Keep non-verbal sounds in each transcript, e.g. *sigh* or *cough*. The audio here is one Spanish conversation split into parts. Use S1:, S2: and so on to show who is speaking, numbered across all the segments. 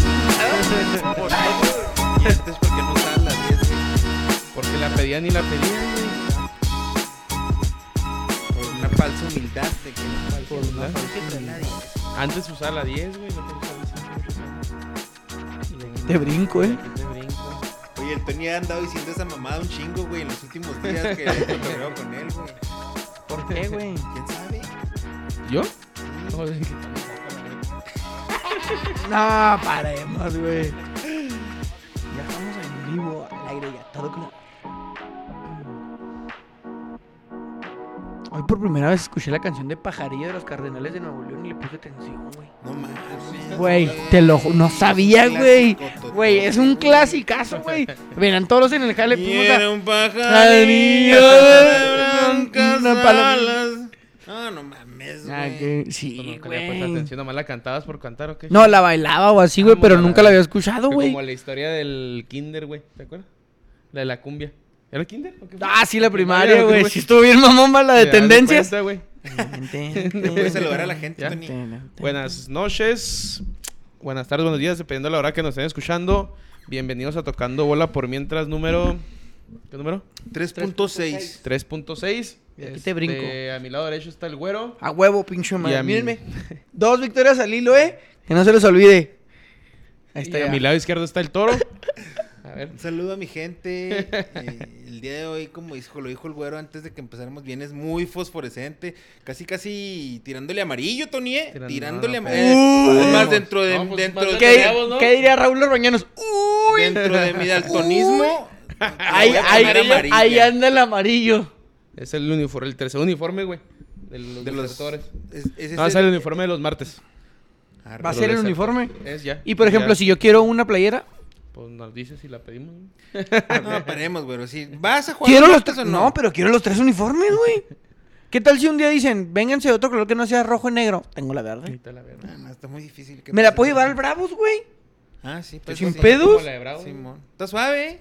S1: Por favor. Y este es porque no usaban la 10, güey. Porque la pedían y la pedían, güey. Por una falsa humildad de que no falta
S2: Por una falsa
S1: nadie. Antes usaba la 10, güey. No te usaba
S2: Te brinco, eh.
S1: Te brinco.
S3: Oye, el Tony ha andado diciendo esa mamada un chingo, güey, en los últimos
S2: *laughs*
S3: días que cotorreo con él, güey.
S2: ¿Por qué, güey?
S3: ¿Quién sabe?
S1: ¿Yo?
S2: No, paremos, güey. Ya estamos en vivo, al aire, ya todo claro. Hoy por primera vez escuché la canción de Pajarillo de los Cardenales de Nuevo León y le puse atención, güey.
S3: No mames.
S2: Güey, te lo ju- no sabía,
S3: Clásico,
S2: güey.
S3: totote.
S2: Güey, es un clasicazo, güey. Verán todos en el jale
S3: Y
S2: pusimos a-
S3: era un pajarillo de blancas
S2: Una paloma.
S3: alas. No, no mames,
S2: Ah,
S3: güey.
S2: que- Sí,
S1: Nunca le
S2: güey.
S1: puse atención, nomás la cantabas por cantar o qué.
S2: No, la bailaba o así, güey,
S1: Ah,
S2: pero
S1: bueno,
S2: nunca
S1: la-
S2: la había escuchado,
S1: Fue
S2: güey.
S1: Como la historia del kinder, güey. ¿Te acuerdas? La de la cumbia. ¿Era el kinder? ¿O qué fue?
S2: Ah, sí, la
S1: Primaria,
S2: primaria,
S1: güey.
S2: güey. Si estuvo bien mamón para la de
S1: Te das
S2: tendencias.
S1: cuenta, güey.
S2: *laughs*
S3: No *laughs* puedes saludar a la gente,
S1: Ya.
S3: Tony.
S1: Buenas noches, buenas tardes, buenos días, dependiendo de la hora que nos estén escuchando. Bienvenidos a Tocando Bola por mientras número... ¿Qué número?
S3: 3.6.
S1: 3.6.
S2: Y aquí te brinco.
S1: Este, A mi lado derecho está el güero.
S2: A huevo, pinche
S1: Y
S2: madre.
S1: a mí-
S2: Mírenme. Dos victorias al hilo, eh. Que no se les olvide. Ahí está.
S1: y
S2: ya.
S1: a mi lado izquierdo está
S2: *laughs*
S1: el toro. A ver.
S3: Un saludo a mi *laughs* gente. Eh, el día de hoy, como dijo, lo dijo el güero antes de que empezáramos bien, es muy fosforescente. Casi, casi tirándole amarillo, Tony, ¿eh?
S1: Tirando-
S3: tirándole
S1: no,
S3: amarillo.
S2: pues.
S3: Es más,
S1: Uh.
S3: dentro de,
S1: No, pues,
S3: dentro,
S1: más
S3: de-
S2: ¿Qué,
S1: Veamos, ¿no?
S2: qué diría Raúl Orbañanos? Uy.
S3: *laughs* dentro de mi daltonismo.
S1: Uh,
S2: Ahí,
S3: le voy a
S2: ahí-
S3: poner amarilla.
S2: ahí anda el amarillo.
S1: Es el uniforme, el tercer uniforme, güey. De los,
S3: De los...
S1: desertores.
S3: es- es
S1: No, es
S3: ese-
S1: el uniforme de los martes.
S3: Arre.
S2: Va a ser el
S1: Pero le saco.
S2: uniforme.
S1: Es ya.
S2: Y por ejemplo,
S1: Ya.
S2: si yo quiero una playera,
S1: Pues nos dices si la pedimos. güey.
S2: ¿Eh?
S3: No, paremos, güero. Si vas a jugar
S2: quiero los
S3: cartas
S2: tres.
S3: o
S2: No, pero quiero los tres uniformes, *laughs* güey. ¿Qué tal si un día dicen, vénganse de otro color que no sea rojo y negro? Tengo la verde.
S1: Quita la verga.
S3: Ah, no, está muy difícil. que
S2: ¿Me la
S3: pase
S2: puedo
S3: eso.
S2: llevar al Bravos, güey?
S3: Ah, sí. pues,
S2: ¿Sin
S3: sí.
S2: pedo?
S1: Como la de Bravo,
S3: Simón. Está suave, ¿eh?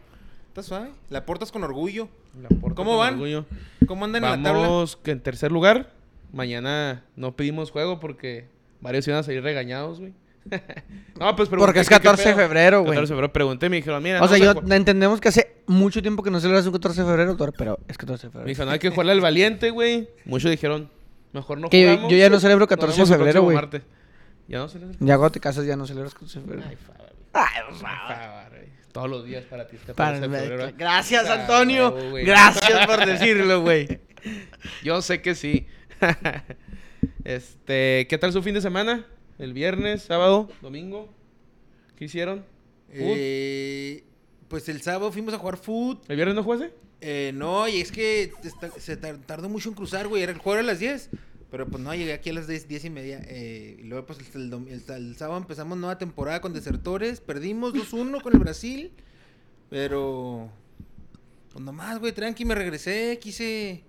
S3: Está suave. La portas con orgullo.
S1: La porta
S3: ¿Cómo
S1: con
S3: van?
S1: orgullo.
S3: ¿Cómo andan en la tabla?
S1: Vamos que en tercer lugar. Mañana no pedimos juego porque varios iban a salir regañados, güey. *laughs* no, pues pregunté
S2: Porque es
S1: que qué
S2: 14 de
S1: pedo.
S2: febrero, güey.
S1: 14 de febrero pregunté y me dijeron, mira,
S2: O sea,
S1: no,
S2: yo
S1: se jue-
S2: entendemos que hace mucho tiempo que no celebras un 14 de febrero, Thor, pero es 14 de
S1: me
S2: febrero.
S1: dijeron, hay que jugarle al valiente, güey. Muchos dijeron, mejor no
S2: Que yo-
S1: jugamos.
S2: yo ya no celebro
S1: Nos
S2: 14 de
S1: vemos el
S2: febrero,
S1: próximo
S2: güey.
S1: martes". Ya no celebro.
S2: Ya cuando te casas ya no celebras 14 de febrero.
S1: Ay, Fabar, güey.
S2: Ay, por
S1: Ay,
S2: favor.
S1: Fabar, güey. Todos los días para ti este
S2: Para-
S1: 14 de febrero, ¿verdad?
S2: Gracias,
S1: Ah,
S2: Antonio.
S1: huevo, güey.
S2: Gracias por decirlo, güey.
S1: Yo sé que sí. *laughs* este, ¿qué tal su fin de semana? El viernes, sábado, domingo. ¿Qué hicieron?
S3: Eh, pues el sábado fuimos a jugar foot.
S1: ¿El viernes no jugaste?
S3: Eh, no, y es que esta- se tar- tardó mucho en cruzar, güey. Era el juego era a las 10. Pero pues no, llegué aquí a las 10, 10 y media. eh, y luego pues el, el dom- el- el sábado empezamos nueva temporada con desertores. Perdimos 2-1 con el Brasil. Pero... Pues nomás, güey, tranqui, me regresé. Quise...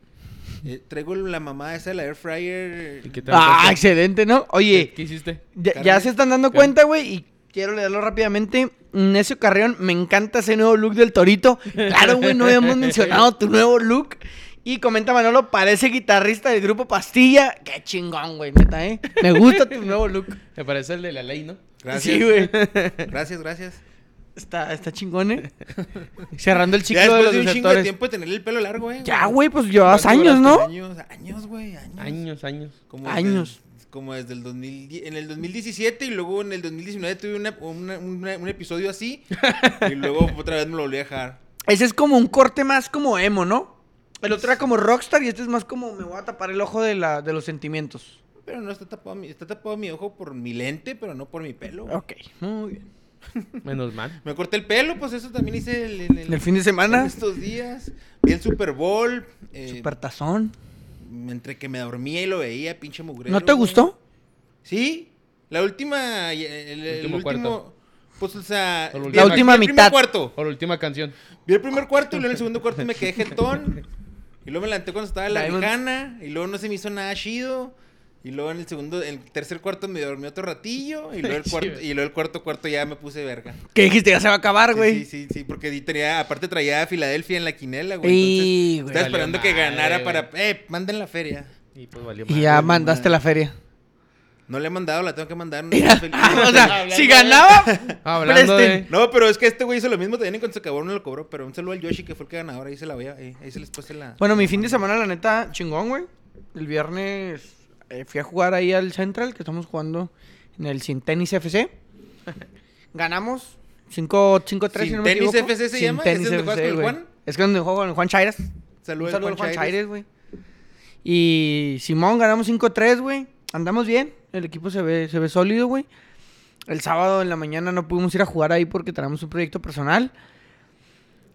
S3: eh, traigo la mamá esa de la air fryer.
S1: ¿Y qué tal?
S2: Ah, excelente, ¿no?
S1: ¿Qué,
S2: Oye,
S1: qué hiciste?
S2: ya,
S3: Carmen.
S2: ya se están dando
S1: Carmen.
S2: cuenta, güey, y quiero leerlo rápidamente. Necio Carreón, me encanta ese nuevo look del Torito. Claro, güey, no
S1: *laughs*
S2: habíamos mencionado tu nuevo look. Y comenta Manolo, parece guitarrista del grupo Pastilla. Qué chingón, güey, neta, ¿eh? Me gusta tu nuevo look.
S1: Me parece el de la ley, ¿no?
S3: Gracias.
S2: Sí, güey.
S3: Gracias, gracias.
S2: Está, está chingón,
S1: *laughs*
S2: ¿eh? Cerrando el
S3: ya
S2: ciclo de
S3: después
S2: los
S3: de un chingo de
S2: desertores.
S3: tiempo de tener el pelo largo, eh.
S2: Ya, güey, pues llevas
S1: ¿Cuánto
S2: años, ¿no?
S3: Años, años, güey, años.
S1: Años, años.
S3: Como
S2: Años.
S3: desde- como desde el 2010, en el 2017 y luego en el 2019 tuve una- una- una- un
S2: *laughs*
S3: episodio así y luego otra vez me lo volví a dejar.
S2: Ese es como un corte más como emo, ¿no? El otro era como rockstar y este es más como me voy a tapar el ojo de, la, de los sentimientos.
S3: Pero no está tapado mi, está tapado mi ojo por mi lente, pero no por mi pelo. güey.
S2: Ok, muy bien.
S1: Menos mal.
S3: Me corté el pelo, pues eso también hice el, en
S2: ¿En el fin de semana?
S3: en estos días. Vi el Super Bowl. eh,
S2: Supertazón.
S3: Entre que me dormía y lo veía, pinche mugrero.
S2: ¿No te
S3: güey.
S2: gustó?
S3: Sí, la última. y El, el- el
S1: último
S3: último.
S1: cuarto.
S3: Pues, o sea.
S1: La
S3: vi-
S1: última-
S3: vi
S2: última
S3: el primer
S2: mitad.
S3: cuarto.
S1: Por última canción.
S3: Vi el primer cuarto y luego en el segundo cuarto
S2: *laughs*
S3: me quedé jetón. Y luego me levanté cuando estaba la
S2: Diamonds.
S3: lejana. Y luego no se me hizo nada chido. Y luego en el segundo, el tercer cuarto me dormí otro ratillo. Y
S1: *laughs*
S3: luego el
S1: Sí,
S3: cuarto,
S1: güey.
S3: y luego el cuarto cuarto ya me puse verga.
S2: ¿Qué dijiste? Ya se va a acabar,
S3: Sí,
S2: Ah, güey.
S3: sí, sí, sí, porque di- tenía, aparte traía a Filadelfia en la quinela, güey. Entonces,
S2: Y, güey.
S3: estaba esperando que
S1: Valió madre,
S3: ganara
S1: güey.
S3: para. Eh, manden la feria.
S1: Y pues valió
S2: Y ya
S1: madre.
S2: mandaste la feria.
S3: No le he mandado, la tengo que mandar.
S2: *laughs*
S3: No, estoy feliz.
S2: o sea, si ganaba,
S4: Hablando
S2: presten.
S4: de...
S3: No, pero es que este güey hizo lo mismo también y cuando se acabó no lo cobró. Pero un saludo al Yoshi que fue el que ganador. Ahí se la voy a- eh, ahí, ahí se les puse la.
S2: Bueno, mi fin de semana, la neta, chingón, güey. El viernes eh, fui a jugar ahí al Central, que estamos jugando en el Sin Tenis
S3: *laughs*
S2: FC. Ganamos 5-3, si
S3: ¿Sin
S2: no me
S3: Tenis
S2: equivoco.
S3: FC se
S2: Sin
S3: llama? ¿Ese
S2: Tenis
S3: es donde juegas
S2: FC,
S3: con el
S2: güey.
S3: Juan?
S2: Es que es donde juego con el Juan Chaires.
S3: Saludo
S2: Un
S3: al
S2: saludo al Juan
S3: Juan Chaires.
S2: Chaires, güey. Y Simón, ganamos 5-3, güey. Andamos bien. El equipo se ve, se ve sólido, güey. El sábado en la mañana no pudimos ir a jugar ahí porque tenemos un proyecto personal.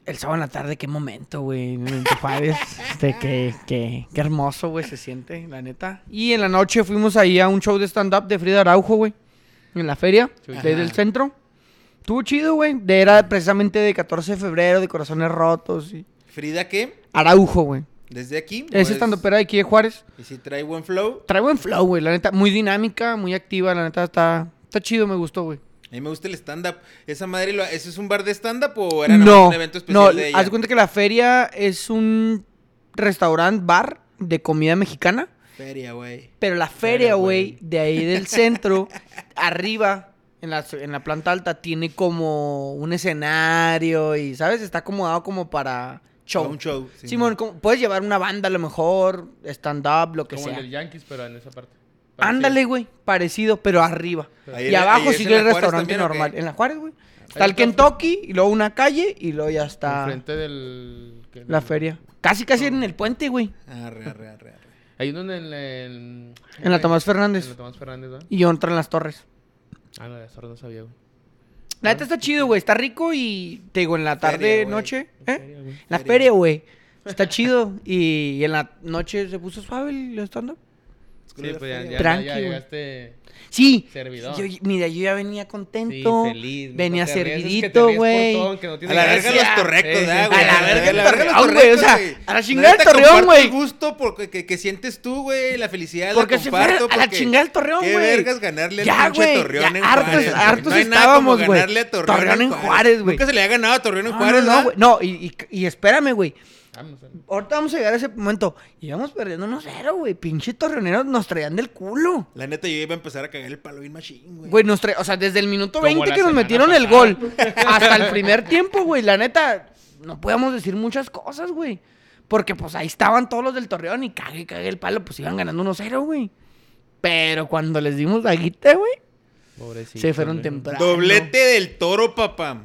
S2: El sábado en la tarde, qué momento, güey. en el *laughs* Juárez. Este, qué, qué, qué hermoso, güey, se siente, la neta. Y en la noche fuimos ahí a un show de stand-up de Frida Araujo, güey. En la feria,
S4: Chuy.
S2: desde el
S3: Ajá.
S2: centro. Estuvo chido, güey. De- Era precisamente de 14 de febrero, de corazones rotos. Y...
S3: Frida, ¿qué?
S2: Araujo, güey.
S3: Desde aquí.
S2: Es
S3: pues,
S2: estando pera de aquí de Juárez.
S3: Y si trae buen flow.
S2: Trae buen flow, güey. La neta, muy dinámica, muy activa. La neta, está, está chido, me gustó, güey.
S3: A mí me gusta el stand-up. ¿Esa madre, lo- ¿eso es un bar de stand-up o era nomás
S2: No,
S3: un evento especial
S2: no,
S3: de ella?
S2: haz de cuenta que la feria es un restaurante, bar de comida mexicana.
S3: Feria, güey.
S2: Pero la
S3: Feria,
S2: feria, güey,
S3: güey.
S2: de ahí del
S3: *laughs*
S2: centro, arriba, en la, en la planta alta, tiene como un escenario y, ¿sabes? Está acomodado como para show.
S3: Para un show, sí,
S2: Simón,
S3: no.
S2: como- puedes llevar una banda a lo mejor, stand-up, lo que
S1: Como
S2: sea.
S1: el del Yankees, pero en esa parte. Parecido.
S2: Ándale, güey. Parecido, pero arriba.
S3: Ahí
S2: y
S3: era- ahí
S2: abajo
S3: es
S2: sigue
S3: en
S2: el
S3: la Juárez
S2: restaurante
S3: también, ¿o qué?
S2: normal. En la Juárez, güey.
S1: está
S2: Está el Kentucky, y luego una calle, y luego ya está
S1: Enfrente del. que-
S2: la feria. Casi, casi en el puente, güey.
S3: Arre, arre, arre, arre.
S1: Hay uno en el. En,
S2: En la Tomás Fernández.
S1: En la Tomás Fernández, ¿verdad?
S2: Y otra en las torres.
S1: Ah, no, de sordo no sabía, güey.
S2: La neta está chido, güey. Está rico y te digo, en la tarde,
S3: Feria, güey.
S2: noche. ¿eh?
S1: Feria, güey.
S2: la
S3: Feria.
S2: feria, güey. Está chido. Y, en la noche se puso suave el stand-up.
S1: Sí, pues ya, ya- ya
S2: Tranqui, güey.
S1: llegaste.
S2: Sí.
S1: Servidor.
S2: Yo- mira, yo ya venía contento.
S1: Sí, feliz.
S2: Venía
S1: No te rías, es que te
S2: servidito,
S1: ríes por
S2: güey.
S1: todo, aunque no
S3: A
S1: tiene
S3: la
S1: gracia.
S3: verga los torrecos,
S1: Sí,
S3: ¿verdad,
S1: sí,
S3: güey?
S2: A la verga el
S3: los
S2: torrecón, güey, o sea,
S3: güey.
S2: a la chingada el
S3: Neta,
S2: torreón,
S3: comparto
S2: güey.
S3: el gusto porque, que, que sientes tú, güey, la felicidad la
S2: Porque se fue
S3: comparto,
S2: a la
S3: porque
S2: chingada el torreón, güey.
S3: Qué vergas ganarle al
S2: Ya,
S3: pinche
S2: güey,
S3: torreón
S2: ya
S3: en
S2: hartos-
S3: Juárez. güey.
S2: hartos
S3: no hay nada como
S2: estábamos, güey.
S3: ganarle a torreón,
S2: Torreón en Juárez, güey.
S3: Nunca se le ha ganado a torreón en
S2: No,
S3: Juárez,
S2: no,
S3: ¿verdad?
S2: no, güey. No, y, y- y espérame, güey.
S1: Vamos, eh.
S2: Ahorita vamos a llegar a ese momento. Íbamos perdiendo 1-0, güey. Pinche torreoneros nos traían del culo.
S3: La neta, yo iba a empezar a cagar el palo bien machín, güey.
S2: Güey, nos traían. O sea, desde el minuto
S1: Como
S2: 20
S1: la
S2: que nos
S1: semana
S2: metieron el gol hasta el primer tiempo, güey. La neta, no podíamos decir muchas cosas, güey. Porque pues ahí estaban todos los del torreón y cague, cague el palo. Pues iban ganando 1-0, güey. Pero cuando les dimos la guita, güey,
S1: Pobrecito.
S2: se fueron
S1: güey.
S2: temprano.
S3: Doblete del toro, papá.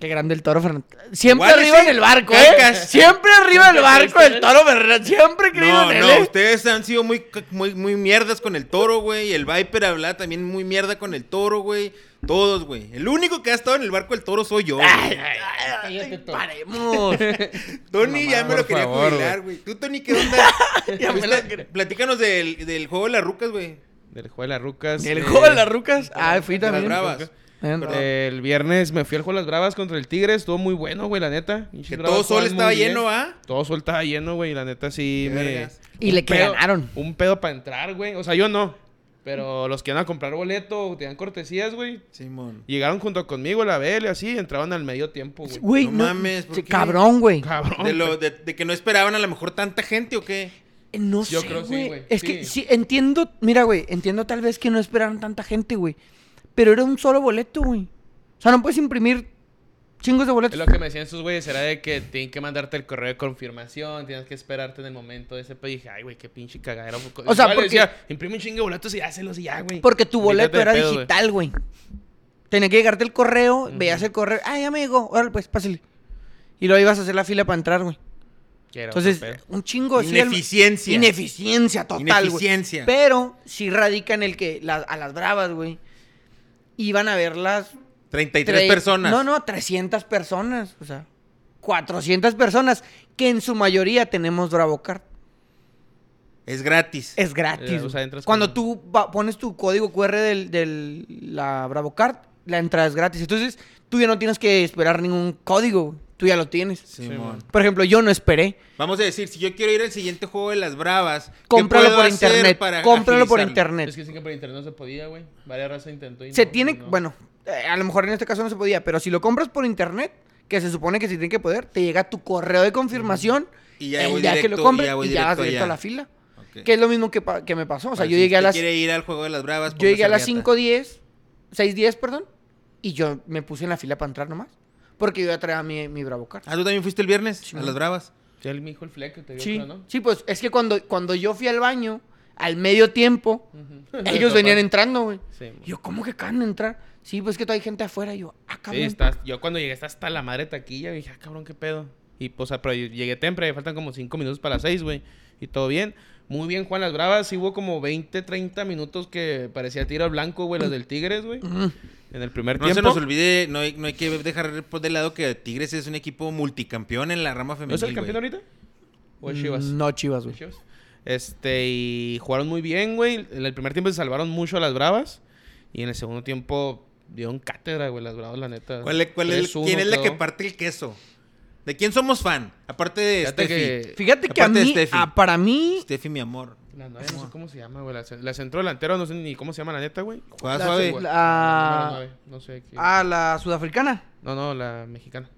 S2: Qué grande el toro Fernández. Siempre
S3: Igual
S2: arriba
S3: ese
S2: en el barco, ¿eh?
S3: cacas.
S2: Siempre arriba en el barco el toro Fernández. Siempre creído
S3: No,
S2: en él.
S3: no,
S2: ¿eh?
S3: ustedes han sido muy, c- muy, muy mierdas con el toro, güey. El Viper habla también muy mierda con el toro, güey. Todos, güey. El único que ha estado en el barco del toro soy yo. güey.
S2: Ay, ay, ay, ay, paremos.
S3: Tony ya
S1: Mamá,
S3: me lo
S1: por
S3: quería
S1: favor,
S3: jubilar, güey. ¿Tú, Tony,
S2: *laughs*
S3: qué onda?
S2: Ya me
S3: Fuiste-
S2: la cre-
S3: Platícanos del, del juego de las rucas, güey.
S1: Del juego de las rucas.
S2: El
S1: eh,
S2: juego de las rucas. Ah, fui
S3: De las
S2: también.
S3: bravas.
S2: También.
S3: Perdón.
S1: El viernes me fui al Juego de las Bravas contra el Tigre, estuvo muy bueno, güey, la neta. Pinches
S3: Que
S1: Bravas
S3: todo sol
S1: juegan
S3: estaba
S1: muy bien.
S3: lleno, ¿ah?
S1: Todo sol estaba lleno, güey, la neta sí
S3: Qué
S1: me...
S3: vergas.
S2: Y
S1: un
S2: le que
S1: pedo-
S2: ganaron.
S1: Un pedo para entrar, güey. O sea, yo no. Pero los que iban a comprar boleto, o tenían cortesías, güey.
S3: Simón.
S1: Llegaron junto conmigo, la Bel y así, entraban al medio tiempo, güey.
S2: Güey,
S3: No
S2: no,
S3: mames, ¿por
S2: che,
S3: qué?
S2: cabrón, güey.
S1: Cabrón.
S3: De, lo, de, de que no esperaban a lo mejor tanta gente o qué.
S2: Eh, No
S1: Yo
S2: sé,
S1: creo sí,
S2: güey.
S1: güey,
S2: es
S1: sí.
S2: que sí, entiendo. Mira, güey, entiendo tal vez que no esperaron tanta gente, güey. Pero era un solo boleto, güey. O sea, no puedes imprimir chingos de
S1: Es
S2: boletos.
S1: lo que me decían sus güeyes, era de que tienen que mandarte el correo de confirmación, tienes que esperarte en el momento de ese pedo. Y dije, ay, güey, qué pinche cagadera.
S2: O sea,
S1: Igual
S2: porque-
S1: decía, imprime un chingo de boletos y hácelos y ya, güey.
S2: Porque tu boleto
S1: Olvídate de
S2: era
S1: pedo, güey.
S2: digital, güey. Tenía que llegarte el correo, veías el correo. Ah, ya me llegó. Órale, pues, pásale. Y luego ibas a hacer la fila para entrar, güey.
S1: Que era otro
S2: Entonces,
S1: pedo.
S2: un chingo sí, el-
S3: Ineficiencia.
S2: Ineficiencia total, güey.
S3: Ineficiencia.
S2: Pero sí radica en el que la- a las bravas, güey, iban a verlas
S3: 33
S2: tre-
S3: personas.
S2: No, no, 300 personas, o sea, 400 personas que en su mayoría tenemos Bravo Card.
S3: Es gratis.
S2: Es gratis.
S1: Eh, o
S2: güey.
S1: sea, entras
S2: Cuando
S1: con-
S2: tú va- pones tu código QR del, del- la Bravo Card, la entrada es gratis. Entonces, tú ya no tienes que esperar ningún código, güey. tú ya lo tienes.
S3: Simón.
S1: Simón.
S2: Por ejemplo, yo no esperé.
S3: Vamos a decir, si yo quiero ir al siguiente juego de las bravas, ¿qué
S2: Cómpralo
S3: puedo
S2: por
S3: hacer
S2: internet.
S3: para
S2: Cómpralo por
S3: agilizarlo?
S2: internet.
S1: Es que dicen que por internet no se podía, güey. Varias razas intentó y
S2: Se
S1: no,
S2: tiene,
S1: no.
S2: bueno, eh, a lo mejor en este caso no se podía, pero si lo compras por internet, que se supone que si tiene que poder, te llega tu correo de confirmación
S3: Y ya
S2: el
S3: voy
S2: día que
S3: directo-
S2: lo compres
S3: ya voy
S2: y ya vas
S3: directo
S2: directo a
S3: allá.
S2: la fila.
S3: Ok. Ok.
S2: Que es lo mismo que, pa- que me pasó. O sea,
S3: Para
S2: yo
S3: si
S2: llegué a
S3: usted
S2: las,
S3: quiere ir al juego de las bravas.
S2: yo llegué a las
S3: póngase
S2: 5.10, 6.10, perdón, y yo me puse en la fila para entrar nomás. Porque yo ya traía mi, mi Bravo Card.
S3: Ah, tú también fuiste el viernes
S2: Sí.
S3: a las bravas.
S1: Ya él me dijo el fleco, te digo,
S2: Sí,
S1: ¿no?
S2: sí, pues es que cuando, cuando yo fui al baño, al medio
S3: *laughs*
S2: tiempo,
S1: Ujú. *laughs*
S2: ellos venían entrando, güey.
S1: Sí, mo.
S2: Y Yo, ¿cómo que acaban de entrar? Sí, pues que todavía hay gente afuera. Y yo, ah,
S1: Sí,
S2: cabrón.
S1: estás- yo cuando llegué hasta hasta la madre taquilla, dije, ah, cabrón, qué pedo. Y pues, ah, pero yo llegué temprano, me faltan como 5 minutos para las 6, güey. Y todo bien. Muy bien, Juan Las Bravas. Sí hubo como 20, 30 minutos que parecía tiro al blanco, güey, los del Tigres, güey.
S2: Ujú.
S1: En el primer
S3: Mm. No
S1: tiempo.
S3: se nos olvide, no hay, no hay que dejar por de lado que Tigres es un equipo multicampeón en la rama
S1: ¿No
S3: femenil.
S1: es el campeón
S3: güey.
S1: ahorita? ¿O es Chivas?
S2: Mm, No, chivas,
S1: ¿Es
S2: güey.
S1: Chivas? Este, y jugaron muy bien, güey. En el primer tiempo se salvaron mucho a las Bravas. Y en el segundo tiempo dieron cátedra, güey, las Bravas, la neta.
S3: ¿Cuál es- cuál es-
S1: 3-1
S3: ¿Quién es la que
S1: quedó.
S3: parte el queso? ¿De quién somos fan? Aparte de este
S1: Fíjate
S3: Steffi.
S1: que-
S2: Fíjate que a
S3: Aparte de
S2: mí,
S3: Steffi.
S2: ah, para mí,
S3: Steffi, mi amor.
S1: La nueve, no sé cómo se llama, güey. La, ce- la centro delantera, no sé ni cómo se llama, la neta, güey.
S3: Juega
S2: La-
S3: suave.
S2: la- Ah.
S1: La número nueve, no sé qué.
S2: a la sudafricana,
S1: No, no, la mexicana.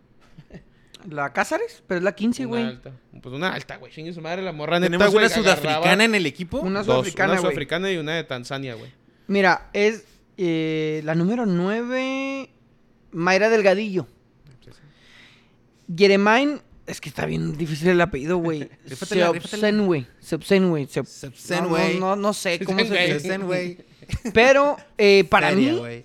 S2: la Cázares, pero es la 15,
S1: Una
S2: güey.
S1: alta. Pues una alta, güey. Chingue su madre, la morra neta,
S3: ¿Tenemos
S1: güey,
S3: una sudafricana
S1: agarraba
S3: en el equipo?
S2: Una
S1: dos,
S2: sudafricana,
S1: Una
S2: güey.
S1: sudafricana y una de Tanzania, güey.
S2: Mira, es eh, la número 9, Mayra Delgadillo. Jeremaine, es que está bien difícil el apellido, *laughs* güey.
S3: Rífatela, rífatela.
S2: Seobsen, güey. Seobsen, güey. Seob-
S3: Seobsen,
S2: No,
S3: güey.
S2: No, no, no sé cómo se
S1: güey.
S2: dice.
S3: Estén, güey.
S2: Pero eh, *laughs* para
S3: Seria,
S2: mí,
S3: güey.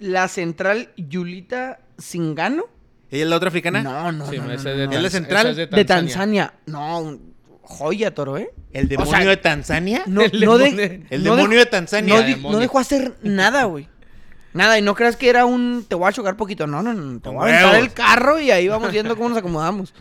S2: la central Yulita Singano.
S3: ¿Ella es la otra africana?
S2: No, no,
S1: Sí,
S2: no, no,
S1: esa
S2: no,
S1: de
S2: no.
S3: ¿Es la
S1: Tanz-
S3: central?
S1: esa es
S2: De Tanzania. No, un- joya, toro, ¿eh?
S3: ¿El demonio
S2: sea,
S3: de Tanzania?
S2: No,
S1: *laughs* El
S2: no de-
S1: demonio-
S3: ¿El
S2: no
S3: demonio de
S2: dej-
S3: Tanzania?
S2: No, di-
S1: demonio.
S2: no dejó hacer nada, güey. Nada, y no creas que era un te voy a chocar poquito. No, no, no. Te
S3: Con
S2: voy a aventar
S3: huevos.
S2: el carro y ahí vamos viendo cómo nos acomodamos.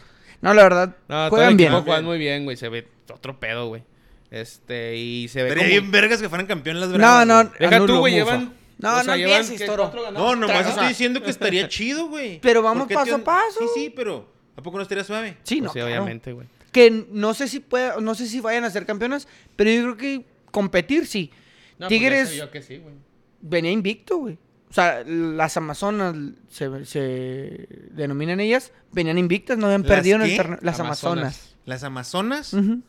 S2: No, la verdad,
S1: No, todo el
S2: juegan bien.
S1: equipo juegan muy bien, güey. Se ve otro pedo, güey. Este, y se ve
S3: Estaría
S1: como-
S3: bien vergas que fueran campeón las
S2: No,
S3: bravas.
S2: no.
S3: güey.
S1: Deja tú,
S2: anulo,
S1: güey,
S2: mufa.
S1: llevan...
S2: No,
S1: o sea,
S2: no
S1: llevan,
S2: empieces,
S1: ¿qué?
S2: toro.
S1: ¿Cuatro ganados?
S3: No, nomás
S2: Tra-
S3: estoy diciendo que *laughs* estaría chido, güey.
S2: Pero vamos
S3: ¿Por qué
S2: paso
S3: te-
S2: a paso.
S3: Sí, sí, pero ¿a poco no estaría suave?
S2: Sí,
S1: Pues
S2: no,
S1: sí,
S2: claro.
S1: obviamente, güey.
S2: Que no sé si pueda, no sé si vayan a ser campeonas, pero yo creo que competir sí.
S1: No, pues ya se
S2: Tigres
S1: vio que sí, güey.
S2: venía invicto, güey. O sea, las Amazonas se, se denominan ellas, venían invictas, no habían
S3: ¿Las
S2: perdido en el
S3: qué?
S2: torneo. Las Amazonas.
S3: ¿Las Amazonas?
S2: Ujú.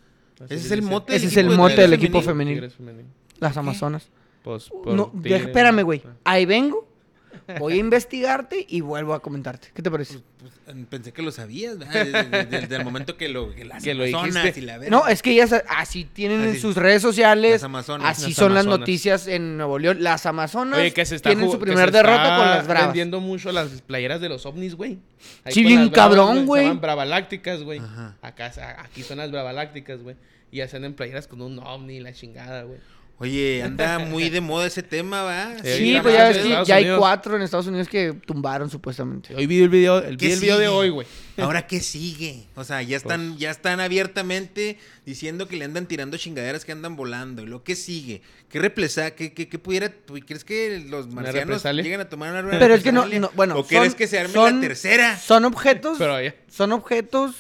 S1: Así
S3: Ese es
S1: le
S3: el
S1: dicen.
S3: mote
S2: Ese es el mote del equipo femenil.
S1: Tigres femenil.
S2: Las Amazonas.
S1: Pues, por
S2: Uh, No,
S1: Tigres.
S2: deja- espérame, güey.
S1: Ah.
S2: Ahí vengo,
S1: *laughs*
S2: voy a investigarte y vuelvo a comentarte. ¿Qué te parece?
S3: Pues, Pensé que lo sabías, ¿verdad? Desde, desde- desde el momento que lo, que las
S1: Que lo
S3: Amazonas
S1: dijiste.
S3: y la verga.
S2: No, eh. es que ellas a- así tienen en
S3: Así.
S2: sus redes sociales.
S3: Las Amazonas.
S2: Así
S1: Las
S2: son las
S1: Amazonas.
S2: noticias en Nuevo León. Las Amazonas
S1: Oye, que se está
S2: tienen
S1: ju-
S2: su
S1: que
S2: primer
S1: se
S2: derrota
S1: está
S2: con las Bravas.
S1: vendiendo mucho las playeras de los ovnis, güey. Ahí
S2: Sí,
S1: con
S2: bien
S1: las Bravas,
S2: cabrón,
S1: Se
S2: güey.
S1: llaman bravalácticas, güey.
S3: Ajá.
S1: Acá, a- aquí son las bravalácticas, güey. Y hacen en playeras con un ovni, la chingada, güey.
S3: Oye, anda muy de moda ese tema, ¿va?
S1: Sí,
S2: Sí,
S1: ahorita
S2: pues
S1: más
S2: ya
S1: en
S2: ves que
S1: Estados
S2: ya hay
S1: Unidos.
S2: cuatro en Estados Unidos que tumbaron supuestamente.
S1: Hoy vi el video, el,
S3: ¿Qué
S1: vi el video de
S3: sigue?
S1: hoy, güey.
S3: Ahora, ¿qué sigue? O sea, ya están, ya están abiertamente diciendo que le andan tirando chingaderas que andan volando. ¿Y lo que sigue? ¿Qué represa? ¿Qué, qué, qué pudiera? tú- ¿Crees que los marcianos
S1: represalia?
S3: llegan a tomar una arma
S2: Pero es que no, no, bueno,
S3: ¿O
S2: son-
S3: crees que se arme
S2: son-
S3: la tercera?
S2: Son objetos,
S1: Pero ya.
S2: son objetos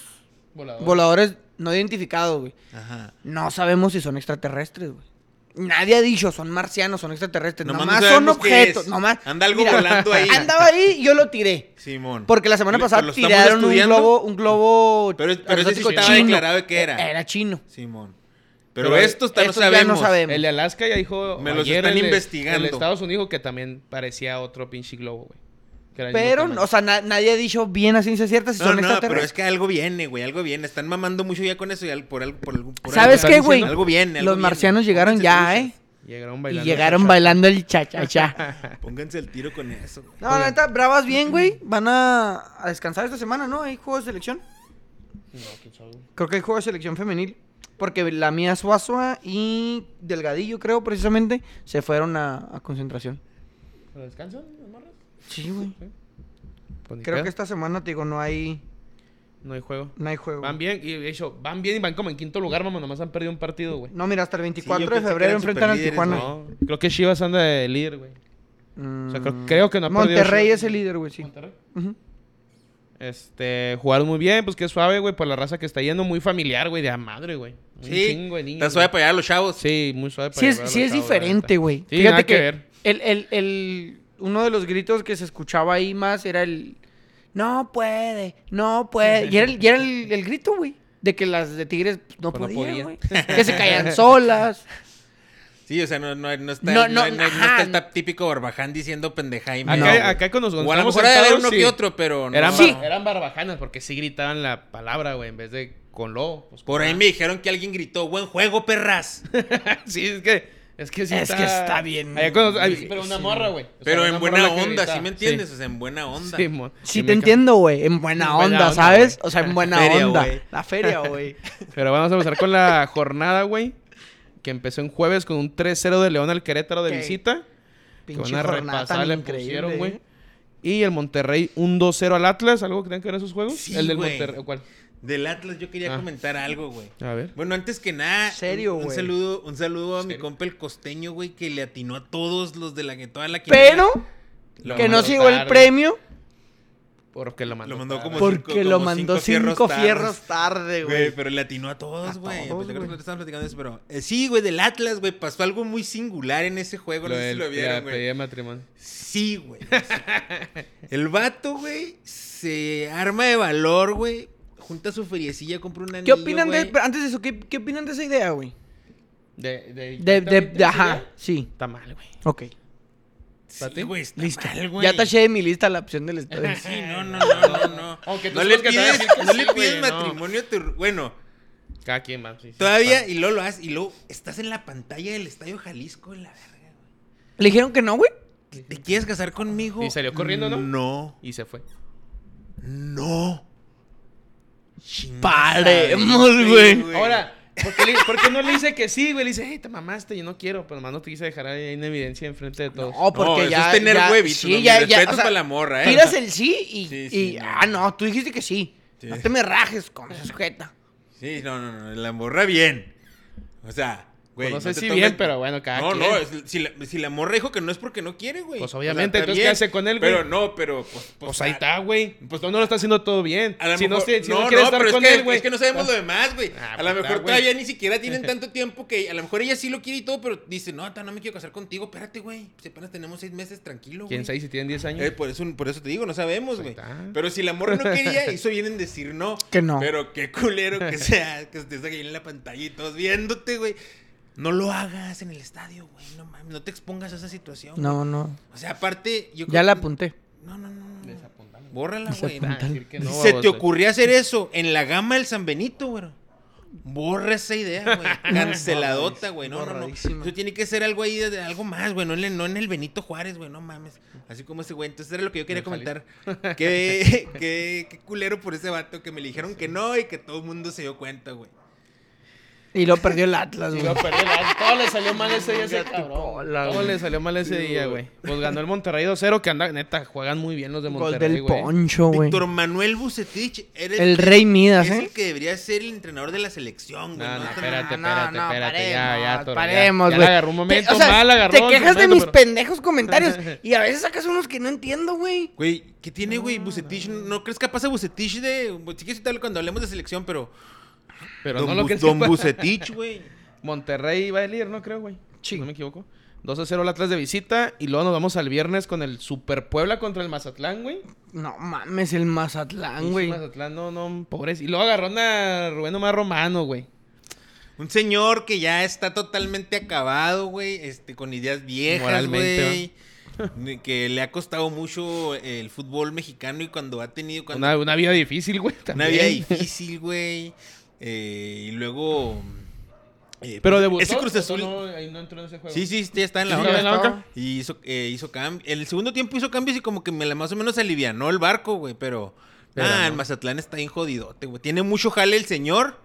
S1: Volador.
S2: voladores no identificados, güey.
S3: Ajá.
S2: No sabemos si son extraterrestres, güey. Nadie ha dicho, son marcianos, son extraterrestres.
S3: Nomás
S2: Nomás,
S3: no
S2: son
S3: sabemos qué
S2: objetos,
S3: es.
S2: nomás.
S3: Anda algo volando ahí.
S2: Andaba ahí y yo lo tiré.
S3: Simón.
S2: Porque la semana
S3: Pero
S2: pasada
S3: lo estamos
S2: tiraron un
S3: estudiando.
S2: globo, un globo
S3: Pero- pero ese sí
S2: aerostático
S3: estaba declarado que era.
S2: Era chino.
S3: Simón. Pero,
S1: Pero
S3: esto está,
S2: estos
S3: no
S2: ya no
S3: sabemos.
S2: sabemos.
S1: El de Alaska ya dijo.
S3: Me los
S1: ayer
S3: están
S1: el de-
S3: investigando.
S1: El de Estados Unidos que también parecía otro pinche globo, güey. Que era el mismo
S2: Pero,
S1: tamaño.
S2: o sea, na- nadie ha dicho bien a ciencia cierta si
S3: No,
S2: son
S3: no, pero
S2: extraterrestres.
S3: es que algo viene, güey, algo viene. Están mamando mucho ya con eso y al- por algo, por algo. por
S2: ¿Sabes
S3: algo.
S2: qué, güey?
S3: Algo viene. algo
S2: Los
S3: viene.
S2: marcianos llegaron
S3: Pónganse
S2: ya,
S3: truchas.
S2: ¿eh?
S1: Llegaron
S2: Y
S1: bailando.
S2: llegaron bailando el cha-cha-cha.
S3: Pónganse el tiro con eso, güey.
S2: No, la neta, bravas bien, güey. Van a, a descansar esta semana, ¿no? Hay juego de selección.
S1: No, quién sabe, güey.
S2: Creo que hay juego de selección femenil. Porque la mía Suazua y Delgadillo, creo, precisamente, se fueron a, a concentración.
S1: ¿Pero descansan las morras?
S2: Sí, güey.
S1: Pues ni
S2: Creo
S1: pedo.
S2: que esta semana, te digo, no hay,
S1: No hay juego.
S2: no hay juego.
S1: Van bien, y de hecho, van bien y van como en quinto lugar, mamá. Nomás han perdido un partido, güey.
S2: No, mira, hasta el 24
S3: yo
S2: de
S3: pensé que
S2: febrero
S3: eran
S2: enfrentan al
S3: superlíderes,
S2: Tijuana.
S1: No, creo que Chivas anda de líder, güey.
S2: Mm,
S1: O sea, creo, creo que no ha perdido
S2: Monterrey
S1: Chivas.
S2: es el líder, güey, sí.
S1: Monterrey.
S2: Ujú.
S1: Este, jugaron muy bien, pues qué suave, güey, por la raza que está yendo, muy familiar, güey, de a madre, güey. Un
S3: Sí,
S1: chingo de niños,
S3: está suave pues.
S1: güey.
S3: para allá los chavos.
S1: Sí, muy suave para
S2: Sí es,
S1: llevar a
S2: sí
S1: los
S2: es
S1: chavos, la neta.
S2: diferente, güey.
S1: Sí,
S2: Fíjate
S1: nada
S2: que,
S1: que ver.
S2: El, el, el, uno de los gritos que se escuchaba ahí más era el... No puede, no puede. Y era el, y era el, el grito, güey. de que las de Tigres pues, no
S1: Pues no
S2: podían,
S1: podía.
S2: güey. que se
S1: *laughs*
S2: caían solas.
S3: Sí, o sea, no, no, no está,
S2: No,
S3: no,
S2: no,
S3: no- no
S2: ajá.
S3: está el tap- típico Barbaján diciendo pendejaime.
S1: Acá,
S2: No, güey.
S1: acá con los
S3: o a lo
S1: González
S3: mejor ha de haber
S1: sentados,
S3: uno
S1: sí.
S3: que otro, pero no.
S1: Eran,
S2: Sí.
S1: bar- eran barbajanas porque sí gritaban la palabra, güey, en vez de con lo. pues,
S3: Por
S1: con
S3: ahí
S1: la.
S3: me dijeron que alguien gritó, buen juego, perras.
S1: *laughs* sí, es que. Es que sí
S2: Es que está bien.
S1: Allá con los- ay, pero una morra, güey. O sea,
S3: Pero
S1: una
S3: en buena
S1: morra que
S3: onda,
S1: gritaba.
S3: ¿sí me entiendes? O sea, en buena onda.
S1: Sí, mon.
S2: Sí,
S1: Sí,
S2: te
S1: me encanta.
S2: entiendo, güey. En buena
S1: En buena
S2: onda,
S1: onda,
S2: ¿sabes?
S1: güey.
S2: O sea, en buena
S3: Feria,
S2: onda.
S3: güey.
S2: La
S1: *laughs*
S2: feria, güey.
S1: Pero vamos a empezar con
S2: *laughs*
S1: la jornada, güey. Que empezó en jueves con un 3-0 de León al Querétaro de
S2: Ok.
S1: visita.
S2: Pinche
S1: que van a
S2: jornada
S1: repasar,
S2: tan
S1: le
S2: increíble. ¿eh?
S1: pusieron,
S2: güey.
S1: güey. Y el Monterrey un 2-0 al Atlas. ¿Algo que tengan que ver esos juegos?
S3: Sí,
S1: el del
S3: güey.
S1: Monterrey. ¿Cuál?
S3: Del Atlas yo quería
S1: Ah.
S3: comentar algo, güey.
S1: A ver.
S3: Bueno, antes que nada,
S2: Serio,
S3: un- un,
S2: güey.
S3: saludo, un saludo a mi
S1: Serio.
S3: compa el costeño, güey, que le atinó a todos los de la que toda la quinela.
S2: Pero
S1: Lo
S2: que no
S1: mandó
S2: se llevó el
S1: tarde, Pues
S2: premio
S1: Porque lo mandó.
S3: Lo mandó
S1: tarde.
S3: como-
S2: porque
S3: cinco-
S2: lo
S3: como
S2: mandó
S3: cinco
S2: cinco
S3: fierros
S2: fierros tarde,
S3: Güey,
S2: güey.
S3: pero le atinó a
S2: A
S3: todos, güey.
S2: todos,
S3: Pues, yo creo que
S2: güey.
S3: nosotros estábamos platicando de eso, pero eh, sí, güey, del Atlas, güey, pasó algo muy singular en ese juego,
S1: Lo
S3: no sé si
S1: del-
S3: lo
S1: la
S3: vieron, güey.
S1: pedida de matrimonio.
S3: Sí, güey. El vato, güey, se arma de valor, güey. Junta su feriecilla, compra una
S2: ¿Qué opinan de pero antes de eso? ¿Qué, qué opinan de esa idea, güey?
S1: De, de,
S2: De, de, de- ajá,
S1: ¿sí?
S2: sí.
S1: Está mal, güey.
S2: Ok.
S1: ¿Para ti?
S3: Sí, güey, Listo. güey.
S2: Ya taché de mi lista la opción del estudio.
S3: *laughs* Sí, no, no, no, no, no.
S1: *laughs* Aunque tú
S3: no le
S1: sepas que te va a
S3: pides,
S1: decir que
S3: no
S1: sí,
S3: le
S1: güey,
S3: pides
S1: no.
S3: matrimonio a tu- Bueno,
S1: Cada quien más. Sí, sí,
S3: todavía,
S1: está.
S3: y luego lo haces, y luego estás en la pantalla del Estadio Jalisco, la verga, güey.
S2: ¿Le dijeron que no, güey?
S3: ¿Te quieres casar conmigo?
S1: Y salió corriendo, ¿no?
S3: No,
S1: Y se fue.
S3: no. Chingas,
S2: Paremos,
S3: sí,
S2: güey.
S1: Ahora, ¿por qué, le- por qué no le dice que sí, güey? Le dice, hey, te mamaste, yo no quiero. Pero nomás no te quise dejar ahí en evidencia enfrente de todos.
S2: No, porque
S3: eso
S2: ya.
S3: es tener
S2: ya-
S3: huevitos,
S2: Sí,
S3: ¿no? Mis
S2: ya, ya.
S3: respetos
S2: o sea,
S3: para la morra, ¿eh?
S2: Tiras el sí y.
S3: Sí,
S2: y-
S3: sí, no.
S2: ah, no, tú dijiste que sí.
S3: Sí.
S2: No te me rajes con esa sujeta.
S3: Sí, no, no, no, la morra bien. O sea, güey.
S1: Pues no sé
S3: te
S1: si
S3: tomes-
S1: bien, pero bueno, cada
S3: No,
S1: quien.
S3: no, es- si la, si la morra dijo que no es porque no quiere, güey.
S1: Pues
S3: O sea,
S1: obviamente,
S3: está
S1: entonces, ¿qué
S3: bien,
S1: hace con él, güey?
S3: Pero no, pero pues, pues,
S1: Pues ahí
S3: a-
S1: está, güey. Pues no, no lo está haciendo todo bien.
S3: a lo
S1: si no,
S3: mejor-
S1: se- si no, quieres estar
S3: pero
S1: con
S3: es que,
S1: él, güey.
S3: Es que no sabemos lo demás, güey.
S1: Ah,
S3: a lo
S1: pues,
S3: mejor
S1: ah, güey.
S3: todavía ni
S1: *laughs*
S3: siquiera tienen tanto tiempo que a lo mejor ella sí lo quiere y todo, pero dice, no, ta, no me quiero casar contigo. Espérate, güey. Si apenas tenemos seis meses, tranquilo, güey.
S1: ¿Quién sabe si tienen 10 años?
S3: Eh, por, eso, por eso te digo, no sabemos,
S1: Ahí
S3: güey.
S1: está.
S3: Pero si la morra no
S2: *laughs*
S3: quería, hizo bien en decir no.
S2: Ah. Que no.
S3: Pero qué culero que sea, que estés ahí en la pantalla y todos viéndote, güey. No lo hagas en el estadio, güey. No mames, no te expongas a esa situación. güey.
S2: No, no.
S3: O sea, aparte, yo
S2: Ya
S3: creo
S2: la
S3: que-
S2: apunté.
S3: No, no, no. no.
S1: Desapuntame.
S3: Bórrala, güey.
S1: Ah, decir que no,
S3: si se
S1: baboso.
S3: te *laughs* ocurrió hacer eso en la gama del San Benito, güey. Borra esa idea,
S1: *laughs*
S3: güey. Canceladota, güey. No, no, no.
S2: Borradísima.
S3: Eso tiene que ser algo ahí, de, de algo más, güey. No, en el- no en el Benito Juárez, güey. No mames. Así como ese güey. Entonces era lo que yo quería
S1: En el *laughs*
S3: comentar. Qué, qué, qué culero por ese vato que me le dijeron que no y que todo el mundo se dio cuenta, güey.
S2: Y lo perdió el Atlas,
S1: Y
S2: güey.
S1: luego perdió el- Todo le salió mal ese día ese
S2: Chinga tu
S1: cabrón.
S2: cola,
S1: Todo
S2: güey.
S1: le salió mal ese día, güey. Pues ganó el Monterrey 2-0, que anda, neta, juegan muy bien los de
S2: Gol
S1: Monterrey,
S2: del
S1: güey.
S2: poncho, güey.
S3: Víctor Manuel Bucetich era
S2: El rey Midas,
S3: es
S2: ¿eh?
S3: el que debería ser el entrenador de la selección, güey.
S1: No, no,
S3: Está-
S1: espérate,
S2: No, no,
S1: espérate,
S2: no,
S1: espérate. Ya, ya,
S2: paremos,
S1: toro, ya.
S2: paremos,
S1: Ya
S2: güey.
S1: la agarró un momento
S2: Te- o sea,
S1: mal, agarró
S2: Te
S1: en su
S2: quejas de
S1: momento,
S2: mis
S1: pero-
S2: pendejos comentarios. Y a veces sacas unos que no entiendo, güey.
S3: Güey, ¿qué tiene, güey? Bucetich, ¿no, crees que pasa Bucetich de. Sí que sí te hablo cuando hablemos de selección, pero.
S1: Pero
S3: don
S1: no lo
S3: Bu-
S1: que
S3: don Bucetich, güey.
S1: Monterrey va a líder, ¿no? Creo, güey.
S2: Sí.
S1: Si No me equivoco. 2 a 0 el Atlas de visita. Y luego nos vamos al viernes con el Super Puebla contra el Mazatlán, güey.
S2: No mames, el Mazatlán,
S1: Pinche
S2: güey.
S1: Mazatlán, no, no, pobres. Y luego agarró a Rubén Omar Romano, güey.
S3: *laughs* Un señor que ya está totalmente acabado, güey. Este, con ideas viejas,
S1: Moralmente,
S3: güey. Que le ha costado mucho el fútbol mexicano y cuando ha tenido. Cuando
S1: Una, una vida difícil, güey.
S3: Una
S1: también.
S3: vida difícil, güey. Eh, y luego. eh,
S1: Pero
S3: pues,
S1: debutó.
S3: Ese Cruz
S1: ¿o
S3: Azul.
S1: No, ahí no entró en ese juego.
S3: Sí, sí, este ya está en la
S1: Sí,
S3: hora.
S1: en la banca.
S3: Y hizo, eh, hizo cambios. En el segundo tiempo hizo cambios y como que me la más o menos alivianó el barco, güey. Pero.
S1: Pero
S3: ah,
S1: no.
S3: el Mazatlán está bien jodidote, güey. Tiene mucho jale el señor.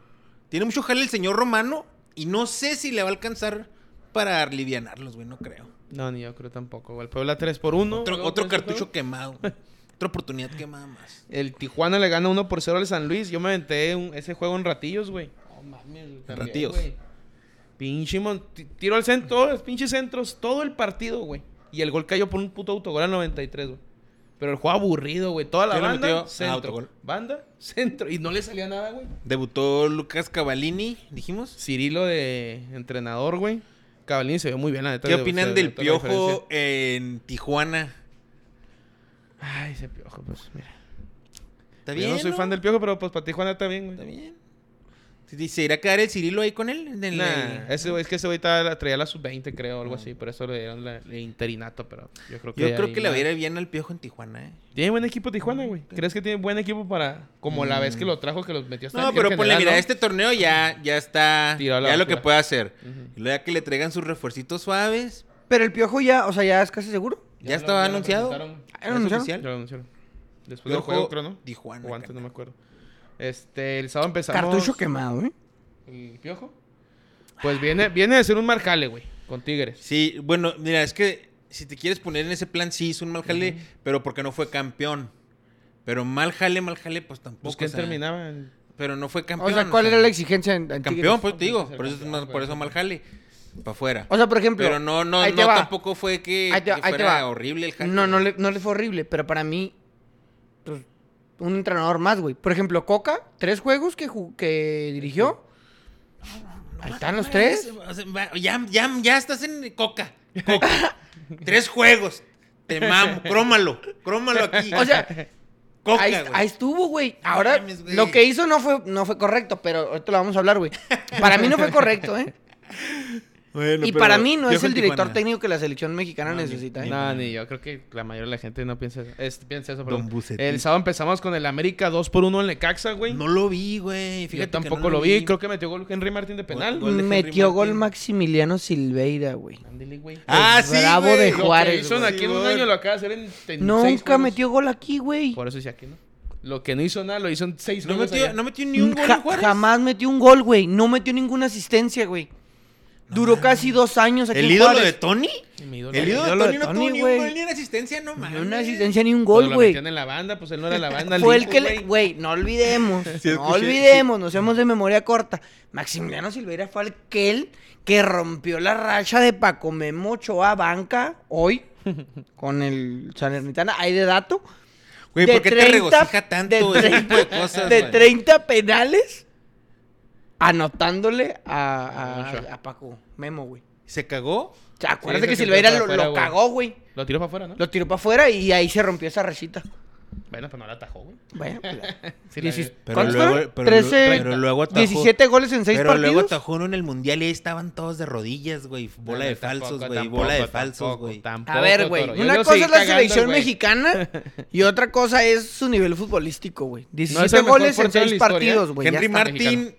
S3: Tiene mucho jale el señor romano. Y no sé si le va a alcanzar para alivianarlos, güey. No creo.
S1: No, ni yo creo tampoco, güey. El Puebla 3 por 1.
S3: Otro, otro
S1: pues,
S3: cartucho quemado. güey. Otra oportunidad quemada más.
S1: El Tijuana le gana 1 por 0 al San Luis. Yo me aventé un- ese juego en ratillos, güey. No mames, güey, también,
S3: ratillos.
S1: güey. Pinche mon- ti- tiro al centro, todos los pinches centros, todo el partido, güey. Y el gol cayó por un puto autogol al 93, güey. Pero el juego aburrido, güey. Toda la
S3: ¿Quién lo
S1: banda,
S3: metió? Ah,
S1: centro.
S3: autogol.
S1: Banda, centro. Y no le salía nada, güey.
S3: Debutó Lucas Cavallini, dijimos.
S1: Cirilo de entrenador, güey. Cavalini se vio muy bien, la neta.
S3: ¿Qué
S1: le-
S3: opinan
S1: se
S3: del
S1: notó la diferencia.
S3: piojo en Tijuana?
S1: Ay, ese piojo, pues, mira.
S3: ¿Está
S1: Yo no soy fan del piojo, pero pues para Tijuana está bien, güey.
S3: Está bien. ¿Se irá a quedar el Cirilo ahí con él? En el-
S1: Nah,
S3: el-
S1: ese güey, es que ese güey estaba- traía la sub-20, creo, algo así. Por eso le dieron la- el interinato, pero yo creo que.
S3: Yo
S1: ahí
S3: creo que le va a
S1: nada.
S3: ir bien al piojo en Tijuana, ¿eh?
S1: Tiene buen equipo Tijuana, güey. ¿Crees que tiene buen equipo para. Como la vez que lo trajo, que los
S2: Pues
S1: metió hasta
S3: Mm. No,
S1: en
S3: pero
S1: general,
S3: ponle, mira,
S1: ¿no?
S3: este torneo ya, ya está.
S1: Tirado a la
S3: ya lo que
S1: basura.
S3: puede hacer.
S1: Ujú.
S3: Y luego ya que le traigan sus refuercitos suaves.
S2: Pero el piojo ya, o sea, ya es casi seguro.
S3: Ya,
S1: lo-
S3: estaba
S1: lo
S3: anunciado.
S1: presentaron.
S2: Ah,
S3: ¿Ya es
S2: ¿no anunciaron?
S1: Ya
S3: oficial?
S1: lo anunciaron. Después del
S3: Piojo
S1: juego, creo, ¿no?
S3: Tijuana.
S1: O antes, no me
S3: Cana.
S1: acuerdo. Este, el sábado empezamos.
S2: Cartucho quemado, ¿eh?
S1: ¿El piojo? Pues viene, viene de ser un marcale, güey. Con Tigres.
S3: Sí, bueno, mira, es que si te quieres poner en ese plan, sí hizo un mal jale, pero porque no fue campeón. Pero mal jale, mal jale, pues tampoco.
S1: Pues que
S3: o sea,
S1: terminaba en-
S3: Pero no fue campeón.
S2: o sea, ¿cuál
S3: o sea,
S2: era la exigencia en, en Tigres?
S3: Campeón, pues te
S1: Tiene que
S3: digo.
S1: ser
S3: Por eso, es
S1: campeón,
S3: mal- por eso mal jale. Para afuera.
S2: O sea, por ejemplo.
S3: Pero no, no,
S2: ahí te
S3: no
S2: va.
S3: tampoco fue que,
S2: Ahí te-
S3: que
S2: ahí te
S3: fuera
S2: va.
S3: horrible el jale.
S2: No, no le, no le fue horrible, pero para mí, pues, un entrenador más, güey. Por ejemplo, Coca, tres juegos que, ju- que dirigió.
S3: Pues
S2: Ahí están los tres.
S3: O sea, va- Ya, ya, ya estás en coca. Coca.
S2: *laughs*
S3: Tres juegos. Te mamo. Crómalo. Crómalo aquí.
S2: O sea,
S3: coca,
S2: ahí,
S3: güey.
S2: ahí estuvo, güey. Ahora,
S3: mames, güey.
S2: lo que hizo no fue, no fue correcto, pero ahorita lo vamos a hablar, güey. Para mí no fue correcto,
S3: *laughs*
S2: ¿eh? y para mí no es el director técnico que la selección mexicana
S3: No, ni-
S2: necesita, ¿eh?
S1: No, ni yo. Creo que la mayoría de la gente no piensa eso. Es- piensa eso,
S3: Don
S1: perdón.
S3: Bucetich.
S1: El sábado empezamos con el América 2 por 1 en Lecaxa, güey.
S3: No lo vi, güey.
S1: yo
S3: Fíjate que no
S1: tampoco lo vi. Creo que metió gol Henry Martín de penal.
S3: gol de Henry
S2: Metió gol
S3: Martín.
S2: Maximiliano Silveira, güey.
S1: Ándele, güey.
S3: Ah, sí.
S2: Bravo
S3: güey.
S2: de
S1: Lo que
S2: Juárez,
S1: hizo en
S2: güey.
S1: aquí en un
S3: Sí,
S1: año lo acaba de hacer en, en seis
S2: Nunca
S1: juegos.
S2: metió gol aquí, güey.
S1: Por eso sí aquí, ¿no? Lo que no hizo nada lo hizo en seis
S3: No
S1: juegos
S3: metió,
S1: allá.
S3: no metió ni un gol
S2: Ja-
S3: en Juárez.
S2: Jamás metió un gol, güey. No metió ninguna asistencia, güey. Duró casi dos años aquí
S3: ¿El
S2: en
S3: ídolo
S2: Juárez.
S3: de Tony?
S1: Mi ídolo.
S3: El ídolo
S2: ídolo
S3: de
S2: de
S3: Tony no tuvo
S2: Tony,
S3: ni un
S2: güey.
S3: gol ni una asistencia, no mames.
S2: Ni una asistencia ni un gol,
S1: Cuando Lo
S2: güey.
S1: metían en la banda, pues él no era
S2: *laughs*
S1: la banda.
S2: Fue
S1: Lico,
S2: el que le...
S1: güey.
S2: Güey, no olvidemos.
S3: *laughs* Sí,
S2: no
S3: escuché,
S2: olvidemos, no seamos de memoria corta. Maximiliano Silveira fue aquel que rompió la racha de Paco Memo Ochoa Banca
S3: *laughs*
S2: hoy con el Salernitana. Hay de dato.
S3: Güey,
S2: de
S3: ¿por qué te
S2: 30
S3: regocijas tanto
S2: de
S3: ese tipo de
S2: 30
S3: cosas,
S2: De
S3: güey?
S2: 30 penales anotándole a,
S1: Ochoa.
S2: a, a Paco Memo, güey.
S3: ¿Se cagó?
S2: O sea, acuérdate
S1: Sí,
S2: que
S1: ese
S2: Silveira lo,
S1: tiró para
S2: lo
S1: afuera,
S2: cagó, güey.
S1: Lo tiró para afuera, ¿no?
S2: Lo tiró para afuera y ahí se rompió esa rachita.
S1: Bueno, pues no la atajó, güey.
S2: Bueno, *laughs* pues, ya.
S1: Sí, la-
S2: Diecis-
S3: Pero
S2: ¿cuántos
S3: luego-
S2: fueron?
S3: pero lu-
S2: 13,
S3: pero luego atajó.
S2: 17 goles en 6
S3: Pero luego
S2: partidos.
S3: atajó uno en el mundial y ahí estaban todos de rodillas, güey. Bola de
S1: No, tampoco,
S3: falsos, güey.
S1: tampoco,
S3: Bola de
S1: tampoco,
S3: falsos, güey.
S1: tampoco,
S2: A ver, güey.
S1: Toro. Yo
S2: Una
S1: lo
S2: cosa
S1: seguí
S2: es la
S1: cagando,
S2: selección
S1: güey.
S2: mexicana y otra cosa es su nivel futbolístico, güey.
S1: No es
S2: 17
S1: el mejor
S2: goles en
S1: portero de
S2: 6
S1: la historia.
S2: partidos, güey. ya
S3: Henry
S2: está.
S3: Martín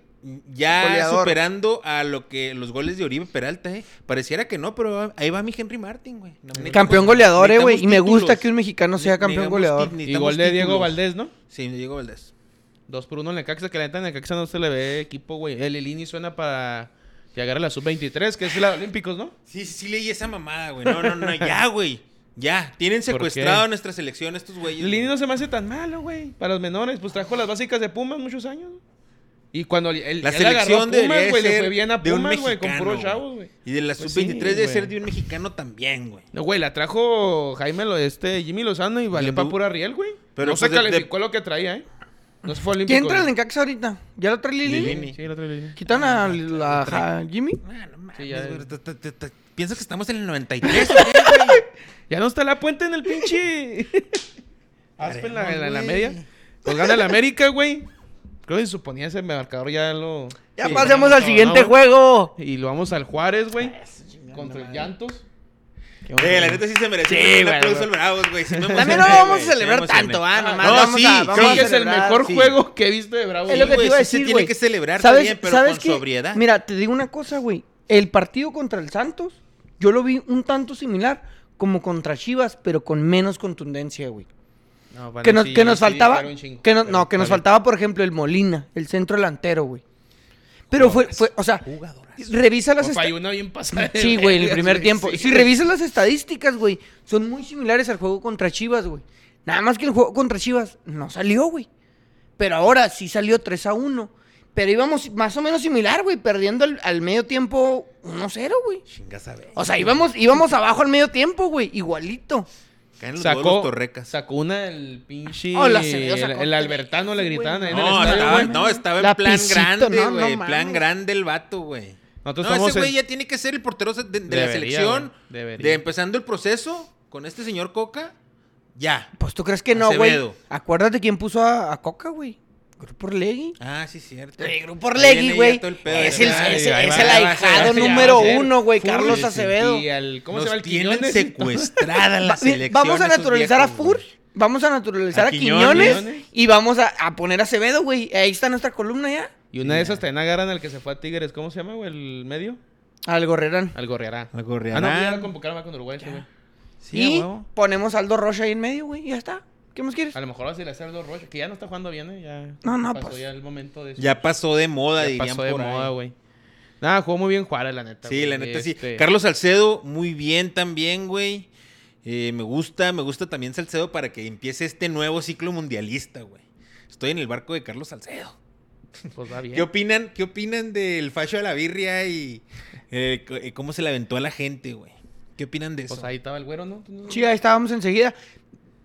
S3: ya
S2: Goleador.
S3: superando a lo que los goles de Oribe Peralta, eh. Pareciera que no, pero ahí va mi Henry Martín, güey. No, necesitamos-
S2: Campeón goleador, eh, güey. Y me
S3: necesitamos
S2: gusta
S3: títulos.
S2: que un mexicano sea
S3: Ne-
S2: campeón
S3: necesitamos
S2: goleador.
S3: tit-
S1: Y
S3: necesitamos
S1: gol de Diego
S3: títulos.
S1: Valdés, ¿no?
S3: Sí, Diego Valdés.
S1: Dos por uno en Necaxa, que la neta en Necaxa no se le ve equipo, güey. El Ilini suena para llegar a la sub-23, que es la Olímpicos, ¿no?
S3: Sí, sí, sí leí esa mamada, güey. No, no, no, ya, güey. Ya, tienen
S1: ¿Por qué?
S3: secuestrado a nuestra selección estos güeyes.
S1: El Ilini
S3: güey.
S1: no se me hace tan malo, güey. Para los menores, pues trajo las básicas de Pumas muchos años. Y cuando el, el-
S3: La
S1: él
S3: selección
S1: agarró a Pumas,
S3: debería
S1: güey, le
S3: ser
S1: fue bien a
S3: de un
S1: Pumas, güey, con
S3: mexicano,
S1: puros
S3: güey.
S1: chavos, güey.
S3: Y de la
S1: Pues sí,
S3: sub-23 debe
S1: güey.
S3: ser de un mexicano también, güey.
S1: No, güey, la trajo Jaime lo este Jimmy Lozano y valió
S3: Andu-
S1: para pura riel, güey.
S3: Pero
S1: no se
S3: pues de- de-
S1: calificó lo que traía, ¿eh? No se fue olímpico.
S2: ¿Quién entra en
S1: güey.
S2: Necaxa ahorita? ¿Ya lo trae Lili?
S3: Lilini.
S1: Sí, el otro Ilini.
S2: ¿Quitan a, la- a Jimmy?
S3: Ah, no mames,
S1: Sí, ya-
S3: güey, te- te- te- te- Piensas que estamos en el 93, ¿o qué, güey?
S1: Ya no está la puente en el *laughs* pinche. Aspe en la, en la- en la
S3: Veremos,
S1: media.
S3: güey.
S1: Pues gana el América, güey. Creo que se suponía ese marcador ya lo.
S2: Ya
S1: Sí,
S2: pasemos
S1: no,
S2: al
S1: no,
S2: siguiente
S1: güey. *laughs*
S2: juego. Ah,
S1: Y lo vamos al Juárez, güey. Contra el Llantos.
S3: Eh, la neta *laughs* sí se mereció
S2: Sí,
S3: un
S2: güey,
S3: aplauso
S2: güey.
S3: al Bravos, güey. Sí me
S2: También
S3: emocioné,
S2: no vamos
S3: güey,
S2: a
S3: sí me
S2: celebrar
S3: emocioné.
S2: tanto, ah, nomás.
S3: No,
S2: vamos
S3: sí,
S2: a- vamos
S1: Creo
S2: a
S1: que es el
S2: celebrar,
S1: mejor
S2: sí.
S1: juego que he visto de Bravo.
S2: Es lo que
S3: güey,
S2: te iba a
S3: sí se
S2: decir,
S3: tiene
S2: güey.
S3: que celebrar
S2: ¿Sabes,
S3: también, pero
S2: sabes
S3: con
S2: qué?
S3: sobriedad.
S2: Mira, te digo una cosa, güey. El partido contra el Santos, yo lo vi un tanto similar como contra Chivas, pero con menos contundencia, güey.
S1: No, vale,
S2: que nos,
S1: sí,
S2: que nos
S1: sí,
S2: faltaba,
S1: claro, un chingo.
S2: que no,
S1: Pero
S2: no, que
S1: está
S2: nos
S1: bien.
S2: faltaba, por ejemplo, el Molina, el centro delantero, güey. Pero fue, fue, o sea, revisa las
S1: Pues
S2: esta-
S1: falló una bien pasada. de
S2: Sí, güey, en el
S1: vergas,
S2: primer
S1: güey,
S2: tiempo.
S1: sí,
S2: Si
S1: güey.
S2: revisas las estadísticas, güey, son muy similares al juego contra Chivas, güey. Nada más que el juego contra Chivas no salió, güey. Pero ahora sí salió 3 a 1. Pero íbamos más o menos similar, güey, perdiendo al, al medio tiempo 1-0, güey.
S3: Chingas a ver.
S2: O sea, íbamos, íbamos abajo al medio tiempo, güey, igualito.
S3: Caen los sacó,
S1: Sacó,
S3: torrecas.
S1: sacó una el pinche.
S2: Oh, la se- o sea,
S1: el,
S2: con-
S1: el Albertano le
S2: sí, güey,
S1: gritaban ahí en el
S3: No,
S1: estadio,
S3: estaba,
S1: güey.
S3: no, estaba en
S2: Lapicito,
S3: plan grande,
S2: no, no
S3: güey.
S2: mames.
S3: plan grande el vato, güey.
S1: Nosotros
S3: no,
S1: somos
S3: ese güey
S1: el-
S3: ya tiene que ser el portero de, de la
S1: Debería,
S3: selección.
S1: güey, debería.
S3: De empezando el proceso con este señor Coca. Ya.
S2: Pues tú crees que no, güey.
S3: Acevedo.
S2: Acuérdate quién puso a, a Coca, güey. Grupo Orlegui.
S3: Ah, sí, cierto.
S2: El Grupo Orlegui, güey. Es el,
S1: Ay,
S2: es,
S1: ahí
S2: es
S1: va,
S2: el
S1: ahí va, ahí
S2: ahijado
S1: va, ya
S2: número
S1: va a ser
S2: uno, güey.
S1: Fur
S2: Carlos
S1: y
S2: Acevedo.
S1: al- ¿Cómo
S3: Nos
S1: se llama el
S3: tienen
S2: *laughs*
S1: Quiñones?
S3: secuestrada la
S2: Va- mira,
S3: selección.
S2: vamos a
S3: esos
S2: naturalizar a
S3: viejos,
S2: Fur,
S3: güey.
S2: vamos a naturalizar a,
S1: A
S2: Quiñones,
S1: Quiñones.
S2: y vamos a, a poner a Acevedo, güey. Ahí está nuestra columna ya.
S1: Y una de esas también agarran al que se fue a Tigres. ¿Cómo se llama, güey? ¿El medio?
S2: Al Gorrerán.
S1: Al Gorriará.
S3: Al
S1: Ah, no, ya
S3: Gorriarán.
S1: lo convocaron va con Uruguay, ese güey.
S3: Sí,
S2: y
S3: a huevo.
S2: ponemos a Aldo Rocha ahí en medio, güey. Ya está. ¿Qué más quieres?
S1: A lo mejor va a ser Aldo Rocha, que ya no está jugando bien, ¿eh? Ya
S2: No, no,
S1: pasó
S2: pues.
S1: ya el momento de eso.
S3: Ya pasó de moda,
S1: Ya
S3: dirían
S1: pasó de
S3: por ahí.
S1: moda, güey. Nada, jugó muy bien Juárez, la neta.
S3: Sí,
S1: güey.
S3: la neta sí.
S1: Este,
S3: Carlos Salcedo, muy bien también, güey. Eh, me gusta, me gusta también Salcedo para que empiece este nuevo ciclo mundialista, güey. Estoy en el barco de Carlos Salcedo.
S1: Pues va bien.
S3: ¿Qué opinan, qué opinan del fallo de la birria y eh, c- eh, cómo se le aventó a la gente, güey? ¿Qué opinan de eso?
S1: Pues ahí estaba el güero, ¿no?
S2: Sí, ahí estábamos enseguida.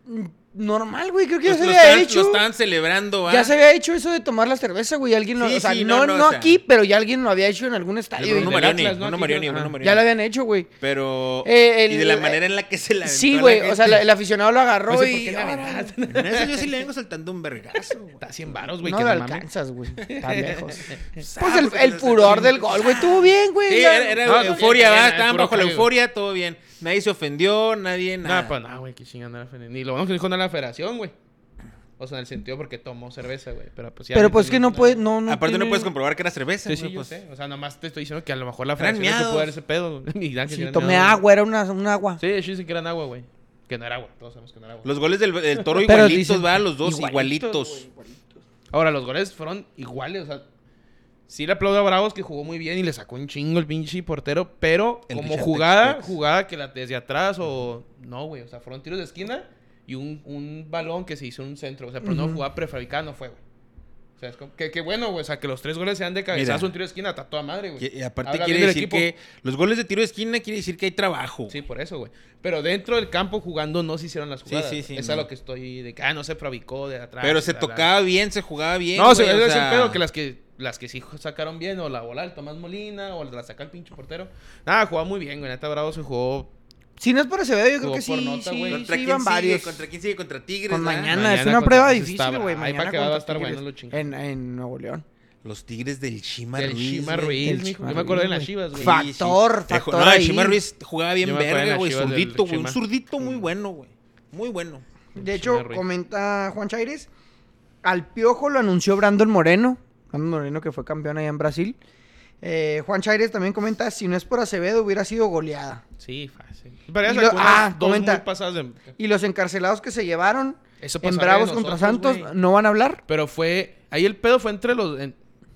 S2: Mm, Normal, güey. Creo que ya
S3: Los-
S2: se
S3: lo,
S2: había
S3: estaban,
S2: hecho.
S3: lo estaban celebrando, ¿va?
S2: Ya se había hecho eso de tomar la cerveza, güey. Alguien lo,
S3: Sí,
S2: o sea,
S3: sí,
S2: no,
S3: no,
S2: no,
S3: no, o sea.
S2: aquí, pero ya alguien lo había hecho en algún
S3: El
S2: estadio.
S3: Bruno
S2: güey.
S1: del
S3: Marioni,
S1: Atlas, ¿no?
S3: Bruno
S1: Aquí,
S3: Marioni,
S1: ajá.
S3: Bruno Marioni.
S2: Ya lo habían hecho, güey.
S3: Ah, Pero...
S2: Eh, el-
S3: y de la
S2: eh,
S3: manera en la que se la aventó
S2: Sí,
S3: a la
S2: güey.
S3: gente.
S2: O sea, la- el aficionado lo agarró
S1: No sé por
S2: y.
S1: qué la
S2: "Ah,
S1: verdad".
S3: En eso yo sí le vengo saltando un
S2: *laughs*
S3: vergazo, güey.
S1: Está a 100 varos, güey.
S2: no
S1: que
S2: lo
S1: mames.
S2: alcanzas,
S1: *laughs*
S2: güey. Tan lejos. Pues
S3: Ah,
S2: el,
S3: porque
S2: el
S3: los-
S2: furor del gol, güey. Estuvo bien, güey.
S3: Sí,
S2: La-
S3: era, era
S1: No, pues, bien,
S3: euforia, ¿va?
S1: bien,
S3: Estaban
S1: puro
S3: bajo la
S1: juego.
S3: euforia, todo bien. Nadie se ofendió, nadie
S1: No,
S3: nada.
S1: pues nada, güey, qué chingada la federación. Ni lo bueno que dijo no la federación, güey. O sea, en el sentido porque tomó cerveza, güey. Pero pues ya.
S2: Pero
S1: ahorita
S2: pues que no puedes. No, no
S3: Aparte no
S2: tiene-
S3: puedes comprobar que era cerveza.
S1: Sí, sí,
S3: güey,
S1: yo
S3: pues.
S1: sé. O sea, nomás te estoy diciendo que a lo mejor la
S3: Eran
S1: federación no *laughs*
S3: miados.
S1: pudo dar ese pedo. güey. Ni dan que
S2: Sí,
S1: eran
S2: tomé
S1: miados,
S2: pues, agua, era una, un agua.
S1: güey. Sí, ellos dicen que eran agua, güey. Que no era agua, todos sabemos que no era agua.
S3: Los goles del, del toro
S2: Pero
S3: igualitos,
S2: dicen-
S3: ¿va? Los dos
S1: Igualitos,
S3: igualitos.
S1: Ahora, los goles fueron iguales, o sea. Sí le aplaudo a Bravos que jugó muy bien y le sacó un chingo el pinche portero, pero
S3: El
S1: como
S3: Richard
S1: jugada,
S3: Tex-Tex.
S1: jugada que la desde atrás o... No, güey, o sea, fueron tiros de esquina y un, un balón que se hizo en un centro. O sea, pero no
S2: Ujú.
S1: jugada prefabricada, no fue, güey. O sea, es como... Que, que bueno, güey, o sea, que los tres goles sean de cabezazo,
S3: Mira.
S1: un tiro de esquina, está toda madre, güey.
S3: Que- y aparte
S1: Pues, Habla
S3: quiere
S1: bien del
S3: decir
S1: equipo.
S3: que los goles de tiro de esquina quiere decir que hay trabajo.
S1: Sí, por eso, güey. Pero dentro del campo jugando no se hicieron las
S3: Sí,
S1: jugadas.
S3: sí,
S1: Sí,
S3: sí,
S1: Es
S3: no.
S1: a lo que estoy de que, ah, no se fabricó de atrás.
S3: pero se
S1: bla, bla,
S3: tocaba bien, se jugaba bien.
S1: No, se
S3: güey, o
S1: es
S3: sea,
S1: el pedo que las que las que sí sacaron bien, o la bola del Tomás Molina, o la saca el pinche portero. Nada, jugaba muy bien, güey. Neta Bravo se jugó.
S2: Si no es por Acevedo, yo creo
S1: Jugó
S2: que
S1: por
S2: sí,
S1: nota,
S2: sí,
S1: güey.
S2: sí,
S3: ¿Contra, quién
S2: iban
S3: sigue?
S2: varios.
S3: ¿Contra quién sigue? ¿Contra Tigres?
S2: Con
S3: va?
S2: mañana, es
S1: Mañana
S2: una
S1: contra-
S2: prueba
S1: pues
S2: difícil,
S1: está-
S2: güey.
S1: ahí
S2: Mañana
S1: para que va a
S2: contra
S1: estar bueno
S2: Tigres.
S1: lo chingón.
S2: en, en Nuevo León.
S3: Los Tigres del Chima
S1: Del
S3: Ruiz.
S1: Chima
S3: güey.
S1: Ruiz,
S2: Del
S1: mijo.
S2: Chima
S1: Yo me acuerdo de
S2: Ruiz,
S1: las Chivas,
S3: Sí,
S1: güey.
S2: Fa- Factor,
S3: sí. Dejó-
S2: factor
S3: No, el
S2: ahí.
S3: Chima Ruiz jugaba bien
S1: Yo me acuerdo de
S3: verga,
S1: las
S3: güey.
S1: Chivas del Mm.
S3: Zurdito, güey. Un
S1: Chima.
S3: zurdito muy bueno, güey. Muy bueno.
S2: De hecho,
S1: Ruiz.
S2: comenta Juan Chaires, al Piojo lo anunció Brandon Moreno, Brandon Moreno que fue campeón allá en Brasil. Eh, Juan Chaires también comenta, si no es por Acevedo hubiera sido goleada.
S1: Sí, fácil. Pero
S2: Y
S1: ya
S2: lo-
S1: sacó
S2: ah,
S1: unas dos
S2: comenta.
S1: muy pasadas de.
S2: Y los encarcelados que se llevaron
S1: Eso
S2: en
S1: pasaría
S2: Bravos
S1: de
S2: contra
S1: nosotros,
S2: Santos
S1: güey.
S2: no van a hablar.
S1: Pero fue. Ahí el pedo fue entre los. en-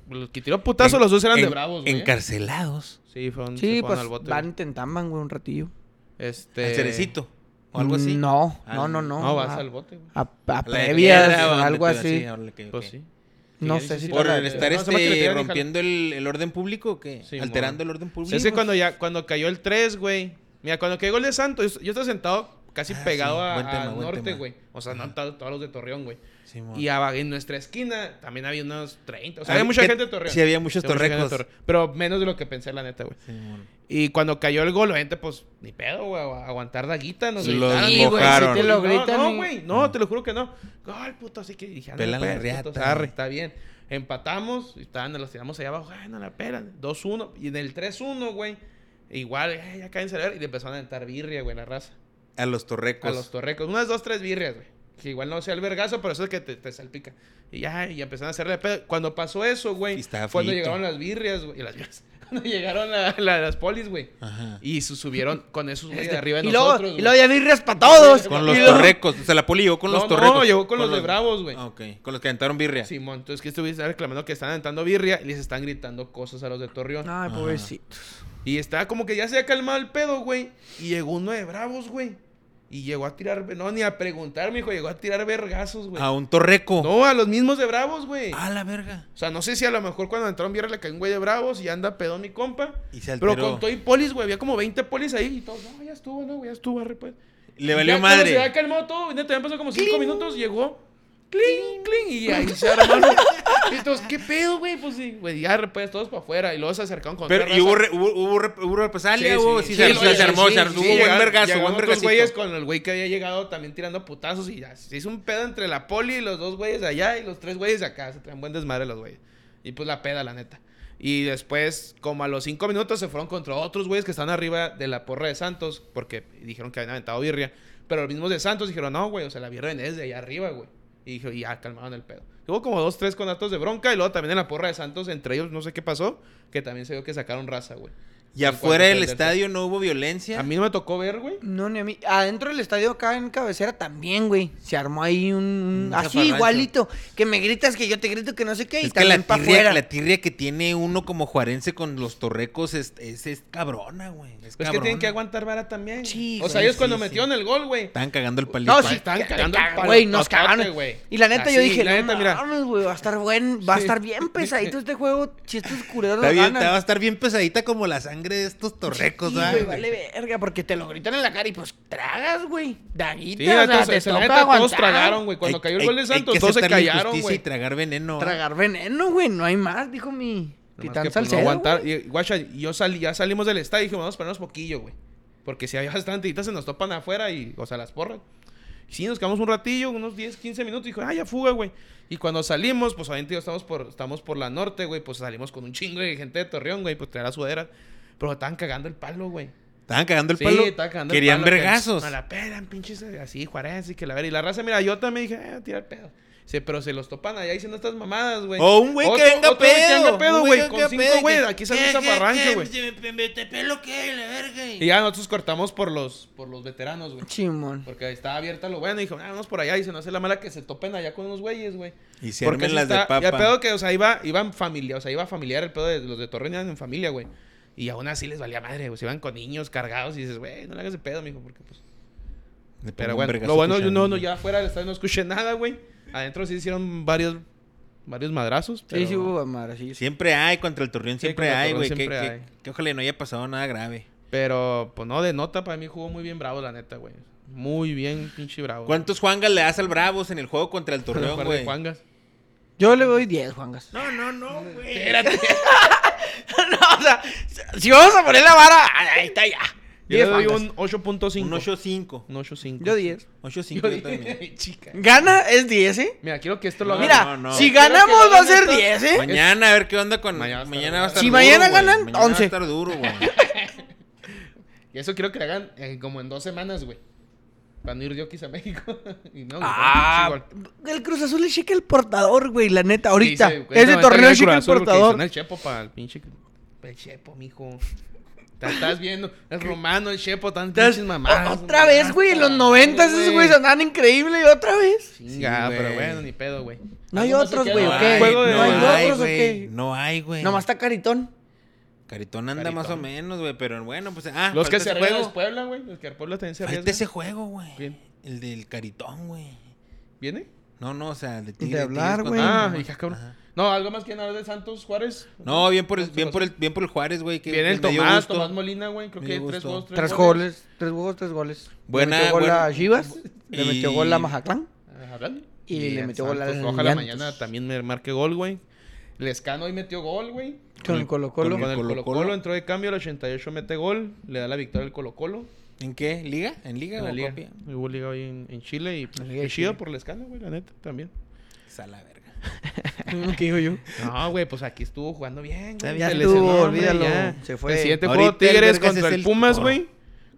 S1: los que tiró putazo, los dos eran de
S3: En-
S1: Bravos, güey. ¿eh?
S3: Encarcelados.
S1: Sí, fueron. se
S2: Sí,
S1: fueron
S2: pues
S1: al bote,
S2: van
S1: güey.
S2: intentaban, güey, un ratillo.
S1: Este.
S3: Al cerecito. O algo así.
S2: No,
S3: Al-
S2: no, no, no.
S1: No, vas
S2: a,
S1: al bote, güey.
S2: a- a
S3: A la de
S2: previas,
S3: piedra, o
S2: algo
S3: donde te-
S2: así.
S3: órale, ok, ok.
S1: Pues sí.
S2: No
S1: Sí,
S2: sé
S1: sí,
S2: si
S1: sí,
S2: te
S3: Por
S2: la-
S1: Órale,
S3: el estar
S1: No, se me hace que le
S3: este,
S1: tiran,
S3: rompiendo el, el orden público, que
S1: Sí,
S3: alterando el
S1: mon.
S3: orden
S1: O
S3: público.
S1: sea, es que cuando ya cuando cayó el 3, güey. Mira, cuando cayó el de Santos, yo, yo estaba sentado casi
S3: Ah,
S1: pegado
S3: sí.
S1: a-
S3: Buen tema,
S1: al
S3: buen
S1: norte,
S3: tema.
S1: güey. O sea, no
S3: Ajá.
S1: todos, todos los de Torreón, güey.
S3: Sí, mon.
S1: Y a- en nuestra esquina también había unos 30. O sea,
S3: Había-
S1: había mucha
S3: que-
S1: gente de Torreón.
S3: sí, había muchos
S1: mucha gente de
S3: torrecos.
S1: Torreón, pero menos de lo que pensé, la neta, güey.
S3: Sí, mon.
S1: Y cuando cayó el gol, la gente, pues, ni pedo, güey. a- Aguantar daguita, nos
S3: Los
S1: gritaron,
S3: Sí, güey, mojaron. si te
S2: lo
S1: No,
S2: gritan
S1: No,
S2: y-
S1: güey. No, te lo juro que no. Gol, puto. Así que dije, "Ándale,
S3: Pelan la
S1: pues, puto,
S3: riata.
S1: arre, está bien. Empatamos. Y estaban, los tiramos allá abajo. Ay, no la pelan. 2-1. Y en el 3-1, güey. Igual, "Ay, ya caen celular. Y le empezaron a aventar birria, güey, la raza.
S3: A los
S1: A
S3: torrecos.
S1: los torrecos. Unas, dos, tres birrias, güey. Que igual no sea el vergazo, pero eso es que te, te salpica. Y ya, y empezaron a hacerle pedo. Cuando pasó eso, güey.
S3: Y estaba
S1: Cuando
S3: feíto.
S1: llegaron las birrias, güey. y las birrias. *laughs* Cuando llegaron la- la- las polis, güey.
S3: Ajá.
S1: Y su- subieron con esos güeyes de arriba de
S2: Y luego,
S1: nosotros.
S2: y
S1: güey.
S2: luego ya birrias para todos.
S3: Con los
S2: Y luego-
S3: torrecos. O sea, la poli llegó con
S1: No,
S3: los torrecos.
S1: no, llegó con los de Bravos, güey.
S3: Ah, ok. Con los que aventaron birria.
S1: Simón, entonces que estuviste reclamando que están aventando birria y les están gritando cosas a los de Torreón.
S2: Ay,
S3: Ajá.
S2: pobrecito.
S1: Y está como que ya se ha calmado el pedo, güey. Y llegó uno de Bravos, güey. Y llegó a tirar, no, ni a preguntar, mijo, llegó a tirar vergazos, güey.
S3: A un torreco.
S1: No, a los mismos de Bravos, güey.
S3: A la verga.
S1: O sea, no sé si a lo mejor cuando entraron birria le cayó un güey de Bravos y anda pedón mi compa.
S3: Y se
S1: Pero
S3: alteró.
S1: con todo y polis, güey, había como 20 polis ahí y todos, no, ya estuvo, no, ya estuvo, arre, pues.
S3: Le
S1: Y
S3: valió
S1: ya cuando Se
S3: madre.
S1: había calmado todo. neta, También pasó como 5 minutos. Llegó cling, cling, y ahí se armaron. Y todos, ¿qué pedo, güey? Pues sí, güey, ya pues todos para afuera. Y luego se acercaron con
S3: Pero,
S1: otra
S3: y hubo,
S1: raza.
S3: re- hubo, hubo, re- hubo represalia,
S1: Sí,
S3: hubo-
S1: sí,
S3: sí,
S1: sí,
S3: se,
S1: sí,
S3: se- se armó,
S1: sí,
S3: se
S1: sí,
S3: armó,
S1: sí,
S3: hubo buen
S1: llegaron-
S3: vergazo,
S1: llegaron
S3: buen
S1: otros
S3: vergacito.
S1: güeyes con el güey que había llegado también tirando putazos y ya se hizo un pedo entre la poli y los dos güeyes de allá y los tres güeyes de acá. Se traen buen desmadre los güeyes. Y pues la peda, la neta. Y después, como a los cinco minutos, se fueron contra otros güeyes que estaban arriba de la porra de Santos porque dijeron que habían aventado birria. Pero los mismos de Santos dijeron, no, güey, o sea, la birria es de allá arriba, güey. Y dijo, y ya calmaron el pedo. Hubo como dos, tres conatos de bronca y luego también en la porra de Santos, entre ellos no sé qué pasó, que también se vio que sacaron raza, güey.
S3: Y afuera del
S1: Defenderse.
S3: estadio no hubo violencia.
S1: A mí no me tocó ver, güey.
S2: No, ni a mí. Adentro del estadio acá en cabecera también, güey. Se armó ahí un... un-
S3: Un
S2: así,
S3: zafarrancho.
S2: igualito. Que me gritas, que yo te grito, que no sé qué. y
S3: es que la
S2: también pa'
S3: tirria,
S2: afuera.
S3: la tirria que tiene uno como juarense con los torrecos es, es, es cabrona, güey. Es,
S1: Pues que
S3: cabrona.
S1: tienen que aguantar vara también.
S2: Sí,
S1: o sea,
S3: güey,
S1: ellos
S3: sí,
S1: cuando
S3: sí.
S1: metieron el gol, güey.
S3: Estaban cagando el palito.
S2: No,
S1: pa-
S2: sí,
S1: están
S2: ca-
S1: cagando
S2: ca-
S1: el palo-
S2: Güey, nos
S1: palote,
S2: cagaron.
S1: güey.
S2: Y la neta yo
S1: Así,
S2: dije,
S1: la neta,
S2: no
S1: mira.
S2: mames, güey, va a estar buen, va a estar
S1: *laughs*
S2: bien pesadito este juego. Si estos culeros
S3: Está
S2: lo
S3: bien,
S2: ganan.
S3: va a estar bien pesadita como la sangre de estos torrecos,
S2: Sí,
S3: ¿verdad?
S2: güey, vale verga, porque te lo gritan en la cara y pues tragas, güey. Daguita,
S1: Sí,
S2: o
S1: la
S2: sea,
S1: neta,
S2: te
S1: se- la
S2: toca
S1: neta, todos
S2: aguantar.
S1: tragaron, güey. Cuando
S3: Hay-
S1: cayó el
S3: hay-
S1: gol de
S3: hay
S1: Santos,
S3: que
S1: todos se
S3: aceptar la
S1: callaron,
S3: injusticia
S1: güey.
S3: y tragar veneno. ¿eh?
S2: Tragar veneno, güey, no hay más, dijo mi
S1: Nomás que,
S2: titán
S1: pues,
S2: Salcedo.
S1: No
S2: güey.
S1: aguantar. Y, guacha, yo salí, ya salimos del estadio y dijimos, vamos a ponernos poquillo, güey. Porque si había bastante, ahorita se nos topan afuera y, o sea, las porras. Y sí, nos quedamos un ratillo, unos 10, 15 minutos. Y dijo, ah, ya fuga, güey. Y cuando salimos, pues obviamente yo estamos por, estamos por la norte, güey. Pues salimos con un chingo de gente de Torreón, güey. Pues traer la sudadera. Pero estaban cagando el palo, güey.
S3: Estaban cagando el
S1: Sí,
S3: palo.
S1: estaba cagando el
S3: Querían
S1: palo, que
S3: vergazos.
S1: A la pera, pinches así, Juárez, y que la ver. Y la raza, mira, yo también dije, eh, tirar pedo. Dice, pero se los topan allá diciendo estas mamadas, güey.
S3: O un güey que
S1: Otro-
S3: venga
S1: otro güey que venga
S3: pedo.
S1: pedo,
S3: un
S1: güey.
S3: que
S1: Con
S3: venga
S1: cinco
S3: pedo eh, y que- "Eh,
S1: güey, aquí sale un
S3: ¿Qué, qué,
S1: zaparrancho,
S3: qué?
S1: güey.
S3: ¿Me- me- me- ¿Te pelo qué? La verga.
S1: Y ya nosotros cortamos por los, por los veteranos, güey.
S2: Chimón.
S1: Porque estaba abierta lo bueno. Y dijo, ah, vamos por allá. Y se nos hace la mala que se topen allá con unos güeyes, güey.
S3: Y se
S1: Porque
S3: armen
S1: sí
S3: las de
S1: está- Y el
S3: papa.
S1: pedo que, o sea, iba, iban familia, o sea, iba familiar el pedo de los de Torreón, iban en familia, güey. Y aún así les valía madre, güey. Se iban con niños cargados y dices, güey, no le hagas de pedo, mijo, porque pues.
S3: Me pongo
S1: Pero
S3: un
S1: bueno,
S3: vergazo
S1: lo bueno, yo
S3: escuchando.
S1: no, no, ya afuera del estadio no escuché nada, güey. Adentro sí hicieron varios, varios madrazos.
S2: Sí,
S1: pero-
S2: sí hubo amar, sí.
S3: Siempre hay, contra el Torreón siempre
S1: contra el
S3: hay,
S1: Torreón
S3: güey. Que,
S1: siempre
S3: que-
S1: hay.
S3: que ojalá no haya pasado nada grave.
S1: Pero, pues no, de nota, para mí jugó muy bien bravo, la neta, güey. Muy bien, pinche bravo. güey. *laughs*
S3: ¿Cuántos Juangas le das al Bravos en el juego contra el
S1: Por el
S3: Torreón,
S1: par de
S3: güey?
S1: Juangas.
S2: Yo le doy 10,
S1: *laughs*
S2: Juangas.
S3: No, no, no, güey.
S1: Espérate.
S2: no, o sea, si vamos a poner la vara, ahí está ya.
S1: Yo le
S2: 10
S1: doy
S2: Juangas.
S1: un 8.5.
S3: Un 8-5.
S1: Un 8.5.
S2: Yo 10.
S3: 8-5
S1: Yo
S3: yo también.
S1: 10. *laughs* Chica.
S2: Gana es 10, ¿eh?
S1: Mira, quiero que esto lo haga.
S2: Mira,
S3: no, no.
S2: si
S1: Creo que
S2: ganamos
S1: lo
S2: va a
S1: van a
S2: ser
S1: estar-
S2: 10, ¿eh?
S3: Mañana a ver qué onda con.
S1: Mañana va a estar
S3: Mañana
S1: duro.
S3: va a estar
S2: Si
S3: duro,
S2: mañana
S3: güey.
S2: ganan,
S3: Mañana va a
S2: 11.
S3: estar duro, güey.
S1: Y eso quiero que lo hagan eh, como en dos semanas, güey. Para no ir yo quizá a México. *laughs* y no, güey,
S2: Ah,
S1: pues igual.
S2: el Cruz Azul le checa el portador, güey, la neta, ahorita.
S1: Dice,
S2: Ese
S1: cuéntame,
S2: torneo
S1: está
S2: le
S1: bien
S2: checa el
S1: Cruz Azul, porque dicen
S2: portador.
S1: El chepo para el pinche. El chepo, mijo. Te estás viendo. El romano, el chepo, tan pinches mamadas.
S2: Otra vez, güey, en los 90 esos güeyes andaban increíble y otra vez.
S1: Chinga,
S3: Sí,
S1: pero
S3: güey.
S1: bueno, ni pedo, güey.
S2: No hay
S1: ¿Alguno se
S2: otros, *laughs*
S1: queda?
S2: güey, ¿o qué?
S1: Juego de-
S2: No hay
S1: Ah,
S2: otros, ¿o
S3: güey.
S2: qué?
S3: No hay, güey.
S2: Nomás está caritón.
S3: Caritón anda
S1: Caritón.
S3: más o menos, güey. Pero bueno, pues. Ah,
S1: Los
S3: falta
S1: que se
S3: ese
S1: arriesgan los Puebla, güey. Los que al Puebla también se
S3: Falta ese
S1: arriesgan.
S3: juego, güey.
S1: ¿Quién?
S3: El del Caritón, güey.
S1: ¿Viene?
S3: No, no, o sea, de Tigres,
S2: hablar,
S3: Tigres
S2: güey.
S3: contra-
S1: Ah, hija, cabrón.
S3: Ajá.
S1: No, algo más que nada de Santos Juárez.
S3: No, bien por el, bien por el, bien por el Juárez, güey. que-
S1: Viene el
S3: que me dio
S1: Tomás,
S3: gusto.
S1: Tomás Molina, güey. Creo
S3: Me
S1: que
S3: dio
S1: tres
S3: gusto.
S1: goles, tres,
S2: Tres goles, tres juegos, tres goles.
S3: Buena-
S2: le metió gol a
S3: buena-
S2: Chivas, le metió
S3: y-
S2: gol a Mazatlán
S1: Ah, ¿verdad?
S2: y, le
S1: el
S2: metió gol a
S1: Santos. Ojalá mañana también me marque gol, güey. Lescano hoy metió gol, güey.
S2: Con el Colo Colo.
S1: Con el
S3: Colo-Colo.
S1: Colo-Colo entró de cambio, el 88 mete gol, le da la victoria al Colo-Colo.
S3: ¿En qué? ¿Liga? ¿En liga
S1: en la
S3: o
S1: liga.
S3: copia?
S1: Hubo liga hoy en, en Chile y
S2: La
S1: pues,
S2: liga de
S1: qué chido
S2: Chile.
S1: por Lescano, güey, la neta, también. Pues
S3: Sala verga.
S2: *laughs* ¿Qué digo yo?
S1: *laughs* No, güey, pues aquí estuvo jugando bien, güey.
S2: Ya
S1: Se
S2: estuvo,
S1: lesionó, hombre,
S2: olvídalo,
S1: ya.
S2: se fue.
S1: El siguiente
S3: Ahorita
S1: juego,
S3: el
S1: Tigres
S3: Vergas
S1: contra
S3: es
S1: el
S3: el
S1: Pumas,
S3: toro.
S1: güey.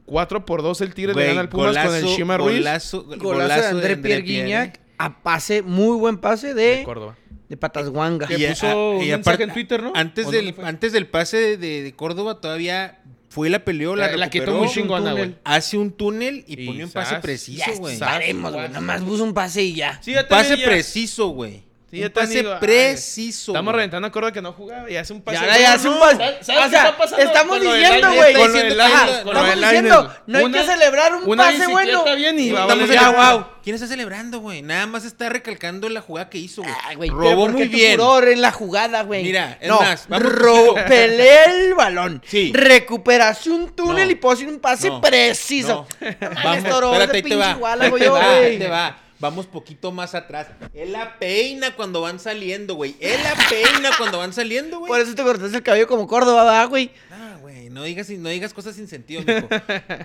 S1: 4 por 2 el Tigres le gana al Pumas con el Shima Ruiz
S3: Golazo,
S2: Golazo de André Pierre Guignac a pase, muy buen pase
S1: de
S2: de,
S1: Córdoba.
S2: de patas guangas.
S1: Que
S3: Y a-
S1: puso
S3: a-
S1: un
S3: y
S1: mensaje
S3: aparte-
S1: en Twitter, ¿no? ¿O
S3: Antes
S1: dónde
S3: del,
S1: fue?
S3: antes del pase de, de Córdoba todavía fue y la peleó, la,
S1: La, la quitó
S3: recuperó,
S1: muy chingona, güey.
S2: túnel.
S3: Hace un túnel y,
S1: Y
S3: pone un pase
S1: zas.
S3: preciso, güey.
S1: zas.
S2: Sabemos, güey, nomás puso un pase y ya.
S1: Sí,
S3: Un
S1: ya
S3: pase
S1: tenía-
S3: preciso, güey.
S1: Sí,
S3: un
S1: ya
S3: pase
S1: tenía- Ay,
S3: preciso.
S1: Estamos
S3: güey.
S1: reventando a Córdoba que no jugaba y hace un
S2: Y
S1: pase.
S2: ahora ya hace un pase.
S1: ¿Sabes- sabes
S2: o
S1: qué
S2: sea,
S1: está pasando?
S2: estamos
S1: Con lo del
S2: diciendo,
S1: aire,
S2: güey.
S1: está
S3: con lo
S1: diciendo
S3: del
S1: que-
S3: aire,
S1: ajá,
S3: con lo
S1: estamos
S2: Estamos
S3: del
S1: diciendo,
S2: diciendo, no hay
S1: una-
S2: que celebrar un
S1: una
S2: pase bueno.
S1: bicicleta bien y va a
S3: Estamos
S1: valer
S3: ya,
S1: verga.
S3: wow. ¿Quién está celebrando, güey? Nada más está recalcando la jugada que hizo, güey.
S2: Ah, güey, pero
S3: Robó
S2: ¿por qué
S3: muy
S2: tu
S3: bien.
S2: furor en la jugada, güey.
S3: Mira, es
S2: no,
S3: más, vamos-
S2: robó,
S3: *laughs*
S2: peleé el balón.
S3: Sí.
S2: Recuperaste un túnel
S3: No.
S2: y puse un pase
S3: No.
S2: preciso.
S3: No.
S2: *laughs* No mames,
S3: Vamos,
S2: toro, ese
S3: espérate, ahí te
S2: pinche
S3: va.
S2: igual
S3: Ahí
S2: hago
S3: te
S2: yo,
S3: va,
S2: güey.
S3: ahí te va. Vamos poquito más atrás. Él la peina cuando van saliendo, güey. Él la peina cuando van saliendo, güey.
S2: Por eso te cortaste el cabello como Córdoba, ¿verdad, güey.
S3: Ah, güey, no digas, no digas cosas sin sentido, mijo.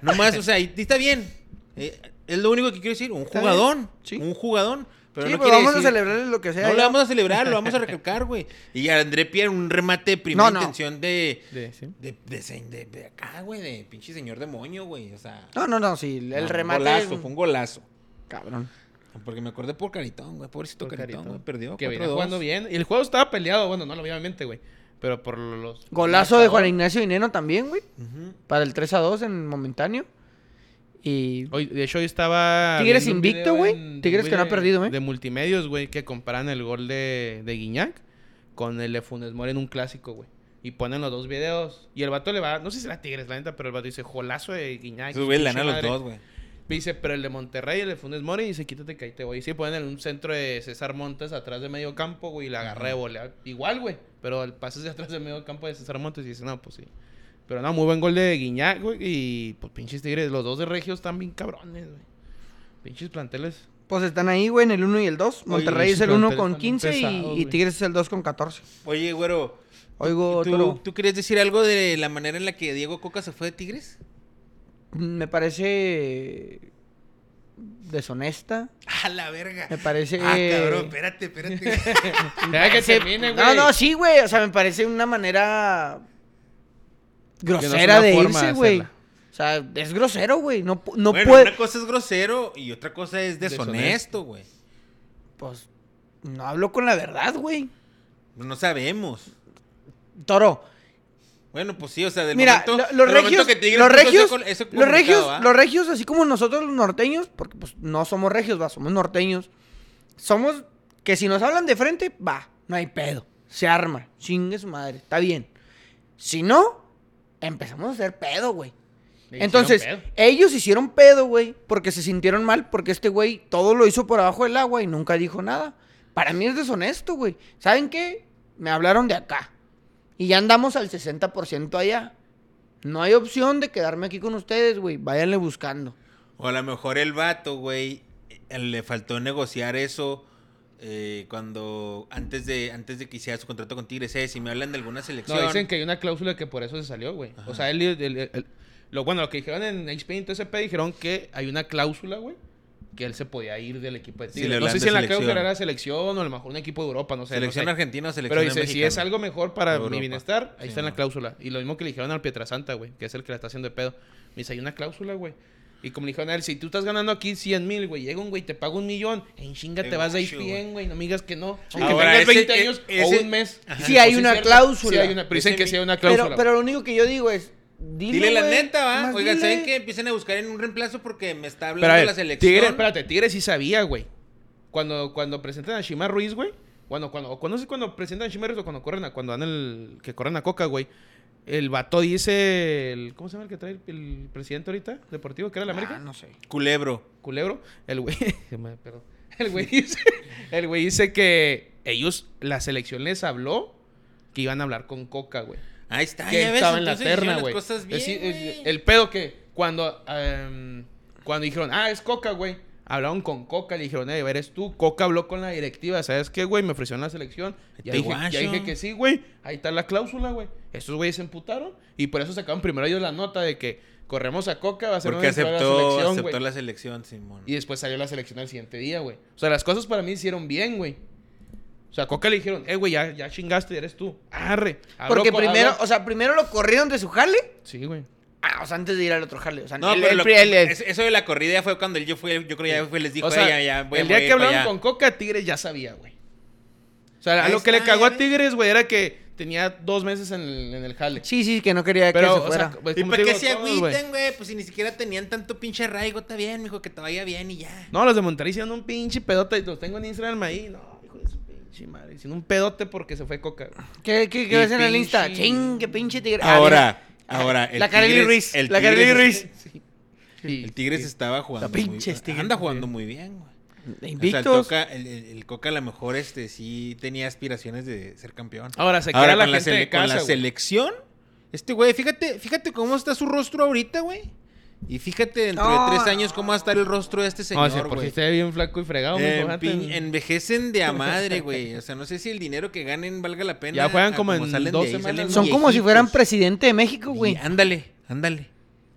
S3: Nomás, o sea, y, y está bien. Eh, es lo único que quiero decir. Un
S2: Está
S3: jugadón.
S2: bien, sí.
S3: Un jugadón. Pero
S2: sí,
S3: no
S2: pero
S3: quiere
S2: vamos a
S3: decir-
S2: celebrarle lo que sea.
S3: No lo
S2: ya.
S3: vamos a celebrar,
S2: *laughs*
S3: lo vamos a recalcar, güey. Y a André Pierre un remate de primera
S2: No, no.
S3: intención de...
S1: De- sí.
S3: De, de, se- de- de acá, güey, de pinche señor demonio, güey. O sea...
S2: No, no, no, sí, el
S3: no,
S2: remate.
S3: Un golazo, fue un golazo.
S2: Cabrón.
S3: Porque me acordé por Caritón, güey. Pobrecito
S1: Por
S3: Caritón,
S1: Caritón.
S3: güey. Perdió
S1: Que venía
S3: 4-2.
S1: jugando bien. Y el juego estaba peleado, bueno, no lo vi obviamente, güey. Pero por los.
S2: Golazo de Juan Ignacio Dineno también, güey.
S3: Ujú.
S2: Para el 3 a 2 en momentáneo. Y.
S1: Hoy, de hecho, hoy estaba.
S2: Tigres
S1: viendo un
S2: invicto,
S1: video
S2: güey.
S1: en-
S2: Tigres que no ha
S1: de-
S2: perdido, ¿eh?
S1: De multimedios, güey, que comparan el gol de, de Guiñac con el de Funes Mori en un clásico, güey. Y ponen los dos videos. Y el vato le va. No sé si era Tigres, la neta, pero el vato dice: Jolazo de Guiñac.
S3: Esos güeyes le
S1: pinche
S3: ganan a los
S1: madre".
S3: dos, güey.
S1: Dice, pero el de Monterrey, el de Funes Mori, dice, quítate que ahí te voy. Y sí, ponen en un centro de César Montes atrás de medio campo, güey, y la agarré de volea. Igual, güey, pero el pase es de atrás de medio campo de César Montes y dice, no, pues sí. Pero no, muy buen gol de Guiñac, güey, y pues pinches tigres, los dos de Regios están bien cabrones, güey.
S2: *laughs*
S1: Pinches planteles.
S2: Pues están ahí, güey, en el 1 y el 2. Monterrey
S1: Oye,
S2: es el
S1: esos
S2: 1
S1: planteles
S2: con
S1: están
S2: 15 y,
S1: pesados,
S2: y
S1: güey.
S2: Tigres es el 2 con 14.
S3: Oye, güero.
S2: Oigo,
S3: ¿tú,
S2: Toro,
S3: ¿Tú querías decir algo de la manera en la que Diego Coca se fue de Tigres? *laughs*
S2: me parece. deshonesta.
S3: A la verga.
S2: Me parece.
S3: Ah, cabrón, espérate, espérate.
S1: Deja que termine, güey.
S2: No, no, sí, güey. O sea, me parece una manera grosera
S1: una
S2: de
S1: forma
S2: irse,
S1: de
S2: güey.
S1: hacerla.
S2: O sea, es grosero, güey. No, pu- *laughs* no
S3: bueno,
S2: puede.
S3: una cosa es grosero y otra cosa es deshonesto, güey.
S2: Pues no hablo con la verdad, güey.
S3: No sabemos.
S2: Toro.
S3: Bueno, pues sí, o sea, del
S2: Mira,
S3: momento,
S2: lo- los
S3: del momento
S2: regios,
S3: que Tigres
S2: los
S3: puso ese
S2: regios,
S3: col- ese
S2: los regios,
S3: comunicado, ¿ah?
S2: los regios, así como nosotros los norteños, porque pues no somos regios, va, somos norteños. Somos que si nos hablan de frente, va, no hay pedo, se arma, chingue su madre, está bien. Si no, empezamos a hacer pedo, güey.
S1: Le hicieron
S2: Entonces,
S1: pedo.
S2: ellos hicieron pedo, güey, porque se sintieron mal, porque este güey todo lo hizo por abajo del agua y nunca dijo nada. Para mí es deshonesto, güey. ¿Saben qué? Me hablaron de acá. Y ya andamos al 60% allá. No hay opción de quedarme aquí con ustedes, güey. Váyanle buscando.
S3: O a lo mejor el vato, güey, eh, le faltó negociar eso eh, cuando antes de antes de que hiciera su contrato con Tigres. Eh, si me hablan de alguna
S1: No,
S3: selección.
S1: dicen que hay una cláusula que por eso se salió, güey. O sea, él, él- él- él- lo, bueno, lo que dijeron en Expedient SP dijeron que hay una cláusula, güey, que él se podía ir del equipo de
S3: Sí,
S1: Tigres.
S3: le
S1: no
S3: hablan
S1: sé si
S3: de
S1: en la
S3: selección.
S1: cláusula era selección o a lo mejor un equipo de Europa, no sé. no
S3: selección
S1: sé.
S3: argentina
S1: Pero
S3: o selección
S1: dice, si
S3: mexicana.
S1: es algo mejor para
S3: Europa.
S1: mi bienestar, ahí
S3: Sí,
S1: está en la
S3: no.
S1: cláusula. Y lo mismo que le dijeron al Pietrasanta, güey, que es el que la está haciendo de pedo. Me dice, hay una cláusula, güey. Y como le dijeron a él, si tú estás ganando aquí 100 mil, güey, llega un güey, te pago un millón, en chinga
S3: Qué
S1: te vas de
S3: gacho,
S1: ESPN, güey, no me digas que no. Aunque
S3: Ahora,
S1: tengas
S3: ese-
S1: 20 años
S3: ese-
S1: o un mes.
S2: Ajá. Sí hay
S1: Pues
S2: una
S1: es cierto.
S2: cláusula.
S1: Sí hay una, pero dicen
S3: Ese
S1: que sí hay una cláusula.
S2: Pero,
S1: güey.
S2: pero lo único que yo digo es. dile,
S3: Dile la
S2: güey,
S3: neta, ¿va?
S2: más
S3: Oigan,
S2: dile.
S3: ¿saben qué? Empiecen a buscar en un reemplazo porque me está
S1: Pero
S3: hablando
S1: a ver,
S3: la selección.
S1: Tigres, espérate, Tigres sí sabía, güey. Cuando, cuando presentan a Shima Ruiz, güey. Cuando, cuando, o cuando, no sé cuando presentan a Shima Ruiz o cuando corren a, cuando dan el, que corren a Coca, güey. El vato dice, el, ¿cómo se llama el que trae el, el presidente ahorita? Deportivo, que era el América.
S2: Ah, no sé.
S3: Culebro.
S1: Culebro. El güey, *laughs* se me- perdón. El güey dice, el güey dice que ellos, la selección les habló que iban a hablar con Coca, güey
S3: Ahí está,
S1: que
S3: ya ves.
S1: estaba en la
S3: entonces hicieron
S1: terna,
S3: las
S1: güey.
S3: cosas bien,
S1: Es decir, es-
S3: güey.
S1: el pedo que cuando, em, cuando dijeron, ah, es Coca, güey. Hablaron con Coca, le dijeron, eh, eres tú. Coca habló con la directiva, ¿sabes qué, güey? Me ofrecieron la selección. Ya
S3: Te
S1: dije, ya
S3: guacho.
S1: dije que sí, güey. Ahí está la cláusula, güey. Estos güeyes se emputaron y por eso sacaron primero ellos la nota de que corremos a Coca, va a ser
S3: Porque
S1: nuestra
S3: aceptó,
S1: güey.
S3: aceptó la selección, Simón.
S1: Y después salió la selección al siguiente día, güey. O sea, las cosas para mí hicieron bien, güey. O sea, a Coca le dijeron, eh, güey, ya, ya chingaste, eres tú. Arre. Habló
S2: Porque
S1: con-
S2: primero,
S1: habló-
S2: o sea, primero lo corrieron de su jale.
S1: Sí, güey.
S2: Ah, o sea, antes de ir al otro jale. O sea,
S3: No,
S2: el-
S3: pero
S2: el-
S3: lo-
S2: el- el-
S3: es- eso de la corrida ya fue cuando él- yo fui, yo creo ya fue, les dijo,
S1: o sea,
S3: "Ey, ya, ya, voy a
S1: el día
S3: morir
S1: que
S3: para
S1: hablaron
S3: allá".
S1: con Coca, Tigres ya sabía, güey. O sea,
S3: Ahí
S1: lo que le
S3: está,
S1: cagó
S3: ya
S1: a
S3: ves.
S1: Tigres, güey, era que tenía dos meses en el, en el jale.
S2: Sí, sí, que no quería que
S1: Pero,
S2: se
S1: o
S2: fuera.
S1: sea, pues,
S3: ¿Y
S1: como
S3: para
S1: te
S3: qué
S1: digo,
S3: se
S1: todos, güey.
S3: agüiten, güey? Pues si ni siquiera tenían tanto pinche arraigo, está bien, mijo, que te vaya bien y ya.
S1: No, los de Monterrey hicieron un pinche pedote. Los tengo en Instagram ahí. No, hijo de su pinche madre. Hicieron un pedote porque se fue Coca. güey.
S2: ¿Qué, qué, qué
S3: Y
S2: ves en el
S3: pinche-
S2: Insta? Ching, qué pinche tigre. Ah,
S3: Ahora,
S2: mira.
S3: ahora.
S2: la Kareli Ruiz. la Kareli Ruiz.
S1: Y-
S3: El Tigres
S1: y-
S3: estaba jugando.
S2: La
S3: muy-
S2: pinches Tigres.
S3: Anda jugando muy bien, güey.
S2: Invictos.
S3: O sea, el, Coca, el, el- el Coca a lo mejor este, sí tenía aspiraciones de ser campeón.
S1: Ahora se
S3: Ahora
S1: queda la
S3: con, la
S1: gente
S3: sele-
S1: de
S3: con la
S1: casa, güey.
S3: selección. Este güey, fíjate, fíjate cómo está su rostro ahorita, güey. Y fíjate dentro de tres años cómo va a estar el rostro de este
S1: No,
S3: señor,
S1: si por si
S3: güey.
S1: está bien flaco y fregado, mijo,
S3: Eh, En
S1: fíjate.
S3: pin- envejecen de a madre, güey. O sea, no sé si el dinero que ganen valga la pena.
S1: Ya juegan
S3: a
S1: como en
S3: salen de
S1: dos
S3: ahí,
S1: semanas,
S3: salen
S1: ¿no?
S2: Son como si
S3: viejitos.
S2: fueran presidente de México,
S3: Y
S2: güey.
S3: Ándale, ándale,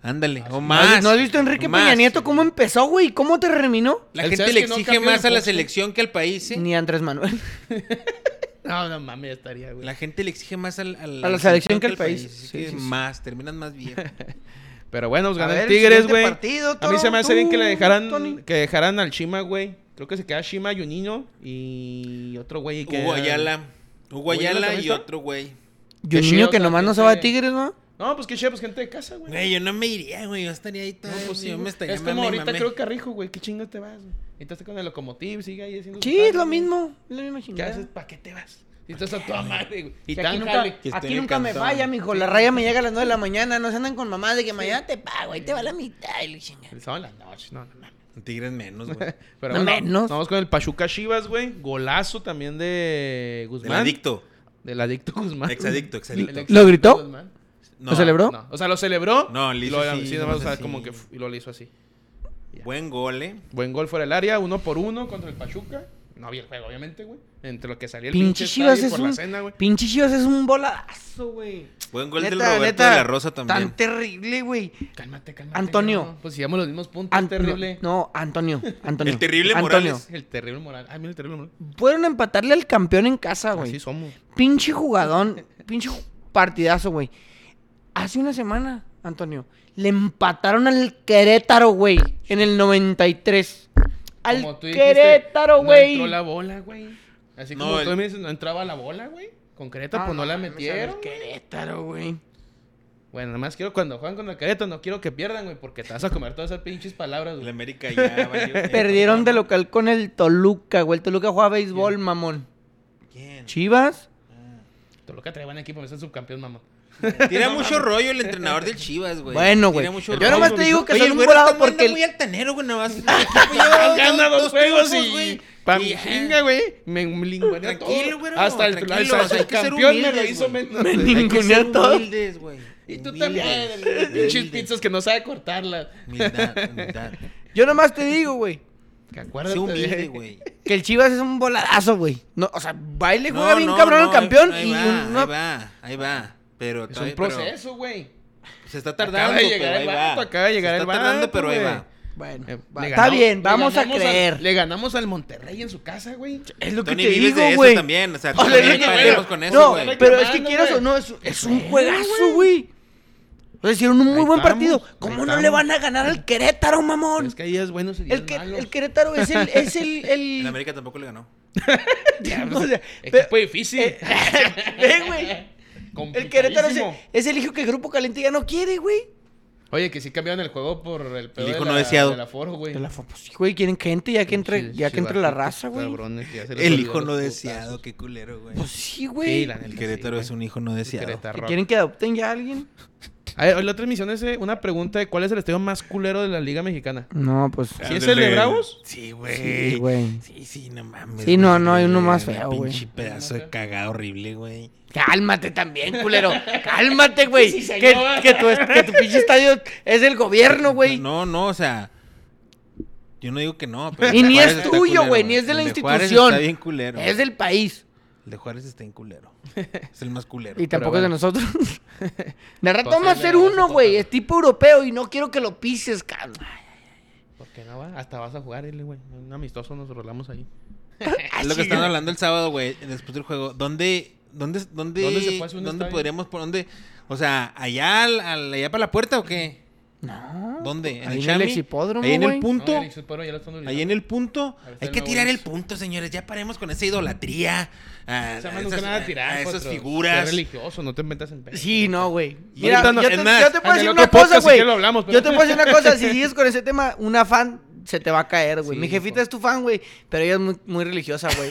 S3: ándale. O
S2: ¿No has-
S3: más.
S2: ¿No has visto a Enrique
S3: más.
S2: Peña Nieto cómo empezó, güey? ¿Cómo terminó?
S3: La
S1: El
S3: gente
S1: Sebas
S3: le
S1: que no
S3: exige
S1: cambió de
S3: más a la
S1: puesto.
S3: selección que al país, ¿eh?
S2: Ni a Andrés Manuel.
S1: No, no mames, ya estaría, güey.
S3: La gente le exige más al- al-
S2: A la
S3: al
S2: selección que al país.
S3: Así
S2: Sí,
S3: que
S2: sí, sí.
S3: Más, terminan más viejos.
S1: Pero bueno, pues
S2: A
S1: ganó
S2: ver,
S1: el
S2: el
S1: Tigres,
S2: siguiente
S1: güey.
S2: partido,
S1: A mí se me hace bien que le
S2: Toro,
S1: dejaran,
S2: Tony.
S1: que dejaran al Shima, güey. Creo que se queda Shima, Juninho *laughs* y otro güey que...
S3: Hugo Ayala. Hugo
S1: ¿Hugo Ayala
S3: Ayala
S1: también
S3: y
S1: está?
S3: otro güey.
S2: Yo
S1: Qué
S2: niño
S1: chido,
S2: que nomás no se va de Tigres, ¿no?
S1: No, pues qué chévere, pues gente de casa, güey.
S3: Güey, yo no me iría, güey. Yo estaría ahí
S1: No,
S3: todavía.
S1: pues sí,
S3: yo me
S1: güey.
S3: estaría
S1: es como
S3: mame y
S1: ahorita
S3: mame.
S1: creo que Rijo, güey. ¿Qué chingas te vas, güey? Estás con el locomotiv, sigue ahí haciendo... su
S2: Sí, es
S1: jale,
S2: lo
S1: güey.
S2: mismo. Es la misma
S1: ¿Qué
S2: chingada.
S1: haces? ¿Para qué te vas? Y estás a toda madre, güey.
S2: Y
S1: Y
S2: aquí
S1: tan
S2: nunca,
S1: jale.
S3: que
S2: aquí
S3: esté en el
S2: nunca me
S3: cantón.
S2: vaya, mijo. La raya me llega a las 9 de la mañana. No se andan con mamás de que mañana te pago. Ahí te va la mitad. Y la chingada.
S1: El sábado en la noche, no, no mames.
S3: Tigres menos,
S1: *laughs*
S3: güey.
S1: Pero
S2: No
S1: bueno,
S2: menos.
S1: Vamos con el Pachuca Chivas, güey. Golazo también de
S3: Del
S1: Guzmán.
S3: adicto.
S1: Del adicto Guzmán.
S3: Exadicto, exadicto.
S1: El
S2: ¿Lo gritó?
S1: Guzmán.
S3: No,
S2: ¿Lo celebró?
S1: No. O sea, lo celebró.
S3: No, le
S1: y
S3: hizo
S1: lo,
S3: así,
S1: sí,
S3: le
S1: nada más,
S3: hizo
S1: o sea,
S3: así.
S1: como que f- y lo le hizo así.
S3: Buen gol, eh.
S1: Buen gol fuera del área, uno por uno contra el Pachuca. No vi el juego, obviamente, güey. Entre lo que salía el
S2: Pinche
S1: pinche,
S2: Chivas
S1: estadio
S2: es
S1: por la
S2: un.
S1: cena, güey.
S2: Pinche Chivas es un boladazo, güey.
S3: Buen gol del
S2: Neta,
S3: Roberto
S2: neta,
S3: de la Rosa también.
S2: Tan terrible, güey.
S1: Cálmate, cálmate.
S2: Antonio.
S1: cabrón. Pues si llevamos los mismos puntos,
S2: An-
S1: terrible.
S2: No, Antonio. Antonio.
S3: El terrible
S2: Antonio.
S3: Morales.
S1: El terrible moral. Ah, mira el terrible moral.
S2: Fueron a empatarle al campeón en casa, Ah, güey.
S1: Así somos.
S2: Pinche jugadón, pinche ju- partidazo, güey. Hace una semana, Antonio, le empataron al Querétaro, güey, en el 93. Al
S1: Como tú dijiste,
S2: Querétaro,
S1: No
S2: güey.
S1: entró la bola, güey. Así
S3: No,
S1: como tú
S3: el-
S1: me dices, no entraba la bola, güey. Con Querétaro,
S2: Ah,
S1: pues no la
S2: mames, al
S1: metieron.
S2: Querétaro, güey.
S1: Bueno, nada más quiero cuando juegan con el Querétaro, no quiero que pierdan, güey, porque te vas a comer todas esas pinches palabras,
S3: La
S1: güey.
S3: América ya
S2: *laughs*
S3: valió. eh,
S2: Perdieron de
S3: perdón.
S2: local con el Toluca, güey. El Toluca juega béisbol, mamón.
S3: ¿Quién?
S2: Chivas.
S1: Toluca trae buen equipo, me el subcampeón, mamá.
S3: Tira mucho rollo el entrenador del Chivas, güey.
S2: Bueno, güey.
S3: Tira mucho
S2: Yo
S3: rollo.
S2: nomás te digo que
S3: Oye,
S2: son
S3: el
S2: un
S3: güero
S2: volado
S3: está- anda
S2: porque el-
S3: muy altanero,
S2: *laughs*
S3: güey, nada más. El equipo lleva
S1: Gana
S3: dos-
S1: dos juegos
S3: triunfos,
S1: y.
S3: güey.
S1: Pa'
S3: Y
S1: mi
S3: ya.
S1: chinga, güey. Me linguanea todo.
S3: Tranquilo, güey,
S1: Hasta el,
S3: tranquilo,
S1: hasta el
S3: o sea, hay que ser
S1: subcampeón me lo
S3: humildes,
S1: hizo
S3: güey.
S1: menos.
S2: Me
S1: güey.
S3: Hay que
S2: ningunear
S3: ser
S2: todo.
S3: humildes, güey.
S1: Y tú
S3: Humildes.
S1: también, el- el pinches
S3: Humildes.
S1: pizzas que no sabe cortarlas.
S3: Humildad,
S1: *laughs*
S3: humildad.
S2: Yo nomás te digo, güey,
S1: Que
S3: Sé
S1: acuérdate,
S3: humilde,
S1: de-
S3: güey.
S2: que el Chivas es un voladazo, güey. No, o sea, baile *laughs* juega
S3: No,
S2: bien
S3: no,
S2: cabrón
S3: no,
S2: el campeón
S3: ahí
S2: y
S3: va,
S2: una-
S3: Ahí va, ahí va. Pero
S1: Es
S3: todavía-
S1: un proceso, güey.
S3: pero se está tardando,
S1: Acaba de llegar
S3: pero
S1: el
S3: ahí va.
S1: vato, acaba de llegar
S3: se
S1: el
S3: está tardando,
S1: vato,
S3: pero ahí
S1: güey.
S3: va.
S2: Bueno,
S1: Eh,
S2: va.
S1: le
S2: está
S1: ganamos-
S2: bien,
S1: le
S2: vamos a
S1: ganamos al-
S2: creer.
S1: le ganamos al Monterrey en su casa, güey.
S2: Es lo que
S3: Tony,
S2: te
S3: vives
S2: digo,
S3: de eso
S2: güey.
S3: también. O sea,
S2: O sea, es lo
S3: también
S2: que-
S3: paremos con eso,
S2: no,
S3: güey.
S2: pero es que
S1: Reclamando,
S2: quieras o
S1: güey. Pues
S2: no, es, es un juegazo, güey. O sea, hicieron un muy
S1: Ahí
S2: buen
S1: estamos,
S2: partido.
S1: ahí
S2: ¿Cómo no
S1: estamos.
S2: le van a ganar al Querétaro, mamón?
S1: Pero es que ahí es bueno, sería
S2: el, que, el Querétaro es el... Es
S3: *laughs*
S2: el, el-
S3: En América tampoco le ganó.
S2: *laughs* o sea,
S3: *laughs*
S1: Equipo
S2: pe-
S1: difícil.
S2: eh,
S1: *laughs*
S2: ve, güey. El Querétaro es el,
S1: Complicadísimo.
S2: es el hijo que Grupo Caliente ya no quiere, güey.
S1: Oye, que sí cambiaron el juego por el pedo
S3: hijo
S1: de
S3: no
S1: la-
S3: deseado.
S1: del aforo, güey.
S2: De la fa- pues sí, güey, quieren gente ya que entre, ya que entre la raza, güey.
S1: Cabrones, ya se les
S3: El
S1: olvidó
S3: hijo
S1: los
S3: no
S1: putazos.
S3: deseado, qué culero, güey.
S2: Pues sí,
S1: Sí,
S2: güey.
S1: la neta,
S3: El
S1: sí,
S3: Querétaro
S1: güey.
S3: es un hijo no
S1: El
S3: deseado.
S2: que
S1: Querétaro.
S2: quieren que adopten ya a alguien.
S1: A ver, la otra emisión es eh, una pregunta de cuál es el estadio más culero de la Liga Mexicana.
S2: No, pues...
S1: ¿Sí es el de Bravos?
S3: Ah, Sí,
S2: Sí,
S3: güey.
S2: güey.
S3: Sí, sí, no mames.
S2: Sí, no,
S3: güey.
S2: no, hay uno más
S3: Una
S2: feo, güey.
S3: Pinche pedazo de cagada horrible, güey.
S2: Cálmate también, culero. Cálmate, güey.
S1: Sí, señor.
S2: que, que tu, que tu pinche estadio es del gobierno, güey.
S3: No, no, o sea. Yo no digo que no, pero.
S2: Y
S3: el de
S2: ni es
S3: Juárez está
S2: tuyo,
S3: culero,
S2: güey, ni es de la
S3: El Juárez
S2: institución.
S3: Está bien culero.
S2: es del país.
S3: El de Juárez está en
S2: *laughs*
S3: culero. Es el más culero.
S2: Y tampoco
S1: bueno.
S2: es de nosotros. *laughs* De rato
S1: Entonces,
S2: vamos a hacer
S1: le vamos a
S2: uno, güey. Es tipo europeo y no quiero que lo pises, cabrón.
S1: ¿Por qué no va? Hasta vas a jugar, él, güey. Un amistoso nos rolamos ahí.
S2: Ah,
S3: Es lo que estaban hablando el sábado, güey, después del juego. ¿Dónde, dónde,
S1: ¿Dónde
S3: dónde, dónde,
S1: se puede hacer un estadio?
S3: podríamos por dónde? O sea, allá, al, al- allá para la puerta o qué?
S2: No.
S3: ¿Dónde?
S2: Ahí en el
S3: Chami?
S2: exhipódromo,
S3: Ahí en
S2: güey.
S3: el punto.
S1: No, el Ixchel Pueblo ya lo están
S3: Ahí en
S1: utilizando.
S3: el punto.
S1: Ahí está
S3: Hay
S1: el
S3: que
S1: nuevo
S3: tirar el
S1: Ix.
S3: punto, señores. Ya paremos con esa idolatría. A,
S1: Esa
S3: a
S1: madre no
S3: esas,
S1: se nada
S3: a-
S1: tirar,
S3: a esas
S1: potro.
S3: figuras.
S1: Sé religioso, no te metas en pedo.
S2: Sí, no, güey.
S3: Y
S2: Mira,
S3: ahorita no-
S2: yo,
S3: es
S2: te,
S3: más,
S2: yo te
S1: en
S2: puedo decir
S1: el
S2: una
S1: otro podcast
S2: cosa,
S1: si
S2: güey.
S1: quieres lo hablamos, pero-
S2: Yo te puedo decir
S3: *laughs*
S2: una cosa. Si sigues con ese tema, una fan se te va a caer, güey.
S1: Sí,
S2: Mi jefita
S3: pues.
S1: hijo.
S2: es tu fan, güey. Pero ella es muy, muy religiosa,
S3: *laughs*
S2: güey.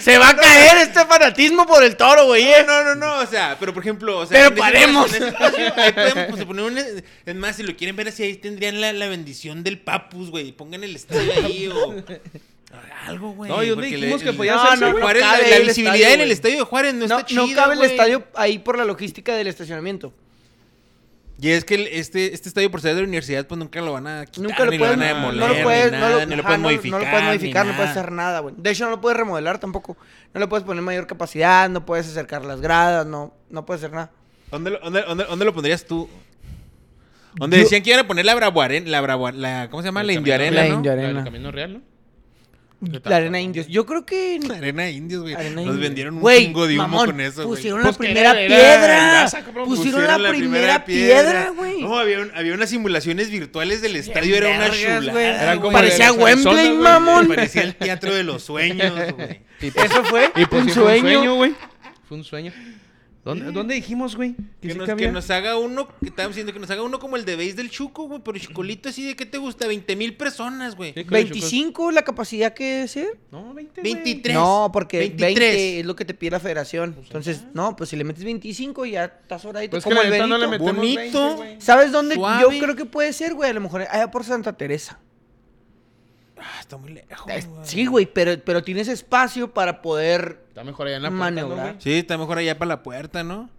S2: se va a caer este fanatismo por el toro, güey. eh.
S3: No, no, no, o sea, pero por ejemplo, o
S2: Pero
S3: sea, en ese
S2: paremos.
S3: espacio- en ese espacio, ahí podemos pues, poner un, es más, si lo quieren ver así, ahí tendrían la, la bendición del papus, güey, pongan el estadio ahí o algo, güey.
S1: No, yo
S3: porque
S1: le dijimos
S3: el-
S1: que
S3: el-
S1: podía
S3: no,
S1: hacerse,
S3: no,
S1: güey.
S3: Juárez,
S2: No
S3: la,
S2: cabe
S3: la
S2: ahí el
S3: visibilidad
S2: estadio,
S3: en el
S2: güey.
S3: estadio de Juárez no,
S2: No,
S3: está chido,
S2: no cabe el
S3: güey.
S2: estadio ahí por la logística del estacionamiento.
S3: Y es que el- este, este estadio por ser de la universidad, pues nunca lo van a quitar,
S2: Nunca lo
S3: ni
S2: puedes,
S3: lo van a
S2: no-
S3: demoler,
S2: no lo puedes,
S3: ni
S2: no lo,
S3: nada, ni lo
S2: ajá,
S3: puedes
S2: no-
S3: modificar,
S2: no lo puedes
S3: ni
S2: modificar, no puedes
S3: nada.
S2: hacer nada, güey. De hecho, no lo puedes remodelar tampoco. No le puedes poner mayor capacidad, no puedes acercar las gradas, no, no puedes hacer nada.
S3: ¿Dónde lo, dónde- dónde- dónde lo pondrías tú? Donde
S2: Yo-
S3: decían que iban a poner la Bravo Arena, la Bravo, la, ¿cómo se llama? La Indio Arena,
S2: La
S3: ¿no?
S2: Indio
S1: La del
S2: Arena.
S1: Camino Real, ¿no? tal?
S2: La arena indios. Yo creo que
S3: La *laughs* Arena de Indios, güey.
S2: Arena
S3: Nos
S2: Indios.
S3: vendieron un
S2: Güey,
S3: chingo de humo
S2: mamón,
S3: con eso, güey.
S2: Pusieron la
S1: Pues que
S2: primera
S1: era- era
S2: piedra.
S1: grasa, cabrón.
S2: pusieron, la primera piedra, güey.
S3: No, había, un- había unas simulaciones virtuales del estadio, era una
S2: vergas, güey.
S3: chulada.
S1: Eran como
S2: Parecía
S1: de los Arizona,
S2: Wembley,
S1: güey.
S2: mamón.
S3: Parecía el teatro de los
S2: *laughs*
S3: sueños, güey.
S1: Y pues-
S2: Eso fue
S1: Y pues
S2: un
S1: sí, fue un
S2: sueño.
S1: sueño, güey. Fue un sueño. ¿Dónde, dónde dijimos, güey?
S3: Que,
S1: sí
S3: nos,
S1: cabía?
S3: que nos haga uno, que estábamos diciendo que nos haga uno como el de Base del Chuco, güey, pero Chicolito así de, ¿qué te gusta? 20 mil personas, güey.
S1: Sí, con el Chucos.
S2: 25 la capacidad que debe ser.
S1: No, 20. güey.
S3: 23.
S2: No, porque 20
S3: 23.
S2: es lo que te pide la federación. Entonces, no, pues si le metes 25 ya estás ahora
S1: Pues que
S2: como
S1: la
S2: el
S1: neta
S2: Benito.
S1: no le metemos
S3: Bonito.
S1: 20, güey.
S2: ¿Sabes dónde?
S3: Suave.
S2: Yo creo que puede ser, güey. A lo mejor allá por Santa Teresa.
S3: Ah, está muy lejos,
S2: Es-
S3: güey.
S2: Sí, güey, pero, pero tienes espacio para poder.
S1: Está mejor allá en la puerta, ¿no,
S2: Maniobrar.
S1: güey?
S3: Sí, está mejor allá para la puerta, ¿no?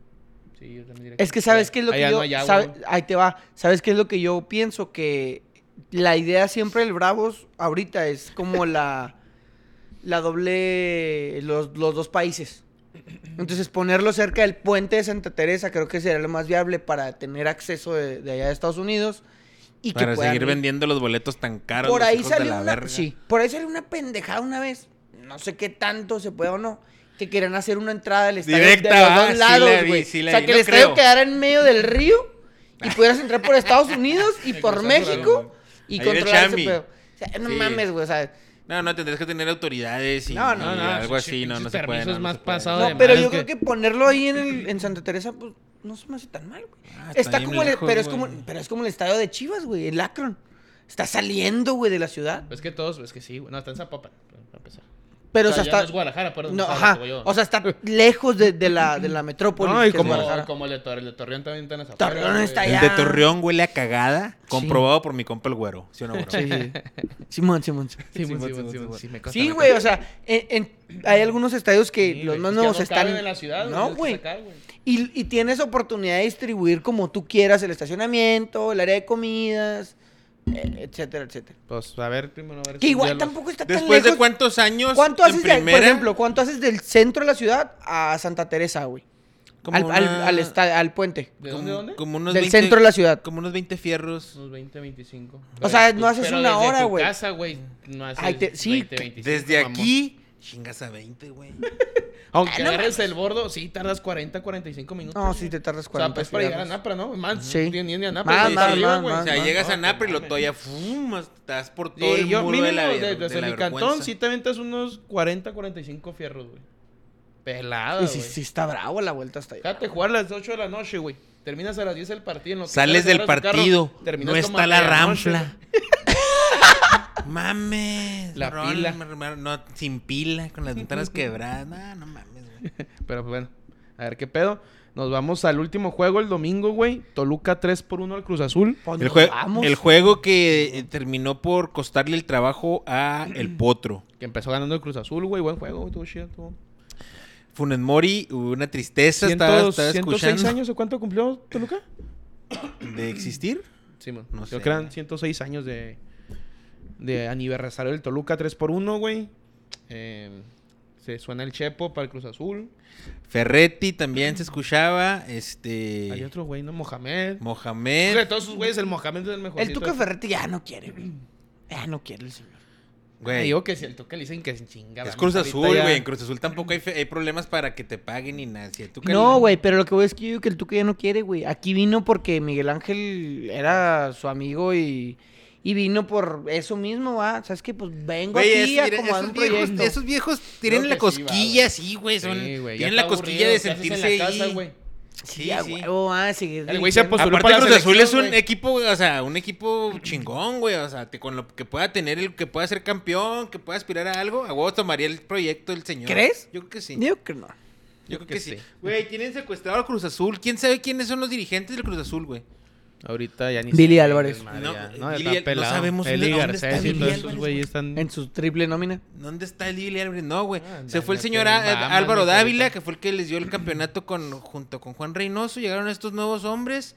S1: Sí, yo también diría
S2: Es que sabes qué es lo que
S1: Allá
S2: yo.
S1: no hay agua,
S2: sabe-
S1: güey.
S2: Ahí te va. ¿Sabes qué es lo que yo pienso? Que la idea siempre del Bravos ahorita es como la. La doble. Los, los dos países. Entonces, ponerlo cerca del puente de Santa Teresa creo que sería lo más viable para tener acceso de, de allá de Estados Unidos. Y que
S3: Para
S2: puedan
S3: seguir
S2: ir.
S3: vendiendo los boletos tan caros.
S2: Por
S3: los
S2: ahí
S3: hijos de
S2: salió
S3: la
S2: una,
S3: verga.
S2: sí, por ahí salió una pendejada una vez, no sé qué tanto se puede o no, que querían hacer una entrada al estadio
S3: Directa,
S2: de los
S3: ah,
S2: dos
S3: sí
S2: lados,
S3: la vi,
S2: güey.
S3: sí
S2: o
S3: la
S2: sea,
S3: vi,
S2: que
S3: no
S2: el estadio
S3: creo.
S2: quedara en medio del río y pudieras entrar por
S3: *laughs*
S2: Estados Unidos y por
S1: cruzar por
S2: México y
S3: Ahí era
S2: controlar ese
S3: Chami.
S2: pedo. O sea, no
S3: Sí.
S2: mames, güey, o sea,
S3: No, no, tendrías que tener autoridades y,
S2: No,
S1: no,
S3: y
S1: no,
S3: algo
S1: esos
S3: así, no, no
S1: pinches
S3: se puede.
S1: permisos
S3: no, no
S1: más
S3: se puede.
S1: pasados.
S2: no,
S1: de
S2: pero
S1: madres
S2: yo creo
S1: que-
S2: que ponerlo ahí en, el, en Santa Teresa, pues, no se me hace tan mal, güey.
S3: Ah, está
S2: está
S3: bien
S2: como, el-
S3: lejos,
S2: pero es
S3: güey.
S2: como, pero es como el estadio de Chivas, güey, el Akron. Está saliendo, güey, de la ciudad.
S1: Es que todos, es que sí, güey. No, está en Zapopan, para empezar.
S2: Pero, o sea,
S1: ya
S2: está...
S1: no es Guadalajara, perdón.
S2: No,
S1: es
S2: ajá.
S1: Zapopan, yo.
S2: O sea, está lejos de, de la, de la metrópolis.
S1: No, y
S2: que es
S1: como,
S2: Guadalajara.
S1: como el, de Tor- el de Torreón también está en Zapopan.
S2: Torreón
S1: güey.
S2: está
S3: El
S2: allá.
S3: de Torreón huele a cagada, comprobado por mi compa el güero. ¿Sí o no, güero? *laughs*
S2: Sí. Simón, Simón. Simón.
S1: Sí, güey,
S3: Simón,
S1: sí, güey,
S3: Simón,
S1: sí, güey,
S3: Simón.
S1: sí, me consta,
S2: Sí,
S1: me
S2: güey, o
S1: consta.
S2: sea, en- en- hay algunos estadios que
S1: Sí,
S2: los
S1: güey,
S2: más
S1: es que
S2: nuevos
S1: ya no
S2: están.
S1: caben en la ciudad,
S2: no,
S1: güey.
S2: güey.
S1: tienes que sacar, güey.
S2: Y, y tienes oportunidad de distribuir como tú quieras el estacionamiento, el área de comidas, eh, etcétera, etcétera.
S1: Pues a ver, primero a ver.
S2: Que
S1: si
S2: igual
S1: ya los-
S2: tampoco está tan
S3: Después
S2: lejos.
S3: de cuántos años
S2: ¿Cuánto
S3: en
S2: haces, de- por
S3: primera,
S2: ejemplo, cuánto haces del centro de la ciudad a Santa Teresa, güey?
S3: Como
S2: Al, al,
S3: una-
S2: al esta- al puente.
S1: ¿De
S3: como-
S1: dónde, dónde?
S3: Como unos
S2: Del
S3: 20
S2: centro de la ciudad.
S3: Como unos 20 fierros.
S1: Unos 20, 25.
S2: O sea, no haces
S1: Pero
S2: una
S1: desde
S2: hora,
S1: tu
S2: güey.
S1: casa, güey, no haces
S2: Ay, te- sí,
S1: 20,
S2: que-
S1: 25,
S3: Desde
S1: mamón.
S3: aquí, chingas a 20, güey.
S1: Aunque agarres el bordo, sí, tardas 40, 45 minutos.
S2: No,
S1: güey.
S2: sí, te tardas
S1: O sea,
S2: 40.
S1: pues para llegar a
S2: cigarros.
S1: Napra, ¿no? Más,
S2: Sí.
S1: sí. Ni, ni a Napra.
S2: Más,
S1: güey,
S2: más,
S1: para arriba,
S2: más,
S1: güey.
S2: más,
S3: o sea,
S2: más.
S3: llegas
S1: No,
S3: a Napra y lo
S1: mames.
S3: todavía fum, estás por todo
S1: Sí,
S3: el
S1: yo
S3: muro
S1: mínimo
S3: de la
S1: de-
S3: de,
S1: desde
S3: de la
S1: mi cantón
S3: vergüenza.
S1: sí te aventas unos 40, 45 fierros, güey. Pelada,
S2: Y
S1: güey.
S2: sí, sí está bravo la vuelta hasta allá.
S1: Fíjate, jugar a las 8 de la noche, güey. Terminas a las 10 del partido. en lo que
S3: Sales
S1: sales
S3: del
S1: a agarrar tu carro,
S3: partido.
S1: terminas
S3: No
S1: como
S3: está
S1: a
S3: la
S1: medianoche,
S3: rampla.
S1: *laughs*
S3: Mames.
S1: La
S3: Ron,
S1: pila.
S3: me- me- no, sin pila, con las ventanas quebradas. No, no mames, güey.
S1: Pero pues, bueno, a ver qué pedo. Nos vamos al último juego el domingo, güey. Toluca 3 por 1 al Cruz Azul.
S2: Pues
S3: El,
S2: nos
S3: jue-
S2: vamos.
S3: el juego que eh, terminó por costarle el trabajo a El Potro.
S1: Que empezó ganando el Cruz Azul, güey. Buen juego, güey. Tuvo chido, tuvo.
S3: Funes Mori, una tristeza. Estaba,
S1: ¿Ciento-
S3: estaba
S1: 106
S3: escuchando.
S1: años de cuánto cumplió Toluca?
S3: ¿De existir?
S1: Sí, man.
S3: No
S1: Creo
S3: sé.
S1: que eran 106 años de, de aniversario del Toluca 3 por 1 güey. Eh, se suena el Chepo para el Cruz Azul.
S3: Ferretti también se escuchaba.
S1: Hay
S3: Este.
S1: otro güey, ¿no? Mohamed.
S3: Mohamed.
S1: De todos sus güeyes, el Mohamed es el mejor.
S2: El Tuca Ferretti ya no quiere, güey. Ya no quiere el señor.
S3: Güey,
S1: Ah, digo que si el Tuca le dicen que es chinga.
S3: Es
S1: vamos,
S3: Cruz
S1: ahorita
S3: Azul,
S1: ya-
S3: güey. En Cruz Azul tampoco hay, fe- hay problemas para que te paguen ni nada. Si tú
S2: No, güey, pero lo que voy es que yo digo que el Tuca ya no quiere, güey. Aquí vino porque Miguel Ángel era su amigo y, y vino por eso mismo, ¿va? ¿Sabes qué? Pues vengo
S3: Güey, es-
S2: aquí a
S3: mira,
S2: acomodar
S3: esos,
S2: un
S3: viejos,
S2: proyecto.
S3: esos viejos tienen
S1: Creo
S3: la
S1: que sí va,
S3: cosquilla, sí, güey. son-
S1: Sí, güey, ya
S3: tienen
S1: está
S3: la costilla
S1: aburrido,
S3: de
S1: ¿qué haces en la
S3: sentirse
S1: casa,
S3: ahí.
S1: güey?
S3: Sí,
S2: Ya,
S3: sí.
S2: huevo, va a seguir.
S1: El güey se
S2: dirigiendo.
S1: apostó- Aparte,
S3: Aparte
S1: para la
S3: Cruz Azul es
S1: selección,
S3: un
S1: güey.
S3: equipo, o sea, un equipo chingón, güey, o sea, te- con lo que pueda tener, el que pueda ser campeón, que pueda aspirar a algo, a huevo tomaría el proyecto el señor.
S2: ¿Crees?
S3: Yo creo que sí. Yo,
S2: Digo que no.
S3: creo que, sí. Güey, tienen secuestrado al Cruz Azul. ¿Quién sabe quiénes son los dirigentes del Cruz Azul, güey?
S1: Ahorita ya ni
S2: Billy
S1: sé,
S2: Álvarez.
S1: madre,
S3: No,
S1: ya.
S3: eh,
S1: No, ya
S3: Billy-
S1: está
S3: no
S1: pelado.
S3: sabemos dónde-
S1: Eli
S3: dónde
S1: Garcés
S3: está
S1: y
S3: Billy
S1: todos esos
S3: Álvarez,
S1: güeyes están...
S2: En su triple nómina.
S3: ¿Dónde está el Billy Álvarez? No, güey.
S1: Ah,
S3: Se
S1: ándale,
S3: fue el señor
S1: que
S3: Á-
S1: Bahamas,
S3: Álvaro
S1: neta,
S3: Dávila,
S1: ahorita.
S3: que fue el que les dio el campeonato con, junto con Juan Reynoso. Llegaron estos nuevos hombres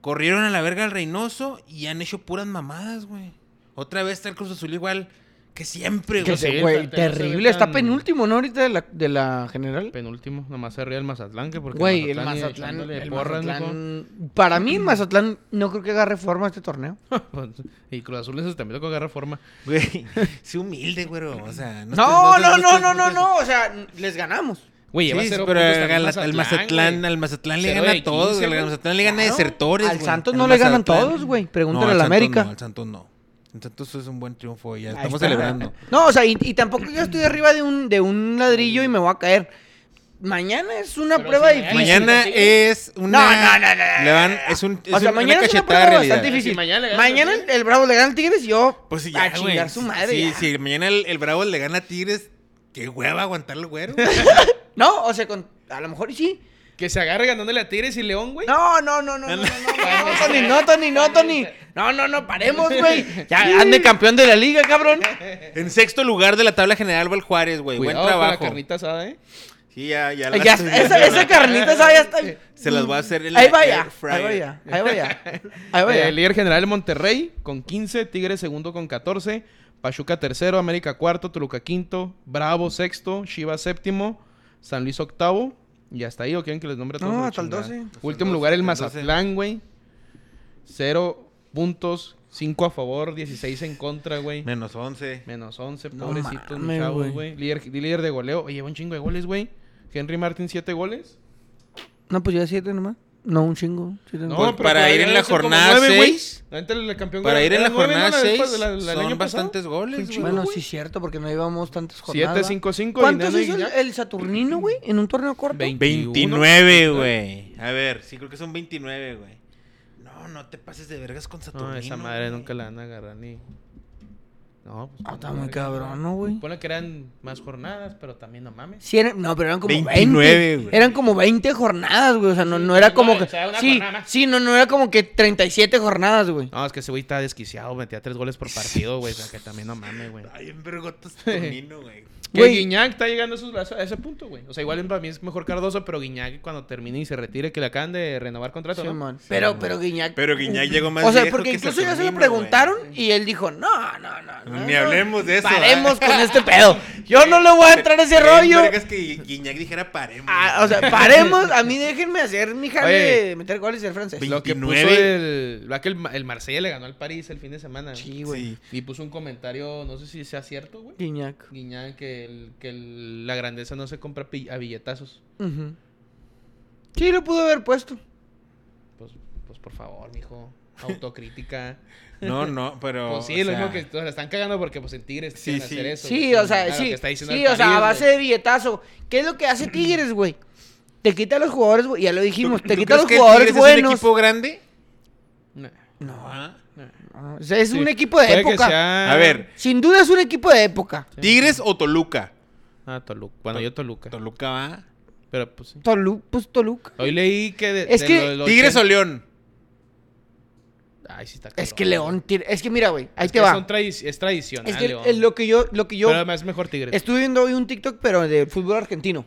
S3: Corrieron a la verga al Reynoso y han hecho puras mamadas, güey. Otra vez está el Cruz Azul igual que siempre,
S2: Que
S3: güey.
S1: sí,
S2: se- güey,
S1: espérate, no se
S2: terrible.
S1: ve
S2: Está
S1: tan-
S2: penúltimo, ¿no? Ahorita de la, de la general.
S1: Penúltimo, nomás se ríe el Mazatlán, que porque
S2: Güey, el
S1: y
S2: Mazatlán.
S1: echándole
S2: el
S1: porras, mijo.
S2: Mazatlán- para mí, el Mazatlán no creo que agarre forma este torneo.
S1: Pues, *laughs* y Cruz Azul eso también lo que agarra forma.
S3: Güey, *laughs* sí humilde, güero. O sea,
S2: No,
S3: estés-
S2: no, no,
S3: estés-
S2: no, no,
S3: estés-
S2: no, O sea, les ganamos.
S1: Güey,
S3: Sí,
S1: lleva
S3: sí,
S1: cero
S3: pero
S1: puntos también
S3: al, al Mazatlán,
S1: güey.
S3: al Mazatlán le
S1: Cero
S3: gana
S1: de
S3: a todos,
S1: 15,
S3: al
S1: güey.
S3: Mazatlán le gana desertores,
S2: Al
S3: güey.
S2: Santos
S3: Al
S2: no le ganan
S3: Mazatlán.
S2: todos, güey. Pregúntale
S3: No,
S2: al
S3: Santos
S2: América.
S3: No, al Santos no. Al Santos es un buen triunfo y ya
S2: Ahí
S3: estamos
S2: está.
S3: celebrando.
S2: No, o sea, y, y tampoco yo estoy arriba de un, de un ladrillo y me voy a caer. Mañana es una
S1: Pero
S2: prueba
S1: si
S2: difícil.
S3: Mañana
S1: sí, sí.
S3: es una.
S2: No, no, no, no, no,
S3: Le van,
S2: no.
S3: es un. Es
S2: o sea,
S3: un-
S2: mañana es una
S3: cachetada
S2: prueba
S3: de realidad.
S2: bastante difícil.
S1: Sí,
S2: mañana
S1: mañana le ganan al
S2: el, el Bravo le gana al Tigres y yo
S3: Pues sí,
S2: a
S3: ya,
S2: chingar
S3: güey.
S2: su madre.
S3: Sí,
S2: ya.
S3: sí, mañana el, el Bravo le gana a Tigres. Qué hueva aguantarlo, güero.
S2: No, o sea, con- a lo mejor y sí.
S1: Que se agarre ganándole a Tigres y León, güey.
S2: No, no, no, no, no, no,
S3: *laughs*
S2: no, Tony, no, Tony, no, Tony. No, no, no, paremos, güey. Ya ande campeón de la liga,
S3: *laughs*
S2: cabrón.
S3: en sexto lugar de la tabla general va el Juárez, güey. Buen
S1: Cuidado con la
S3: trabajo.
S1: carnita asada, ¿eh?
S3: Sí, ya, ya. la
S2: Ya,
S3: estoy
S2: esa,
S3: viendo. *laughs*
S2: esa carnita esa ya está.
S3: Se las voy a hacer en la
S2: Ahí vaya,
S3: air fryer.
S2: ahí vaya, ahí vaya. Ahí vaya.
S3: *laughs*
S1: Eh, el líder general Monterrey con 15, Tigres segundo con 14, Pachuca tercero, América cuarto, Toluca quinto, Bravo sexto, Chivas séptimo, San Luis octavo. Y hasta ahí, ¿o quieren que les nombre a todos?
S2: No,
S1: La
S2: hasta el
S1: chingada.
S2: 12.
S1: Último
S3: el
S1: lugar el
S3: 12.
S1: Mazatlán, güey. Cero puntos, cinco a favor, 16 en contra, güey.
S3: Menos 11.
S1: Menos 11,
S2: No
S1: pobrecito, mi
S2: mames,
S1: chavo,
S2: güey.
S1: güey. Líder, líder de goleo. Oye, lleva un chingo de goles, güey. Henry Martin, 7 goles.
S2: No, pues ya siete nomás. No, un chingo. siete nomás.
S3: Pues para
S1: todavía
S3: ir en la
S1: debe ser como
S3: jornada
S1: nueve, güey.
S3: seis.
S1: Ahorita el campeón
S3: Para ir en la
S1: goleador era
S3: jornada
S1: nueve, ¿no?
S3: 6,
S1: La- la- la- el año
S3: son
S1: pasado.
S3: bastantes goles,
S1: Sí,
S3: güey.
S2: bueno,
S1: güey.
S2: sí, cierto, porque no llevamos tantas jornadas.
S1: 7, 5, 5.
S2: ¿Cuántos Eh, hizo el, el Saturnino, güey, en un torneo corto?
S3: 29, güey. A ver, sí, creo que son 29, güey. No, no te pases de vergas con Saturnino.
S1: No, esa madre
S3: güey.
S1: nunca la van a agarrar ni. No, pues.
S2: Ah, está
S1: no,
S2: muy
S1: güey.
S2: cabrón, ¿no, güey?
S1: Supone que eran más jornadas, pero también no mames.
S2: Sí, eran- no, pero eran como
S3: 29,
S2: 29,
S3: güey.
S2: Eran como 20 jornadas, güey. O sea, no,
S1: Sí,
S2: no era como que.
S1: 29, o sea, una
S2: sí,
S1: jornada más.
S2: sí, no, no era como que 37 jornadas, güey.
S1: No, es que ese güey está desquiciado, metía tres goles por partido, güey. O sea, que también no mames, güey.
S3: Ay, en vergota Saturnino, güey.
S1: Que
S2: Güey.
S1: Guiñac está llegando a, esos- a ese- a ese punto, güey. O sea, igual para mí es mejor Cardoso, pero Guiñac cuando termine y se retire, que le acaban de renovar contrato, ¿no?
S2: Simón. pero, pero Guiñac.
S3: Pero Guiñac llegó más
S2: o sea,
S3: viejo
S2: porque
S3: que
S2: incluso ya se lo
S3: Saturnino,
S2: preguntaron y él dijo, no, no, no.
S3: güey.
S2: no,
S3: Ni
S2: no,
S3: hablemos de eso. *laughs*
S2: Paremos
S3: ¿verdad?
S2: con este pedo. Yo no le voy a entrar a
S3: *laughs*
S2: ese
S3: Qué
S2: rollo.
S3: vergas que Guiñac dijera paremos.
S2: Ah, o sea, paremos. A mí déjenme hacer mi jale
S1: Oye.
S2: de meter goles y ser francés.
S3: Veinte-
S1: Lo que puso
S3: 29.
S1: el... ¿verdad que el, Ma- el Marsella le ganó al París el fin de semana. güey?
S2: Sí, güey.
S3: Sí.
S1: Y puso un comentario, no sé si sea cierto, güey.
S2: Guiñac.
S1: Guiñán, que, el- que el- la grandeza no se compra pi- a billetazos.
S2: Ujú. Sí, lo pudo haber puesto.
S1: Pues, pues por favor, mijo. *laughs* Autocrítica.
S3: No, no, pero.
S1: pues sí,
S3: o
S1: lo mismo
S3: sea,
S1: que o sea, están cagando porque pues en Tigres
S3: Sí,
S1: quieren
S3: sí.
S1: hacer eso.
S2: Sí,
S1: güey.
S2: o sea,
S1: Claro,
S2: sí.
S1: que está diciendo
S2: sí,
S1: el
S2: o sea,
S1: París,
S2: a base
S1: güey.
S2: de billetazo. ¿Qué es lo que hace Tigres, güey? Te quita a los jugadores, güey. Ya lo dijimos. Te
S3: ¿Tú
S2: quita a
S3: crees
S2: los
S3: que el
S2: jugadores
S3: Tigres ¿Es un
S2: buenos.
S3: equipo grande?
S1: No.
S2: No,
S3: Ah.
S2: no, o sea, es un
S1: Sí,
S2: equipo de
S1: puede que
S2: época.
S1: sea-
S3: A ver,
S2: Sin duda es un equipo de época.
S1: Sí.
S3: ¿Tigres o Toluca?
S1: Ah, Toluca. Bueno, yo Toluca.
S3: Toluca va.
S1: Pero pues sí.
S2: Tolu, pues Toluca.
S1: Hoy leí que... de-
S2: Es
S1: de
S2: que
S1: los
S3: ¿Tigres o
S1: 80
S3: León?
S1: Ay, sí está
S2: Es
S1: cabrón,
S2: que León
S1: güey.
S2: tiene- Es que mira, güey. Ahí
S1: Es
S2: te
S1: que
S2: va.
S1: son tradi- es tradicional,
S2: Es que
S1: León.
S2: eh, lo que yo, lo que yo.
S1: Pero además es mejor Tigres.
S2: Estuve viendo hoy un TikTok, pero de fútbol argentino.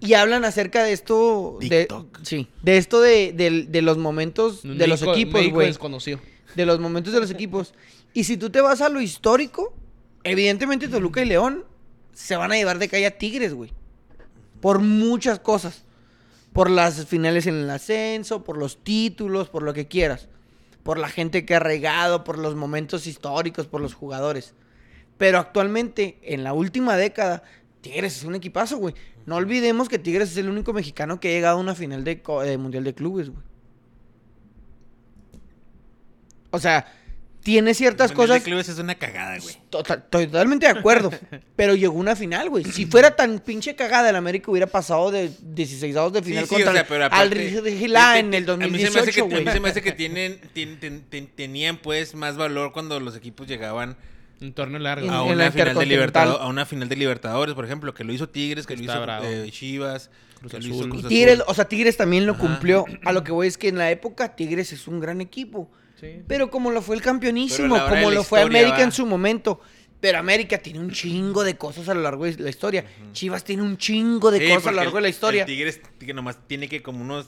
S2: Y hablan acerca de esto. De,
S3: TikTok.
S2: sí. De esto de, del- de los momentos
S1: Un
S2: de los
S1: México-
S2: equipos,
S1: México
S2: güey.
S1: desconocido.
S2: De los momentos de los equipos. Y si tú te vas a lo histórico, evidentemente Toluca y León se van a llevar de calle a Tigres, güey. Por muchas cosas. Por las finales en el ascenso, por los títulos, por lo que quieras. Por la gente que ha regado, por los momentos históricos, por los jugadores. Pero actualmente, en la última década, Tigres es un equipazo, güey. No olvidemos que Tigres es el único mexicano que ha llegado a una final de, co- de Mundial de Clubes, güey. O sea, tiene ciertas
S3: Mundial
S2: cosas.
S3: de clubes es una cagada, güey.
S2: Pues, Total- estoy totalmente de
S3: *laughs*
S2: acuerdo. pero llegó una final, güey. Si fuera tan pinche cagada, el América hubiera pasado de 16 de final
S3: Sí, sí,
S2: contra
S3: o sea, pero
S2: al
S3: aparte-
S2: Rijila en el
S3: A mí se me hace
S2: 2018,
S3: que- A
S2: güey.
S3: mí se me hace que tienen, tien- ten- ten- tenían pues más valor cuando los equipos llegaban
S1: Un torneo largo.
S2: En-
S1: Ah,
S3: a
S2: en la
S3: una, final de
S2: Intercontinental.
S3: Libertado- a una final de Libertadores, por ejemplo, que lo hizo Tigres, que lo
S1: Está
S3: hizo
S1: bravo.
S3: eh, Chivas,
S1: Cruz
S3: que lo hizo
S1: Azul.
S3: Cruz
S2: Y
S3: Azul.
S2: Tigres, o sea, Tigres también lo
S3: Ajá.
S2: cumplió. A lo que voy es que en la época Tigres es un gran equipo.
S1: Sí.
S2: Pero como lo fue el
S3: Pero
S2: campeonísimo,
S3: a la hora
S2: como
S3: de la
S2: lo fue
S3: historia,
S2: América
S3: va.
S2: en su momento. Pero América tiene un chingo de cosas a lo largo de la historia. Chivas tiene un chingo de
S3: Sí,
S2: cosas a
S3: porque
S2: lo largo de la
S3: el-
S2: historia.
S3: el Tigres que nomás tiene que como unos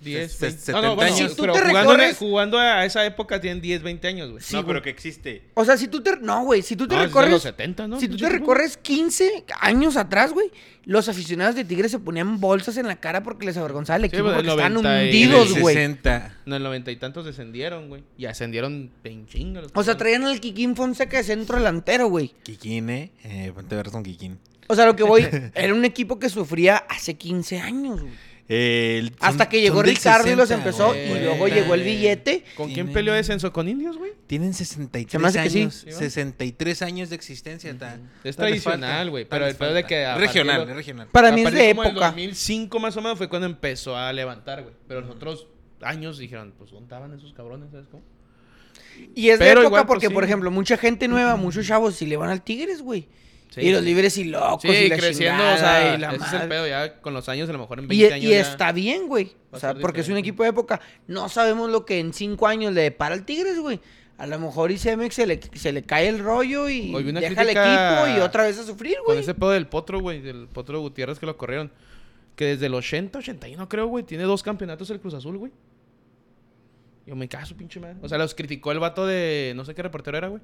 S1: 10,
S3: Se-
S1: 20.
S3: se-
S1: No, no,
S3: 70
S1: bueno,
S3: años.
S1: sí,
S2: Si tú
S1: pero
S2: te
S1: jugando,
S2: recorres-
S1: jugando a esa época tienen 10, 20 años, güey.
S2: Sí,
S5: no,
S2: güey.
S5: pero que existe.
S2: O sea, si tú te... No, güey, si tú te
S1: No, es de
S2: recorres...
S1: los 70, ¿no? pues
S2: Si tú te
S1: Pinche fútbol.
S2: recorres 15 años atrás, güey, los aficionados de Tigres se ponían bolsas en la cara porque les avergonzaba el
S1: Sí,
S2: equipo
S1: pues,
S2: porque
S1: el
S2: estaban
S1: 90 y-
S2: hundidos,
S1: el
S2: güey.
S3: 60.
S1: No, en noventa y tantos descendieron, güey. Y ascendieron en chinga los
S2: O sea,
S1: cabrones.
S2: traían al Kikín Fonseca de centro delantero, güey.
S3: Kikín, eh. eh ponte a ver con Kikín.
S2: O sea, lo que
S3: *laughs*
S2: voy, era un equipo que sufría hace 15 años, güey.
S3: Eh, el- son-
S2: Hasta que llegó
S3: son del
S2: Ricardo y los
S3: 60,
S2: empezó y
S3: güey.
S2: luego llegó el billete.
S1: ¿Con
S3: Sí,
S1: quién
S3: men.
S1: peleó descenso? ¿Con indios, güey?
S3: Tienen
S2: Se me
S3: 63
S2: hace que sí.
S3: años.
S1: Sí, va.
S3: 63 años de existencia. ta.
S1: Es
S3: No les
S1: tradicional,
S3: falta,
S1: güey,
S3: no
S1: pero
S3: les
S1: el pedo de
S3: falta.
S1: que a
S3: Regional,
S1: partir de-
S3: regional.
S2: Para
S1: A
S2: mí es
S1: partir
S2: de
S1: como del
S2: época.
S1: 2005 más o menos fue cuando empezó a levantar, güey. Pero los otros años dijeron, pues, ¿dónde estaban esos cabrones? ¿Sabes cómo?
S2: Y es de
S1: Pero
S2: época
S1: igual, pues,
S2: porque,
S1: sí.
S2: por ejemplo, mucha gente nueva, muchos chavos, si le van al Tigres, güey.
S1: Sí.
S2: Y los libres y locos
S1: Sí,
S2: y la
S1: creciendo,
S2: chingada
S1: o sea,
S2: y la
S1: ese es el
S2: madre.
S1: pedo ya con los años, a lo mejor en 20
S2: Y,
S1: años
S2: y
S1: ya-
S2: está bien, güey.
S1: Va
S2: O
S1: a
S2: sea,
S1: ser
S2: porque es un
S1: diferente.
S2: equipo de época. No sabemos lo que en cinco años le depara al Tigres, güey. A lo mejor y Cemex se le, se le cae el rollo y
S1: Hoy vi una
S2: deja el
S1: crítica
S2: equipo y otra vez a sufrir,
S1: Con
S2: güey.
S1: ese pedo del Potro, güey, del Potro Gutiérrez que lo corrieron. Que desde el 80, 81 creo, güey, tiene dos campeonatos el Cruz Azul, güey. Yo me caso, pinche madre. O sea, los criticó el vato de, no sé qué reportero era, güey.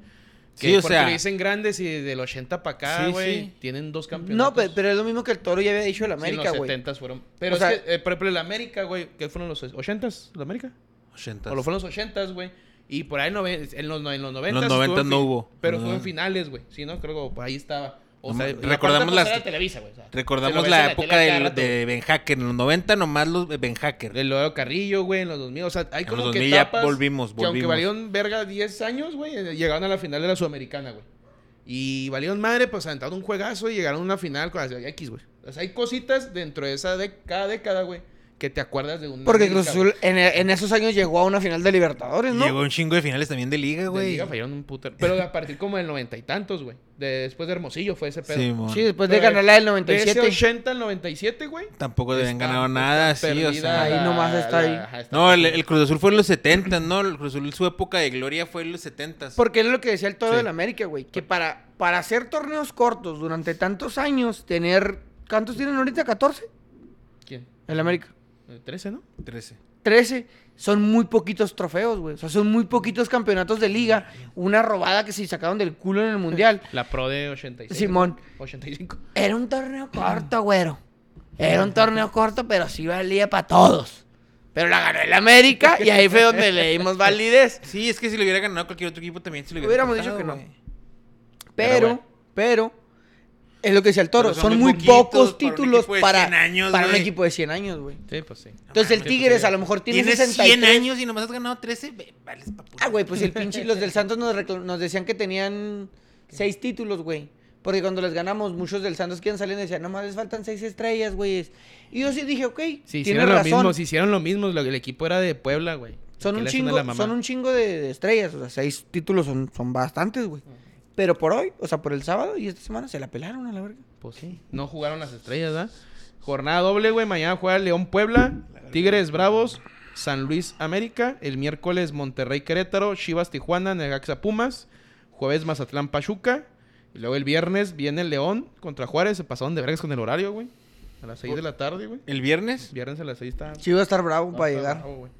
S1: Que
S3: Sí, o
S1: porque
S3: sea-
S1: le dicen grandes y del 80 para acá,
S3: Sí,
S1: güey,
S3: sí.
S1: tienen dos
S2: No,
S1: campeonatos.
S2: pe- pero es lo mismo que el Toro ya había dicho el
S1: Sí, en
S2: América,
S1: los
S2: güey.
S1: 70 fueron. Pero
S2: O
S1: es
S2: sea-
S1: que, eh, por ejemplo, el América, güey, que fueron los 80s, la América.
S3: 80.
S1: O lo fueron los 80s, güey. Y por ahí noven- en los, no- en los 90
S3: En los 90 no hubo.
S1: Pero
S3: No.
S1: fue en finales, güey. Sí, no, creo que por ahí estaba. O
S3: No,
S1: sea,
S3: ma-
S1: y aparte,
S3: recordamos
S1: pues,
S3: las-
S1: era Televisa, güey. o sea, se
S3: Recordamos
S1: lo ves en
S3: la
S1: tele
S3: época
S1: a cada
S3: del-
S1: rato,
S3: de Ben Hacker. En los 90 nomás los eh, Ben Hacker.
S1: güey. El Leo Carrillo, güey, en los 2000. O sea, hay
S3: En
S1: como
S3: los
S1: que
S3: 2000 ya
S1: etapas
S3: volvimos,
S1: Que aunque
S3: volvimos.
S1: valieron verga 10 años, güey, eh, llegaron a la final de la Sudamericana, güey. Y valieron madre, pues aventaron un juegazo y llegaron a una final con las de X, güey. O sea, hay cositas dentro de esa de cada década, güey, que te acuerdas de un.
S2: Porque Cruz Azul en, en esos años llegó a una final de Libertadores, ¿no?
S3: Llegó un chingo de finales también de liga, güey.
S1: fallaron un puter. Pero a partir como del noventa y tantos, güey. De- después de Hermosillo fue ese pedo.
S3: Sí, mon.
S2: Sí, después de
S1: Pero
S2: ganar la del
S1: de ese
S2: 97.
S1: 80 al 97, güey.
S3: Tampoco debían
S1: está-
S3: Pues ganado
S1: está
S3: nada, sí, o
S1: perdida
S3: sea.
S2: Ahí nomás está ahí.
S1: ajá, está
S3: No, el,
S1: perdida.
S3: el Cruz Azul fue en los 70, ¿no? El Cruz Azul, su época de gloria fue en los 70.
S2: Porque es lo que decía el Toro
S3: Sí.
S2: del América, güey. Que para, para hacer torneos cortos durante tantos años, tener. ¿Cuántos tienen ahorita? ¿14?
S1: ¿Quién?
S2: El América.
S1: El 13, ¿no?
S3: 13.
S2: 13. Son muy poquitos trofeos, güey. O sea, son muy poquitos campeonatos de liga. Una robada que se sacaron del culo en el mundial.
S1: La Pro de 86.
S2: Simón.
S1: 85.
S2: Era un torneo corto, güero. Era un torneo corto, pero sí valía para todos. Pero la ganó el América y ahí fue donde le dimos validez.
S3: Sí, es que si lo hubiera ganado cualquier otro equipo también se lo hubiera
S2: Hubiéramos dicho que no.
S3: güey.
S2: Pero,
S1: bueno.
S2: pero, es lo que decía el toro.
S3: Pero
S2: Son, muy pocos
S3: poquitos
S2: títulos para,
S3: para un equipo de 100 años,
S2: para un
S3: güey.
S2: equipo de 100 años, güey.
S1: Sí, pues sí.
S2: Entonces el
S3: mames,
S2: Tigres
S3: sí.
S2: a lo mejor tiene
S3: Tienes 100
S2: 63.
S3: años y nomás has ganado 13. ve, Vales pa' puta.
S2: Ah, güey, pues el pinche, los del Santos nos, recla- nos decían que tenían seis títulos, güey. Porque cuando les ganamos, muchos del Santos quieren salir y decían, nomás les faltan seis estrellas, güeyes. Y yo sí dije, ok,
S1: Sí,
S2: tienes
S1: hicieron lo
S2: razón.
S1: mismo. sí hicieron lo mismo. lo- El equipo era de Puebla, güey.
S2: son,
S1: Que
S2: un
S1: le hacen a la
S2: chingo,
S1: mamá.
S2: son un chingo de, de estrellas. O sea, seis títulos son, son bastantes, güey. Pero por hoy, o sea, por el sábado y esta semana se la pelaron a la verga.
S1: Pues sí. No jugaron las estrellas, ¿verdad? Jornada doble, güey. Mañana juega León Puebla, Tigres Bravos, San Luis América. El miércoles Monterrey Querétaro, Chivas Tijuana, Negaxa Pumas. Jueves Mazatlán Pachuca. Y luego el viernes viene León contra Juárez. Se pasaron de vergas con el horario, güey. A las 6 de la tarde, güey.
S3: ¿El viernes?
S1: Viernes a las 6 está.
S2: Sí, iba a estar bravo
S1: No,
S2: para
S1: está
S2: llegar.
S1: bravo, güey.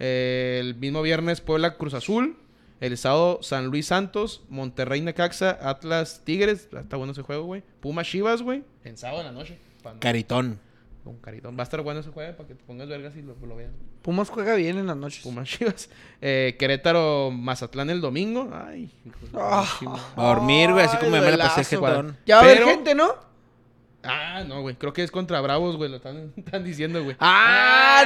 S1: Eh, el mismo viernes Puebla Cruz Azul. El sábado San Luis Santos, Monterrey Necaxa, Atlas Tigres. Ah, Está bueno ese juego, güey. Pumas Chivas, güey. En sábado en la noche. pa' no-
S3: Caritón.
S1: Con caritón. Va a estar bueno ese juego eh, para que te pongas vergas y lo, lo veas.
S2: Pumas juega bien en las noches.
S1: Pumas Chivas. Eh, Querétaro Mazatlán el domingo. Ay. hijo de-
S2: Ah.
S3: A dormir, güey, así como ya me la pasé
S2: Golazo,
S3: jetón.
S2: Ya va a haber
S1: Pero-
S2: gente, ¿no?
S1: Ah, no, güey. Creo que es contra Bravos, güey. Lo están, *laughs* están diciendo, güey.
S2: ¡Ah,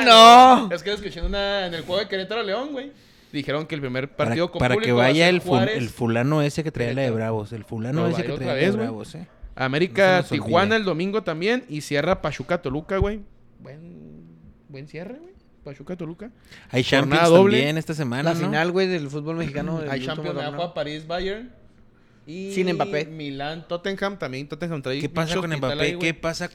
S2: no!
S1: Es que escuché en una, en el juego de Querétaro León, güey. Dijeron que el primer
S3: Para,
S1: partido con
S3: para que
S1: público va a
S3: vaya
S1: ser
S3: el, fu-
S1: Juárez.
S3: el fulano ese que traía la de Bravos. El
S1: No,
S3: fulano
S1: va
S3: ese
S1: a
S3: que
S1: ir
S3: traía
S1: otra
S3: la de
S1: vez, güey.
S3: Bravos, eh.
S1: América,
S3: No se nos
S1: Tijuana
S3: olvide.
S1: el domingo también. Y cierra Pachuca Toluca, güey. Buen, buen cierre, güey. Pachuca Toluca.
S3: Hay Champions
S1: doble.
S3: también esta
S2: La
S3: semana, ¿no?
S2: final, güey, del fútbol mexicano. del
S1: Ah, Hay
S2: último
S1: Champions de
S2: torneo.
S1: París Bayern. Y
S2: Sin Mbappé.
S1: Milán, Tottenham también. Tottenham trae
S3: ¿Qué
S1: un
S3: pasa con
S1: hospital
S3: Mbappé?
S1: ahí, güey.
S3: ¿Qué pasa
S2: Está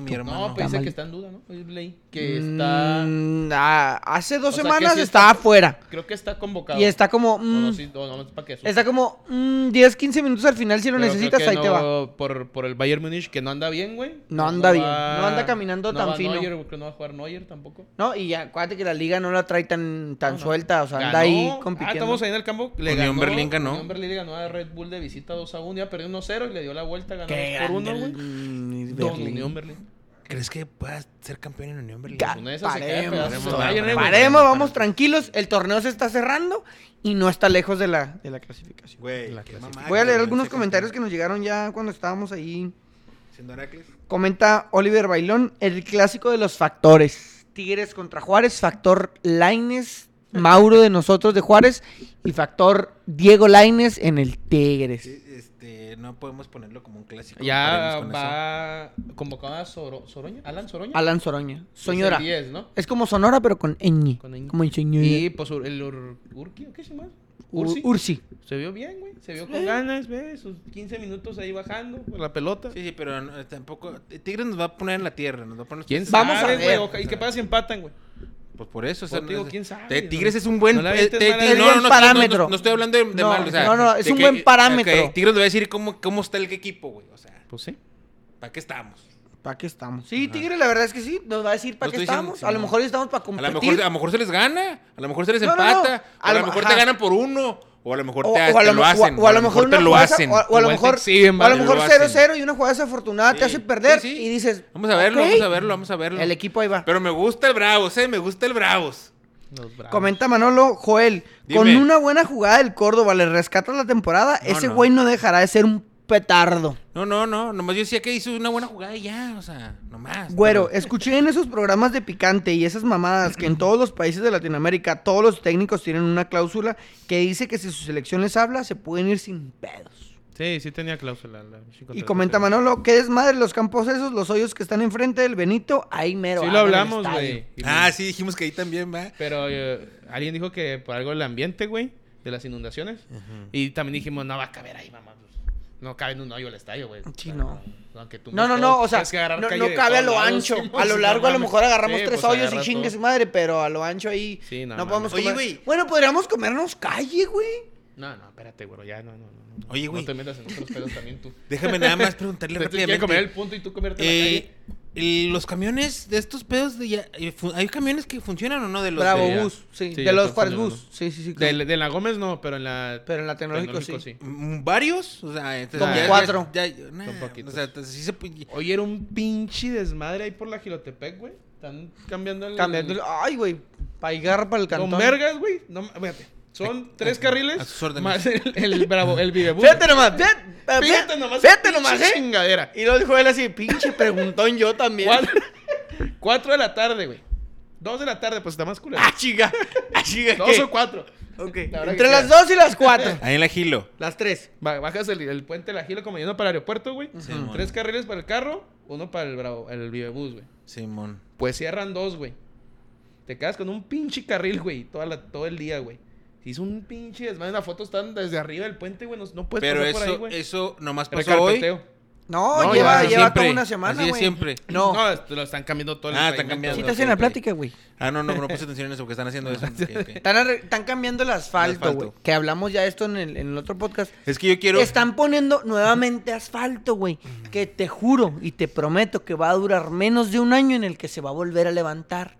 S2: malito.
S3: mi hermano?
S1: No, pero dice
S2: mal.
S1: que está en duda, ¿no? Es Blay. Que está.
S2: Mm, ah, hace dos
S1: O sea, que
S2: semanas
S1: sí
S2: estaba afuera.
S1: Creo que está convocado.
S2: Y está como.
S1: O no,
S2: mm,
S1: sí, o no, es pa' que asuste.
S2: está como mm, 10, 15 minutos al final. Si lo
S1: Pero creo
S2: necesitas,
S1: que
S2: ahí te va.
S1: no- Por, por el Bayern Munich que no anda bien, güey.
S2: No anda bien. No anda caminando
S1: no
S2: tan
S1: va
S2: fino.
S1: Neuer, güey, creo que no va a jugar Neuer tampoco.
S2: No, y ya, acuérdate que la liga no la trae tan, tan
S1: No, no.
S2: suelta. O sea, anda
S1: Ganó.
S2: ahí
S1: Ah,
S2: compitiendo.
S1: estamos ahí en el campo. Le
S3: Unión
S1: ganó,
S3: Berlín ganó.
S1: Unión Berlín le ganó a Red Bull de visita 2 a 1. Ya perdió 1-0 y le dio la vuelta. Ganó
S2: Qué
S1: 2 por 1,
S2: grande
S1: güey.
S2: el- mm,
S1: Don
S2: Berlín.
S1: Unión Berlín.
S3: ¿Crees que puedas ser campeón en Unión Berlín?
S2: Ca-
S1: Pues una de esas se cae a
S2: Paremos,
S1: pedazos el
S2: paremos,
S1: Bayern, güey.
S2: paremos, vamos tranquilos. El torneo se está cerrando y no está lejos de la, de la clasificación.
S3: Güey,
S1: La
S3: qué
S1: clasificación.
S3: mamada,
S2: Voy a leer
S3: güey,
S2: algunos
S3: ese
S2: comentarios que
S3: campeón.
S2: nos llegaron ya cuando estábamos ahí.
S3: Siendo Heracles.
S2: Comenta Oliver Bailón, el clásico de los factores. Tigres contra Juárez, factor Laines, Mauro de nosotros de Juárez y factor Diego Laines en el Tigres.
S3: Sí, este, no podemos ponerlo como un clásico.
S1: Ya
S3: paremos con
S1: va convocado a Soro- Soroña, Alan Soroña.
S2: Alan Soroña,
S1: Es el
S2: Soñora.
S1: 10, ¿no?
S2: Es como Sonora, pero Pues con ñ.
S1: Con ñ.
S2: Como en Soñora.
S1: Y pues Ur- el Ur- Urqui, ¿qué se llama?
S2: Ur-
S1: Ursi.
S2: Ursi.
S1: Se vio bien, güey. Se vio con ganas, güey. Sus 15 minutos ahí bajando por la pelota.
S3: eso. Sí, sí, pero no, eh, tampoco. Tigres nos va a poner en la tierra. Nos va a poner los
S1: ¿Quién
S3: pies-
S1: sabe?
S2: Vamos a
S1: güey?
S2: ver.
S1: Oja- ¿Y qué pasa si empatan, güey?
S3: Pues por eso. o
S1: Pues
S3: no
S1: digo,
S3: es-
S1: quién sabe,
S3: Te-
S1: ¿no?
S3: Tigres es un buen.
S1: No la
S3: eh,
S1: avientes
S3: te-
S1: mal
S3: te-
S1: al-
S3: no,
S2: Es
S3: no,
S2: buen
S3: no, no, no,
S2: parámetro.
S3: No, estoy hablando de, de
S2: No,
S3: mal. O sea,
S2: no, no, es
S3: de
S2: un
S3: que-
S2: buen parámetro.
S3: ok, Tigres nos va a decir cómo, cómo está el equipo, güey. O sea,
S1: Pues sí.
S3: ¿para qué estamos?
S2: ¿Para qué estamos? Sí, Tigre, la verdad es que sí. Nos va a decir para
S3: No
S2: qué
S3: estoy diciendo-
S2: estamos.
S3: sí,
S2: a lo
S3: no.
S2: mejor estamos para
S3: A
S2: competir.
S3: lo, mejor, a lo mejor se les gana, a lo mejor se les
S2: No, no, no.
S3: empata,
S2: A
S3: a
S2: lo-
S3: lo mejor
S2: ajá.
S3: te ganan por uno, o a lo mejor
S2: O,
S3: te,
S2: o a
S3: te
S2: lo,
S3: lo
S2: me-
S3: hacen.
S2: o a lo mejor
S3: te
S2: una
S3: lo
S2: jugada-
S3: hacen.
S2: O, o a lo
S1: Igual te
S2: mejor
S1: exhiben,
S2: o a lo
S1: vale,
S2: mejor
S3: lo hacen.
S2: 0-0 y una jugada desafortunada te
S3: Sí,
S2: hace perder
S3: sí, sí.
S2: y dices,
S3: Vamos a verlo,
S2: "Ok".
S3: vamos a verlo, vamos a verlo.
S2: El equipo ahí va.
S3: Pero me gusta el Bravos, eh, me gusta el Bravos.
S1: Los bravos.
S2: Comenta Manolo Joel, con
S3: Dime.
S2: una buena jugada del Córdoba le rescata la temporada,
S3: No,
S2: ese
S3: no.
S2: güey no dejará de ser un petardo.
S3: No, no, no, nomás yo decía que hizo una buena jugada y ya, o sea, nomás.
S2: Güero,
S3: Pero-
S2: escuché en esos programas de picante y esas mamadas que en todos los países de Latinoamérica todos los técnicos tienen una cláusula que dice que si su selección les habla se pueden ir sin pedos.
S1: Sí, sí tenía cláusula. la-
S2: Y comenta Manolo, qué desmadre los campos esos, los hoyos que están enfrente del Benito, ahí mero.
S1: Sí
S2: abren
S1: lo
S2: ah, el
S1: hablamos,
S2: estadio.
S1: güey. Y
S3: Ah, sí, dijimos que ahí también va.
S1: Pero eh, alguien dijo que por algo el ambiente, güey, de las inundaciones. Y también dijimos, no va a caber ahí, mamá. pues, No cabe en un hoyo el estadio, güey.
S2: Sí,
S1: O sea,
S2: no.
S1: Aunque tú
S2: No, no, no, o sea, no, no cabe a lo ancho. a
S1: *laughs*
S2: lo largo a lo mejor agarramos tres hoyos y chingue su madre, pero a lo ancho ahí
S1: pues, Sí,
S2: no,
S1: no
S2: podemos
S1: mames.
S3: Oye,
S2: comer.
S3: güey.
S2: Bueno, podríamos comernos calle, güey.
S1: No, no, espérate, güey, ya, no, no, no. no.
S3: Oye, güey.
S1: No te metas en otros pedos
S3: *laughs*
S1: también tú.
S3: Déjame nada más preguntarle
S1: Te quieres
S3: rápidamente.
S1: comer el punto y tú comerte la
S3: Eh,
S1: calle.
S3: el- los camiones de estos pedos de ya- eh, fu- hay camiones que funcionan o no de los
S2: Bravo
S3: de-
S1: ya.
S2: Bus, sí,
S1: Sí,
S2: de
S1: ya
S2: los
S1: está
S2: Juárez
S1: funcionando.
S2: Bus. Sí, sí, sí.
S1: De,
S2: claro.
S1: de la Gómez no, pero en la...
S2: Pero en la tecnológico, sí.
S3: Mm, varios, o sea, entonces
S1: Como
S3: ya- ya-
S2: cuatro.
S3: ya- ya- nah,
S1: Son poquitos.
S3: o sea, entonces sí se pu-
S1: Hoy era un pinche desmadre ahí por la Gilotepec, güey. Están cambiando el...
S2: Cambiando- Ay, güey, para llegar para el cantón.
S1: Con vergas, güey. No, ma- fíjate. Son tres carriles.
S3: a sus órdenes.
S1: Más el, el bravo,
S2: *laughs*
S1: el videobús.
S2: Fíjate nomás, fíjate,
S1: Fíjate nomás.
S2: Fíjate
S1: pinche
S2: nomás, eh. *laughs*
S1: chingadera.
S2: Y luego dijo él así, pinche preguntón yo también. *laughs*
S1: Cuatro, cuatro de la tarde, güey. Dos de la tarde, pues está más culero.
S2: Ah, chica. Ah, chica.
S1: Dos o cuatro.
S2: Ok.
S1: La hora
S2: Entre
S1: que
S2: las
S1: quieras.
S2: dos y las cuatro.
S3: Ahí en la Gilo.
S2: las tres.
S1: Ba- Bajas el, el puente de la Gila como yendo para el aeropuerto, güey.
S3: mon.
S1: Tres carriles para el carro, uno para el bravo, el videobús, güey.
S3: Simón.
S1: Pues cierran dos, güey. Te quedas con un pinche carril, güey, toda la- todo el día, güey. Se hizo un pinche desmadre. Las fotos están desde arriba del puente, güey. No, no
S2: Pues
S1: puedes
S3: Pero
S1: pasar por ahí,
S3: eso,
S1: güey.
S3: eso nomás pasó hoy.
S2: *laughs*
S1: Recarpeteo.
S2: No,
S3: No,
S2: lleva,
S3: así
S2: lleva
S3: siempre,
S2: toda una semana,
S3: así es
S2: güey.
S3: siempre.
S2: No.
S1: No, esto lo están cambiando todo el
S3: Ah, están
S1: pavimento,
S3: cambiando.
S2: Sí
S1: güey.
S2: te
S3: ok,
S2: hacen la
S3: ok.
S2: plática, güey.
S3: Ah, no, no, no
S2: *laughs*
S3: puse atención en eso porque están haciendo eso. Ok, ok.
S2: Están, arre- están cambiando el asfalto,
S3: asfalto.
S2: güey. Que hablamos ya esto en el, en el otro podcast.
S3: Es que yo quiero
S2: Están poniendo nuevamente asfalto, güey. Que te juro y te prometo que va a durar menos de un año en el que se va a volver a levantar.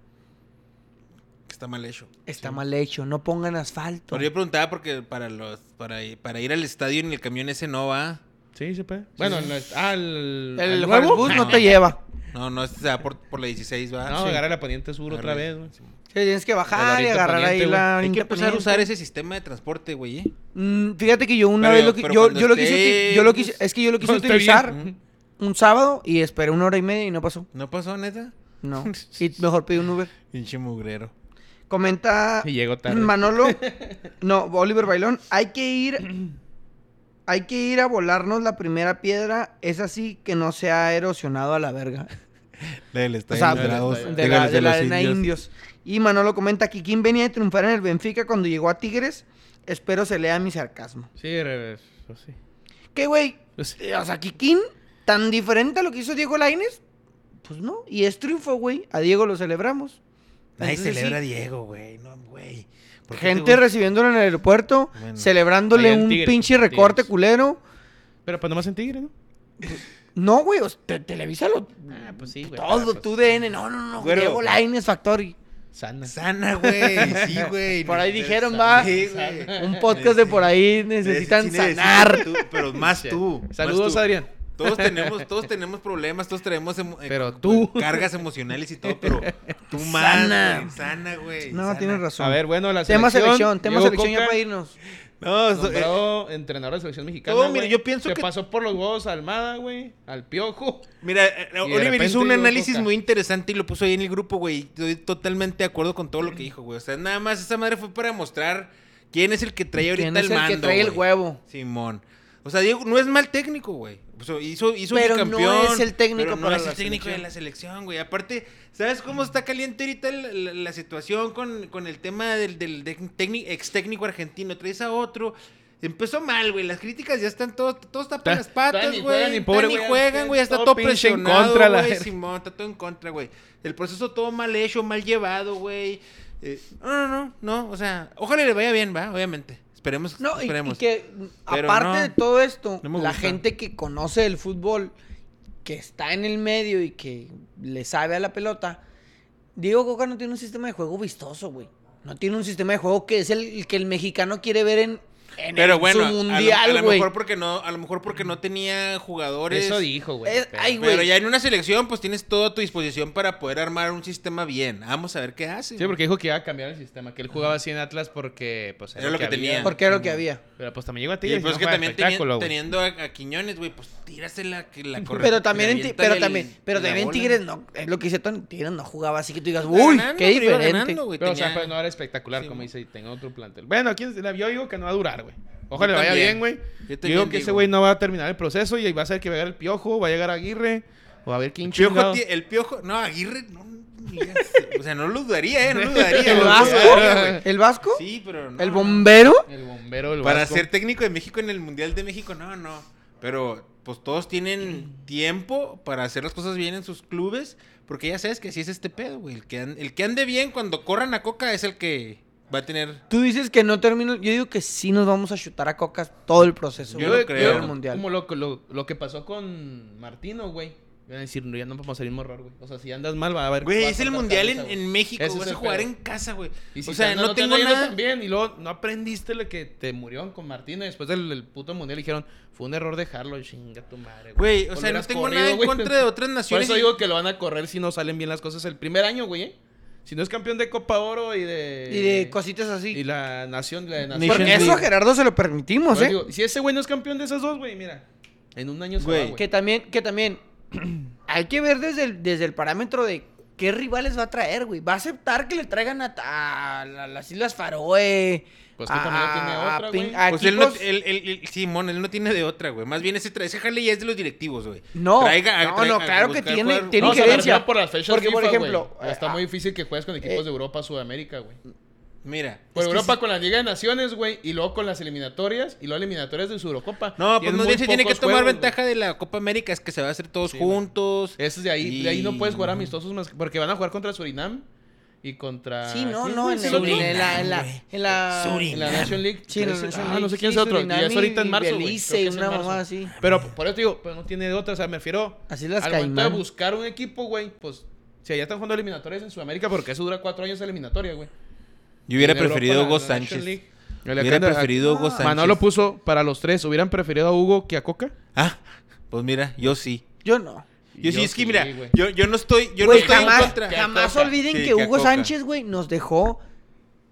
S3: que está mal hecho.
S2: Está mal hecho, no pongan asfalto.
S3: Pero yo preguntaba porque para los para ir- para ir al estadio en el camión ese no va.
S1: Sí, se puede. Bueno, no es- ah, el,
S2: El
S1: al
S2: Juárez
S1: nuevo?
S2: Bus no
S3: *laughs*
S2: te lleva.
S3: No, no, se va por, por la 16 va.
S1: No, agarrar la poniente sur otra
S3: Agarra-
S1: vez, güey.
S2: Sí, tienes que bajar y
S1: oriente
S2: agarrar
S1: poniente,
S2: ahí la...
S3: Hay que
S2: oriente
S3: empezar a
S2: poniente.
S3: usar ese sistema de transporte, güey. ¿eh?
S2: Mm, fíjate que yo una
S3: Pero-
S2: vez lo, que,
S3: pero
S2: yo,
S3: cuando
S2: yo lo quise
S3: esté-
S2: uti- yo lo quise- es que yo lo
S1: *laughs*
S2: quise
S1: Cuando esté
S2: utilizar
S1: bien.
S2: un sábado y esperé una hora y media y no pasó.
S3: ¿No pasó, neta? *laughs*
S2: No. Y mejor pedí un Uber.
S3: Pinche mugrero.
S2: Comenta
S1: Y llegó tarde.
S2: Manolo, no, Oliver Bailón, hay que ir hay que ir a volarnos la primera piedra, es así que no se ha erosionado a la verga.
S3: La del
S2: O
S3: estadio
S2: sea,
S3: de
S2: de la,
S3: Bravos,
S2: de
S3: digo,
S2: la-
S3: el
S2: de la
S3: los
S2: arena indios. Y Manolo comenta que quien venía de triunfar en el Benfica cuando llegó a Tigres, espero se lea mi sarcasmo.
S1: Sí, re- pues sí.
S2: Que, güey,
S1: Pues-
S2: eh, o sea, Kikín, tan diferente a lo que hizo Diego Lainez, pues no. Y es triunfo, güey. A Diego lo celebramos.
S3: Nadie
S2: Entonces,
S3: celebra a
S2: sí,
S3: Diego, güey. No, güey. ¿Por qué te
S2: Gente
S3: gusta?
S2: recibiéndolo en el aeropuerto,
S3: Bueno.
S2: celebrándole
S1: Allá en
S2: un
S1: Tigres,
S2: pinche recorte
S1: Tigres.
S2: culero.
S1: Pero pues nomás en Tigre, ¿no?
S2: No, güey, o sea, te- Televisa lo...
S1: Ah, pues sí, güey.
S2: Todo,
S1: pues,
S2: tu DN. No, no, no.
S3: Güero.
S2: Diego Lainez,
S3: *laughs*
S2: Factory.
S1: Sana.
S3: Sana, güey.
S2: *laughs*
S3: Sí, güey.
S2: Por ahí
S3: Necesitas-
S2: dijeron, va.
S3: Sí, güey.
S2: Un podcast de por ahí necesitan
S3: Sí, necesitas
S2: sanar.
S3: tú, pero más tú. más
S1: Saludos,
S3: tú.
S1: Adrián.
S3: Todos tenemos, todos tenemos problemas, todos tenemos emo- eh,
S1: Pero tú.
S3: cargas emocionales y todo, pero tú más,
S2: Sana.
S3: güey, sana, güey.
S2: No,
S3: sana.
S2: tienes razón.
S1: A ver, bueno, la
S2: Tema
S1: selección.
S2: selección, tema
S1: Diego
S2: selección ya
S1: Coca,
S2: para irnos.
S3: No, so- eh,
S1: Nombrado entrenador de selección mexicana.
S3: todo, mira,
S1: güey.
S3: yo pienso
S1: Se
S3: que-
S1: pasó por los huevos a Almada, güey. Al piojo.
S3: Mira, eh,
S1: de
S3: Oliver
S1: repente
S3: hizo un
S1: llegó
S3: análisis
S1: Coca.
S3: muy interesante y lo puso ahí en el grupo, güey. y Estoy totalmente de acuerdo con todo lo que dijo, güey. O sea, nada más esa madre fue para mostrar quién es el que trae ahorita
S2: ¿Quién es
S3: el mando.
S2: el que trae el
S3: güey.
S2: huevo?
S3: Simón. O sea, Diego no es mal técnico, güey. O sea, hizo, hizo
S2: Pero no
S3: bicampeón,
S2: es el técnico
S3: pero no
S2: para
S3: es
S2: la
S3: el técnico
S2: selección.
S3: de la selección, güey. Aparte, ¿sabes cómo está caliente ahorita la, la- la situación con, con el tema del, del de- técnic- ex técnico argentino? Traes a otro. Empezó mal, güey. Las críticas ya están todo, todo está para
S1: Ta-
S3: las patas,
S1: tan ni
S3: güey. Ni
S1: juegan, ni pobre, güey,
S3: juegan, güey. Ya está todo
S1: pinche en
S3: presionado,
S1: contra la
S3: güey.
S1: verga.
S3: Simón, está todo en contra, güey. El proceso todo mal hecho, mal llevado, güey. Eh, no, no, no, no. O sea, ojalá le vaya bien, va, obviamente. Esperemos,
S2: No, y- y,
S3: esperemos.
S2: que
S3: Pero
S2: aparte
S3: no,
S2: de todo esto,
S3: no me
S2: la
S3: gusta.
S2: gente que conoce el fútbol, que está en el medio y que le sabe a la pelota, Diego Coca no tiene un sistema de juego vistoso, güey. No tiene un sistema de juego que es el, el que el mexicano quiere ver en, en
S3: Pero
S2: el-
S3: bueno,
S2: su
S3: a, lo, a
S2: mundial,
S3: lo
S2: güey.
S3: mejor porque no, a lo mejor porque no tenía jugadores.
S1: Eso dijo, güey.
S2: Es-
S1: pero-
S2: ay, güey.
S3: Pero ya en una selección, pues tienes todo a tu disposición para poder armar un sistema bien. Vamos a ver qué hace.
S1: Sí, porque dijo que iba a cambiar el sistema. Que él jugaba así en Atlas porque, pues,
S3: Era lo que
S1: había,
S3: tenía.
S1: güey.
S2: Porque era lo que había.
S1: Pero pues también llegó a
S3: Y
S1: Tigres.
S3: pues
S1: no
S3: que
S1: juega
S3: también teni-
S1: espectáculo, güey.
S3: teniendo a, a Quiñones, güey, pues tírasela que la corre.
S2: Pero también,
S3: le
S2: en, Ti-
S3: avientan
S2: pero
S3: el-
S2: también, pero
S3: la
S2: también en
S3: bola.
S2: Tigres no, es lo que dice Tony, Tigres no jugaba así que tú digas,
S3: Iba
S2: uy,
S3: ganando,
S2: qué
S3: pero iba
S2: diferente.
S3: ganando, güey,
S1: Pero, o sea,
S3: tenía-
S1: pues no era espectacular,
S3: Sí,
S1: como
S3: mo.
S1: dice, y tenga otro plantel. Bueno, ¿quién, la- yo digo que no va a durar, güey. Ojalá
S3: Yo
S1: le vaya
S3: también.
S1: bien, güey.
S3: Yo
S1: Yo,
S3: también
S1: digo que ese
S3: digo.
S1: güey no va a terminar el proceso y ahí va a ser que va a llegar el Piojo, va a llegar Aguirre, o a ver quién
S3: Piojo
S1: chingado.
S3: ti- el piojo, no, Aguirre, no, ni digas. o sea, no lo dudaría,
S2: *laughs*
S3: eh, no lo dudaría.
S2: ¿El
S3: güey.
S2: Vasco?
S1: güey.
S2: ¿El Vasco?
S3: Sí, pero no.
S2: ¿El bombero?
S1: El bombero, el
S3: Para
S1: Vasco.
S3: ser técnico de México en el Mundial de México, no, no. Pero pues todos tienen tiempo para hacer las cosas bien en sus clubes, porque ya sabes que así es este pedo, güey. El que, an- el que ande bien cuando corran a Coca es el que va a tener...
S2: Tú dices que no termino. Yo digo que sí nos vamos a chutar a cocas todo el proceso.
S3: Yo
S2: güey,
S3: lo
S2: para
S3: creo.
S2: el mundial.
S1: Como lo, lo, lo que pasó con Martino, güey. Van a decir, no, ya no vamos a salir mismo error, güey. O sea, si andas mal, va a haber.
S3: Güey,
S1: vas a
S3: es el
S1: cortar
S3: Mundial en,
S1: cabeza, güey.
S3: en México,
S1: Ese es
S3: vas
S1: el
S3: a jugar
S1: pedo.
S3: en casa, güey.
S1: Y si
S3: o sea,
S1: te-
S3: no,
S1: te
S3: tengo
S1: anda yendo
S3: nada...
S1: tan bien, y luego no aprendiste lo que te murieron con Martino. Y después del, del puto mundial dijeron, fue un error dejarlo, chinga tu madre,
S3: Güey, o
S1: Lo
S3: sea, no
S1: hubieras
S3: tengo
S1: corrido,
S3: nada en
S1: güey.
S3: contra de otras
S1: *laughs* Por
S3: naciones.
S1: eso
S3: y-
S1: digo que lo van a correr si no salen bien las cosas el primer año, güey. ¿eh? Si no es campeón de Copa Oro y de.
S2: Y de cositas así.
S1: Y la nación, la de nación.
S2: Porque
S3: Nations
S2: eso a
S3: League.
S2: Gerardo se lo permitimos,
S1: Por eso
S2: ¿eh?
S1: digo, si ese güey no es campeón de esas dos, güey, mira. En un año se
S3: Güey,
S1: va, güey.
S2: que también, que también. *clears throat* hay que ver desde el, desde el parámetro de qué rivales va a traer, güey. ¿Va a aceptar que le traigan a, a la- las Islas Faroe?
S1: Pues que también no tiene otra,
S2: pin-
S1: güey.
S2: a
S3: Pues él no,
S2: equipos-
S3: él, él, él- Simón, él no tiene de otra, güey. Más bien ese, tra- ese jale ya es de los directivos, güey.
S2: No,
S3: Traiga-
S2: no,
S3: traiga-
S2: no, claro que
S3: buscar
S2: tiene-
S3: jugar-
S2: tiene
S1: No, o sea, me
S2: injerencia.
S1: refiero por las fechas
S2: Porque, por
S1: FIFA,
S2: ejemplo,
S1: güey. Ya está
S2: eh,
S1: muy
S2: ah,
S1: difícil que juegues con equipos
S2: eh,
S1: de Europa, Sudamérica, güey.
S3: Mira.
S1: Por Europa con la Liga de Naciones, güey, y luego con las eliminatorias, y luego eliminatorias de su Eurocopa.
S3: No, pues
S1: Tienen
S3: más
S1: muy
S3: bien se tiene que
S1: pocos
S3: tomar
S1: juegos,
S3: ventaja de la Copa América, es que se va a hacer todos
S1: Sí, güey.
S3: juntos.
S1: güey. Eso es de ahí. De ahí no
S3: Y-
S1: puedes jugar amistosos más que- porque van a jugar contra Surinam y contra...
S2: Sí, no,
S1: ¿quién,
S2: no,
S1: güey?
S2: en,
S1: ¿Sí
S2: el-
S1: lo
S2: en
S1: vi?
S2: la, en la, en la-
S3: Surinam.
S1: En la Nation League.
S2: Sí, en la
S1: Ese-
S2: Nation
S1: ah,
S2: League.
S1: no sé
S2: Sí,
S1: quién es otro.
S2: Surinam
S1: Ya es ahorita
S2: y
S1: en marzo, güey.
S2: Belice,
S1: Creo que es en
S2: una
S1: marzo.
S2: mamá así.
S1: Pero por eso te digo, pues no tiene de otra. O sea, me refiero...
S2: Así las
S1: al momento de
S2: Caimán.
S1: buscar un equipo, güey, pues... Si allá están jugando eliminatorias en Sudamérica, porque eso dura cuatro años de eliminatoria, güey.
S3: Yo hubiera
S1: En Europa,
S3: preferido
S1: la-
S3: a Hugo
S1: la Nation
S3: Sánchez.
S1: League.
S3: Hubiera
S1: Alejandro- Ah.
S3: preferido a Hugo Sánchez.
S1: Manolo puso para los tres. ¿Hubieran preferido a Hugo que a Coca?
S3: Ah, pues mira, yo sí.
S2: Yo no.
S3: Yo, sí, es que mira,
S1: güey.
S3: yo, yo no estoy, yo
S2: Güey,
S3: no estoy en
S2: jamás,
S3: contra.
S2: jamás
S1: Coca.
S2: olviden
S3: Sí,
S2: que
S3: que
S2: Hugo
S3: Coca.
S2: Sánchez, güey, nos dejó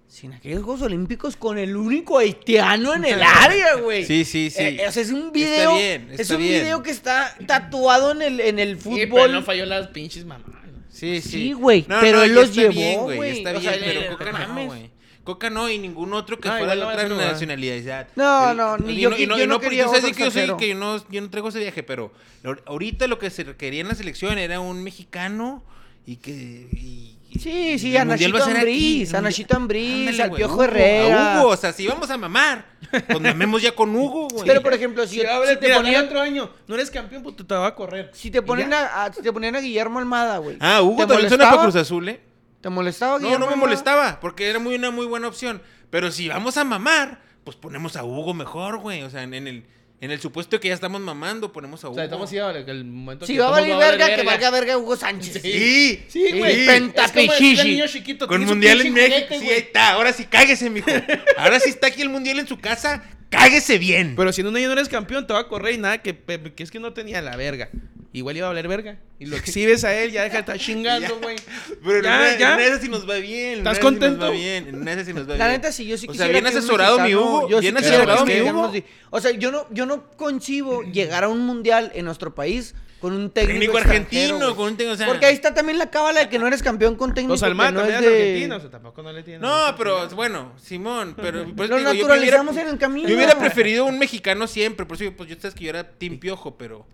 S2: sin aquellos Juegos Olímpicos con el único haitiano en el área, güey.
S3: Sí, sí, sí.
S2: Eh, o sea, es un
S3: Está
S2: video.
S3: bien,
S2: es
S3: está
S2: un
S3: bien.
S2: video que está tatuado en el, en el
S1: Sí, pero
S2: fútbol.
S1: no falló las pinches mamás.
S3: Sí, sí.
S2: Pues Sí, güey,
S3: No,
S2: pero
S3: no,
S2: él
S3: ya
S2: los
S3: está
S2: llevó,
S3: bien,
S2: güey.
S3: ya Está
S2: O
S3: bien,
S2: sea,
S3: pero
S2: le-
S3: Coca
S2: no
S3: no,
S2: mames.
S3: güey. Coca no y ningún otro que
S1: No,
S3: fuera
S1: igual
S3: de
S1: no va a
S3: otra
S1: ser, güey.
S3: nacionalidad.
S2: No,
S3: Y-
S2: no, ni yo- yo no
S3: porque
S2: quería
S3: tú sabes
S2: otro
S3: que yo, soy,
S2: extranjero.
S3: que yo no, yo no traigo ese viaje, pero ahor- ahorita lo que se requería en la selección era un mexicano y que... y- y-
S2: Sí,
S3: y
S2: sí,
S3: el
S2: a
S3: Mundial
S2: Nachito
S3: va a ser aquí, el
S2: Ambriz, a
S3: Mundial-
S2: Nachito Ambriz,
S3: Ándale,
S2: al
S3: güey,
S2: Piojo
S3: Hugo,
S2: Herrera.
S3: A Hugo, o sea, si vamos a mamar, pues mamemos ya con Hugo, güey.
S2: Pero, por ejemplo, si,
S1: Si,
S2: si
S1: hables,
S2: te
S1: mira,
S2: ponían-
S1: gana otro año, no eres campeón, puto, te va a correr.
S2: si te ponían a, a- si te ponían a Guillermo Almada, güey.
S3: Ah, Hugo
S2: ¿te
S3: también suena para
S2: molestaba?
S3: Cruz Azul, ¿eh?
S2: ¿Te molestaba
S3: No,
S2: Guillermo
S3: no me
S2: Almada?
S3: molestaba, porque era muy una muy buena opción. Pero si vamos a mamar, pues ponemos a Hugo mejor, güey. O sea, en, en el, en el supuesto de que ya estamos mamando, ponemos a
S1: O
S3: Hugo.
S1: sea, estamos así ahora, que el momento
S2: Si
S1: que
S2: va a
S1: todos
S2: valer
S1: valer
S2: verga, que valga verga Hugo Sánchez.
S3: Sí,
S1: Sí, güey.
S2: Sí.
S1: Es como decirle al niño
S2: Pentapichichi.
S1: chiquito,
S3: Con
S1: tiene su
S3: Mundial
S1: pinche
S3: en México.
S1: juguete,
S3: sí,
S1: güey.
S3: ahí está. Ahora sí, cáguese, mijo. Ahora sí está aquí el Mundial en su casa. Cáguese bien.
S1: Pero si en un año no eres campeón, te va a correr y nada, que, pe- que es que no tenía la verga. Igual iba a valer verga. Y
S3: *laughs*
S1: lo exhibes a él, ya deja de estar chingando, güey.
S3: Pero
S1: Ya,
S3: en una-
S1: ya.
S3: en una de esas sí nos va bien.
S1: ¿Estás
S3: en una de esas sí nos
S1: contento?
S3: va bien, En una de esas sí nos va
S2: La
S3: bien.
S2: neta, si yo sí
S3: O
S2: quisiera.
S3: sea, bien
S2: que un
S3: asesorado mi Hugo,
S2: Yo sí quisiera
S3: bien
S2: que
S3: asesorado
S2: los
S3: mi
S2: mexicanos
S3: Hugo.
S2: di- O sea, yo no, yo no
S3: *clears throat*
S2: concibo llegar a un mundial en nuestro país con un técnico.
S3: Técnico
S2: extranjero,
S3: argentino,
S2: güey.
S3: con un técnico, o sea-
S2: Porque ahí está también la cábala de que no eres campeón con técnico.
S1: Los Almada
S2: que no
S1: también
S2: es
S1: eran
S2: de-
S1: argentinos, o sea, tampoco no le tienen.
S3: No, pero bueno, Simón, pero por eso
S2: Lo
S3: te digo, yo- yo
S2: naturalizamos
S3: hubiera-
S2: en el camino.
S3: Yo hubiera preferido un mexicano siempre, por eso yo, pues yo sabes que yo era Team Piojo, pero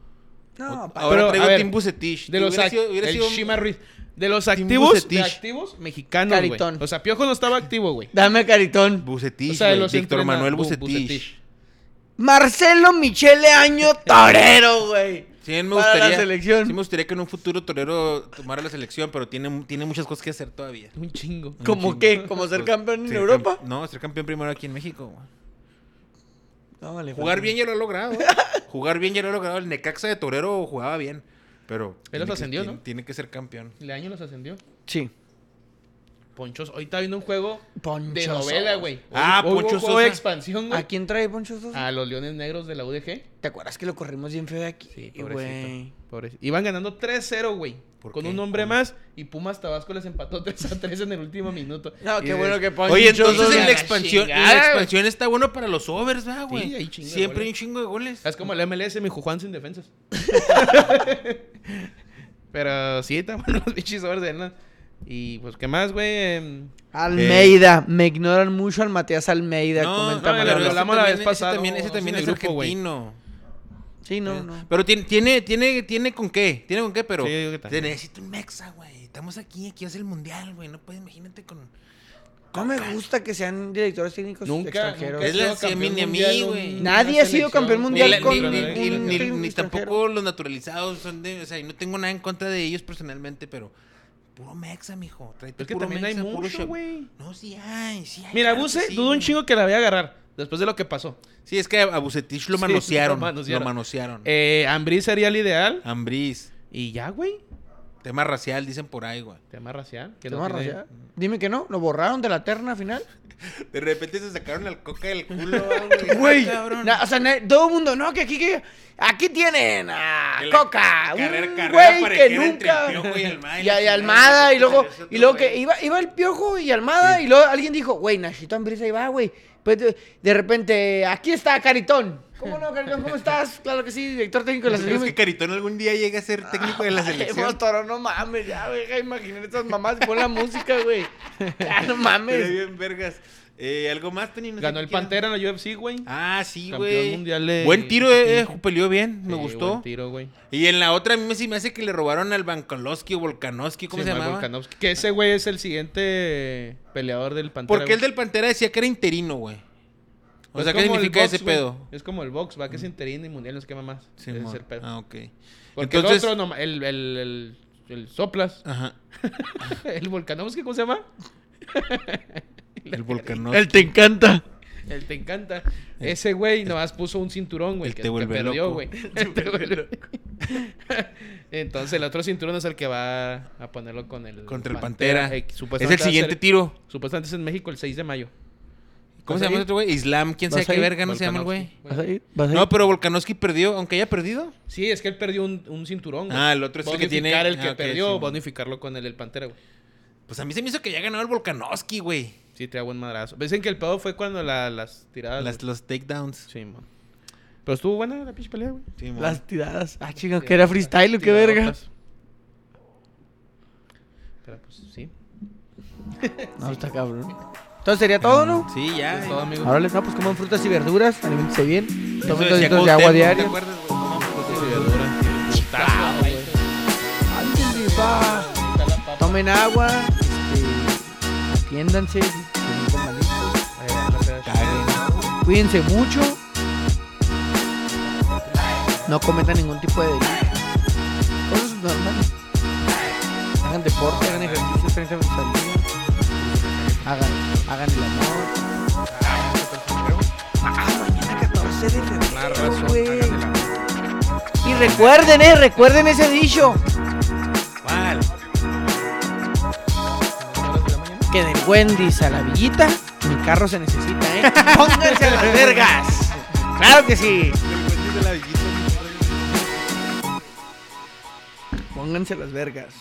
S2: No, pa-
S3: ahora
S1: Pero,
S3: traigo
S1: a ver,
S3: Team Bucetich.
S1: De los
S3: Hubiera
S1: act-
S3: sido- hubiera
S1: el
S3: sido un-
S1: Shima Ruiz. De los
S3: Tim
S1: activos, de
S3: Bucetich.
S1: activos mexicanos, güey.
S2: Caritón.
S1: O sea, Piojo no estaba activo, güey.
S2: Dame a caritón.
S3: Bucetich,
S1: O sea, de
S3: güey,
S1: los
S3: Víctor
S1: entrena- Uh,
S3: Manuel
S1: Bu-
S3: Bucetich.
S2: Marcelo Michele Año
S3: *laughs*
S2: Torero, güey.
S3: Sí, me
S2: Para
S3: gustaría.
S2: la selección.
S3: Sí, me gustaría que en un futuro torero tomara la selección, pero tiene, tiene muchas cosas que hacer todavía.
S1: Un chingo.
S2: ¿Cómo qué?
S1: *laughs*
S2: ¿Como ser campeón en
S3: Ser
S2: Europa?
S3: camp- No, ser campeón primero aquí en México. güey.
S2: No, le
S3: Jugar
S2: falta.
S3: bien ya lo ha logrado. ¿eh? Jugar bien ya lo ha logrado. El Necaxa de torero jugaba bien,
S1: Él
S3: pero.
S1: los
S3: tiene que-
S1: ascendió,
S3: tiene-
S1: ¿no?
S3: Tiene que ser campeón.
S1: Le año los ascendió.
S2: Sí.
S1: Ponchos. Hoy está viendo un juego
S2: Poncho
S1: de
S2: Sosa.
S1: novela, güey. Hoy-
S3: Ah,
S1: hoy hubo
S3: Poncho
S1: juego de
S3: Sosa.
S1: expansión,
S2: ¿A
S1: güey.
S2: quién trae Poncho
S3: Ah.
S2: Sosa?
S1: A los Leones Negros de la UDG.
S2: ¿Te acuerdas que lo corrimos bien feo de aquí?
S1: Sí,
S2: güey.
S1: pobrecito. pobrecito. Iban ganando 3-0, güey.
S3: ¿Por
S1: Con
S3: qué?
S1: un hombre más. Y Pumas Tabasco les empató *laughs* 3-3 en el último minuto.
S2: No,
S1: Y
S2: qué
S1: de-
S2: bueno que Poncho
S3: Oye, entonces
S2: Sosa-
S3: en
S1: la
S3: la expansión, en
S1: chingada,
S3: la
S1: güey.
S3: expansión está bueno para los overs, ¿verdad, güey?
S1: Sí, hay chingo de
S3: Siempre
S1: goles.
S3: hay un chingo de goles.
S1: Es como el MLS, mi Juan sin defensas. *laughs* Pero sí, están buenos los bichis sobres de él, ¿no? Y pues, ¿qué más, güey? Em,
S2: Almeida, me ignoran mucho al Matías Almeida, comenta
S1: no, el-
S2: Manolo.
S1: lo hablamos la vez
S3: también-
S1: pasada,
S3: Ese también, ese
S1: no,
S3: también
S1: sí, en
S3: es
S1: el grupo, güey.
S3: argentino.
S2: Sí, no, no.
S3: Pero tiene, tiene, tiene, tiene con qué, tiene con qué, pero
S1: Sí, yo digo que
S3: se
S1: también.
S3: necesita un mexa, güey. Estamos aquí, aquí es el mundial, güey. No puedes, imagínate con.
S2: No me gusta que sean directores técnicos
S1: nunca,
S2: extranjeros.
S1: nunca
S3: Es
S1: he
S3: la
S1: sido campeón
S3: semi- a mí,
S1: mundial,
S3: güey.
S2: Nadie
S1: un- una
S2: ha sido
S1: selección,
S2: campeón
S1: güey.
S3: Ni,
S2: mundial
S3: la-
S2: con-
S3: ni, ni- ni-
S2: con-
S3: ni-
S2: con-
S3: ni
S2: extranjero.
S3: tampoco los naturalizados son de. O sea, y no tengo nada en contra de ellos personalmente, pero. Puro mexa, mijo. Tráete
S1: Es que
S3: puro
S1: también hay
S3: mexa, puro
S1: mucho,
S3: shot.
S1: güey.
S3: No, sí hay, sí hay.
S1: Mira,
S3: claro que
S1: Buse,
S3: sí,
S1: dudo un
S3: güey.
S1: chingo que la voy a agarrar. Después de lo que pasó.
S3: Sí, es que a Bucetich lo
S1: Sí,
S3: manosearon.
S1: lo manosearon.
S3: Lo manosearon.
S1: Eh, Ambriz sería el ideal.
S3: Ambriz.
S1: Y ya, güey.
S3: Tema racial, dicen por ahí, güey.
S1: Tema racial. que
S2: ¿Te
S1: no
S2: vas a
S1: tiene-
S2: raciar? Dime que no, lo borraron de la terna final.
S3: De repente se sacaron al coca del culo, *laughs* güey. Ay, cabrón.
S2: Na- o sea, na- todo el mundo, no, que aquí, que aquí tienen a
S3: Que la
S2: Coca,
S3: carrera-
S2: un
S3: carrera
S2: güey que
S3: parejera entre
S2: nunca.
S3: el Piojo y
S2: *laughs*
S3: Almada,
S2: y,
S3: y
S2: a- y
S3: la chingada,
S2: Almada, y
S3: y
S2: luego,
S3: ese
S2: y luego
S3: otro
S2: que
S3: güey.
S2: iba, iba el Piojo y Almada, y luego alguien dijo, güey, Nachito Ambriz ahí va, güey. Pues de, de repente, aquí está Caritón. ¿Cómo no, Caritón? ¿Cómo estás? Claro que sí, director técnico de la
S3: ¿Tú crees Pues que
S2: selección.
S3: Caritón algún día llega a ser técnico de la
S2: Hemos
S3: selección?
S2: toro, no mames, ya, güey, deja de imaginar esas mamás, pon la música, güey. Ya, no
S3: Pero
S2: mames.
S3: bien, vergas. Eh, ¿Algo más, Tony? No sé
S1: Ganó
S3: qué
S1: el
S3: quieras.
S1: Pantera en la UFC, güey.
S3: Ah, sí,
S1: Campeón
S3: güey.
S1: mundial de-
S3: Buen tiro, eh, eh, peleó bien, me
S1: Sí,
S3: gustó.
S1: buen tiro, güey.
S3: Y en la otra a mí sí me hace que le robaron al Bankolowski o Volkanovski, ¿cómo
S1: Sí,
S3: se
S1: Mike
S3: llamaba?
S1: Volkanovski, Que ese güey es el siguiente peleador del Pantera.
S3: Porque el
S1: güey.
S3: del Pantera decía que era interino, güey. O
S1: Es
S3: sea, ¿qué
S1: como el
S3: significa
S1: box,
S3: ese
S1: güey.
S3: pedo?
S1: Es como el box, va que es interino y mundial, no se quema más. Ese es
S3: Simón.
S1: el pedo.
S3: Ah, ok.
S1: Porque
S3: Entonces,
S1: el otro, no, el, el, el, el Soplas, *laughs*
S3: Ajá.
S1: el Volkanovski, ¿cómo se llama?
S3: El Volkanovski.
S2: Él te encanta.
S1: *laughs* El Te Encanta. Ese güey nomás puso un cinturón, güey,
S3: el
S1: que
S3: Eh, te
S1: te
S3: vuelve
S1: perdió,
S3: loco. *laughs*
S1: güey. El te vuelve loco. *laughs* Entonces el otro cinturón es el que va a ponerlo con el
S3: Contra el Pantera.
S1: eh,
S3: es el
S1: supuestamente va a
S3: siguiente
S1: ser-
S3: tiro.
S1: Supuestamente es en México el 6 de mayo.
S3: ¿Cómo
S1: ¿Vas a
S3: se llama
S1: ir?
S3: el otro güey? Islam, quién
S2: ¿Vas a
S3: sabe qué
S2: ir?
S3: verga no se llama el güey.
S1: Volkanovski.
S2: ¿Vas a ir? ¿Vas a ir?
S3: No, pero Volkanovski perdió, aunque haya perdido.
S1: Sí, es que él perdió un, un cinturón. güey.
S3: Ah, el otro es el que tiene-
S1: Bonificar el que
S3: ah, ok,
S1: perdió,
S3: Simón.
S1: bonificarlo con el, el Pantera, güey.
S3: Pues a mí se me hizo que ya ganó el Volkanovski, güey.
S1: Sí, te da buen madrazo. Dicen que el pedo fue cuando la- las tiradas.
S3: Las-
S1: güey.
S3: los takedowns.
S1: Sí, man. Pero estuvo buena la pinche pelea, güey.
S3: Sí, mon.
S2: Las tiradas. Ah, chica, que era freestyle, o qué verga.
S1: Tiradotas. Pero pues sí.
S2: No, está cabrón. Entonces sería todo, ¿no?
S3: Sí, ya.
S1: Es todo,
S3: ya.
S1: amigos.
S2: Ahora no, pues coman frutas y verduras, alimentense bien,
S3: Eso
S2: tomen dos
S3: decía
S2: litros de agua
S3: Cuauhtémoc, ¿te
S2: diaria.
S3: acuerdas, güey? Tomamos frutas y verduras.
S2: Ándale, pa.
S1: Ahí está la paz.
S6: tomen agua, este, atiéndanse, no son malitos, caguen. cuídense mucho, no cometan ningún tipo de delito. Cosas normales. Hagan deporte, hagan ejercicio, trense veces al día. Hagan, hagan el amor. Ah, mañana 14 de
S3: Una
S6: febrero,
S3: razón.
S6: güey.
S3: háganle la-
S6: Y recuerden, eh, recuerden ese dicho.
S3: ¿Cuál?
S6: que del Wendy's a la villita, mi carro se necesita, ¿eh? *laughs* Pónganse a las vergas. Claro que sí. Pónganse a las vergas.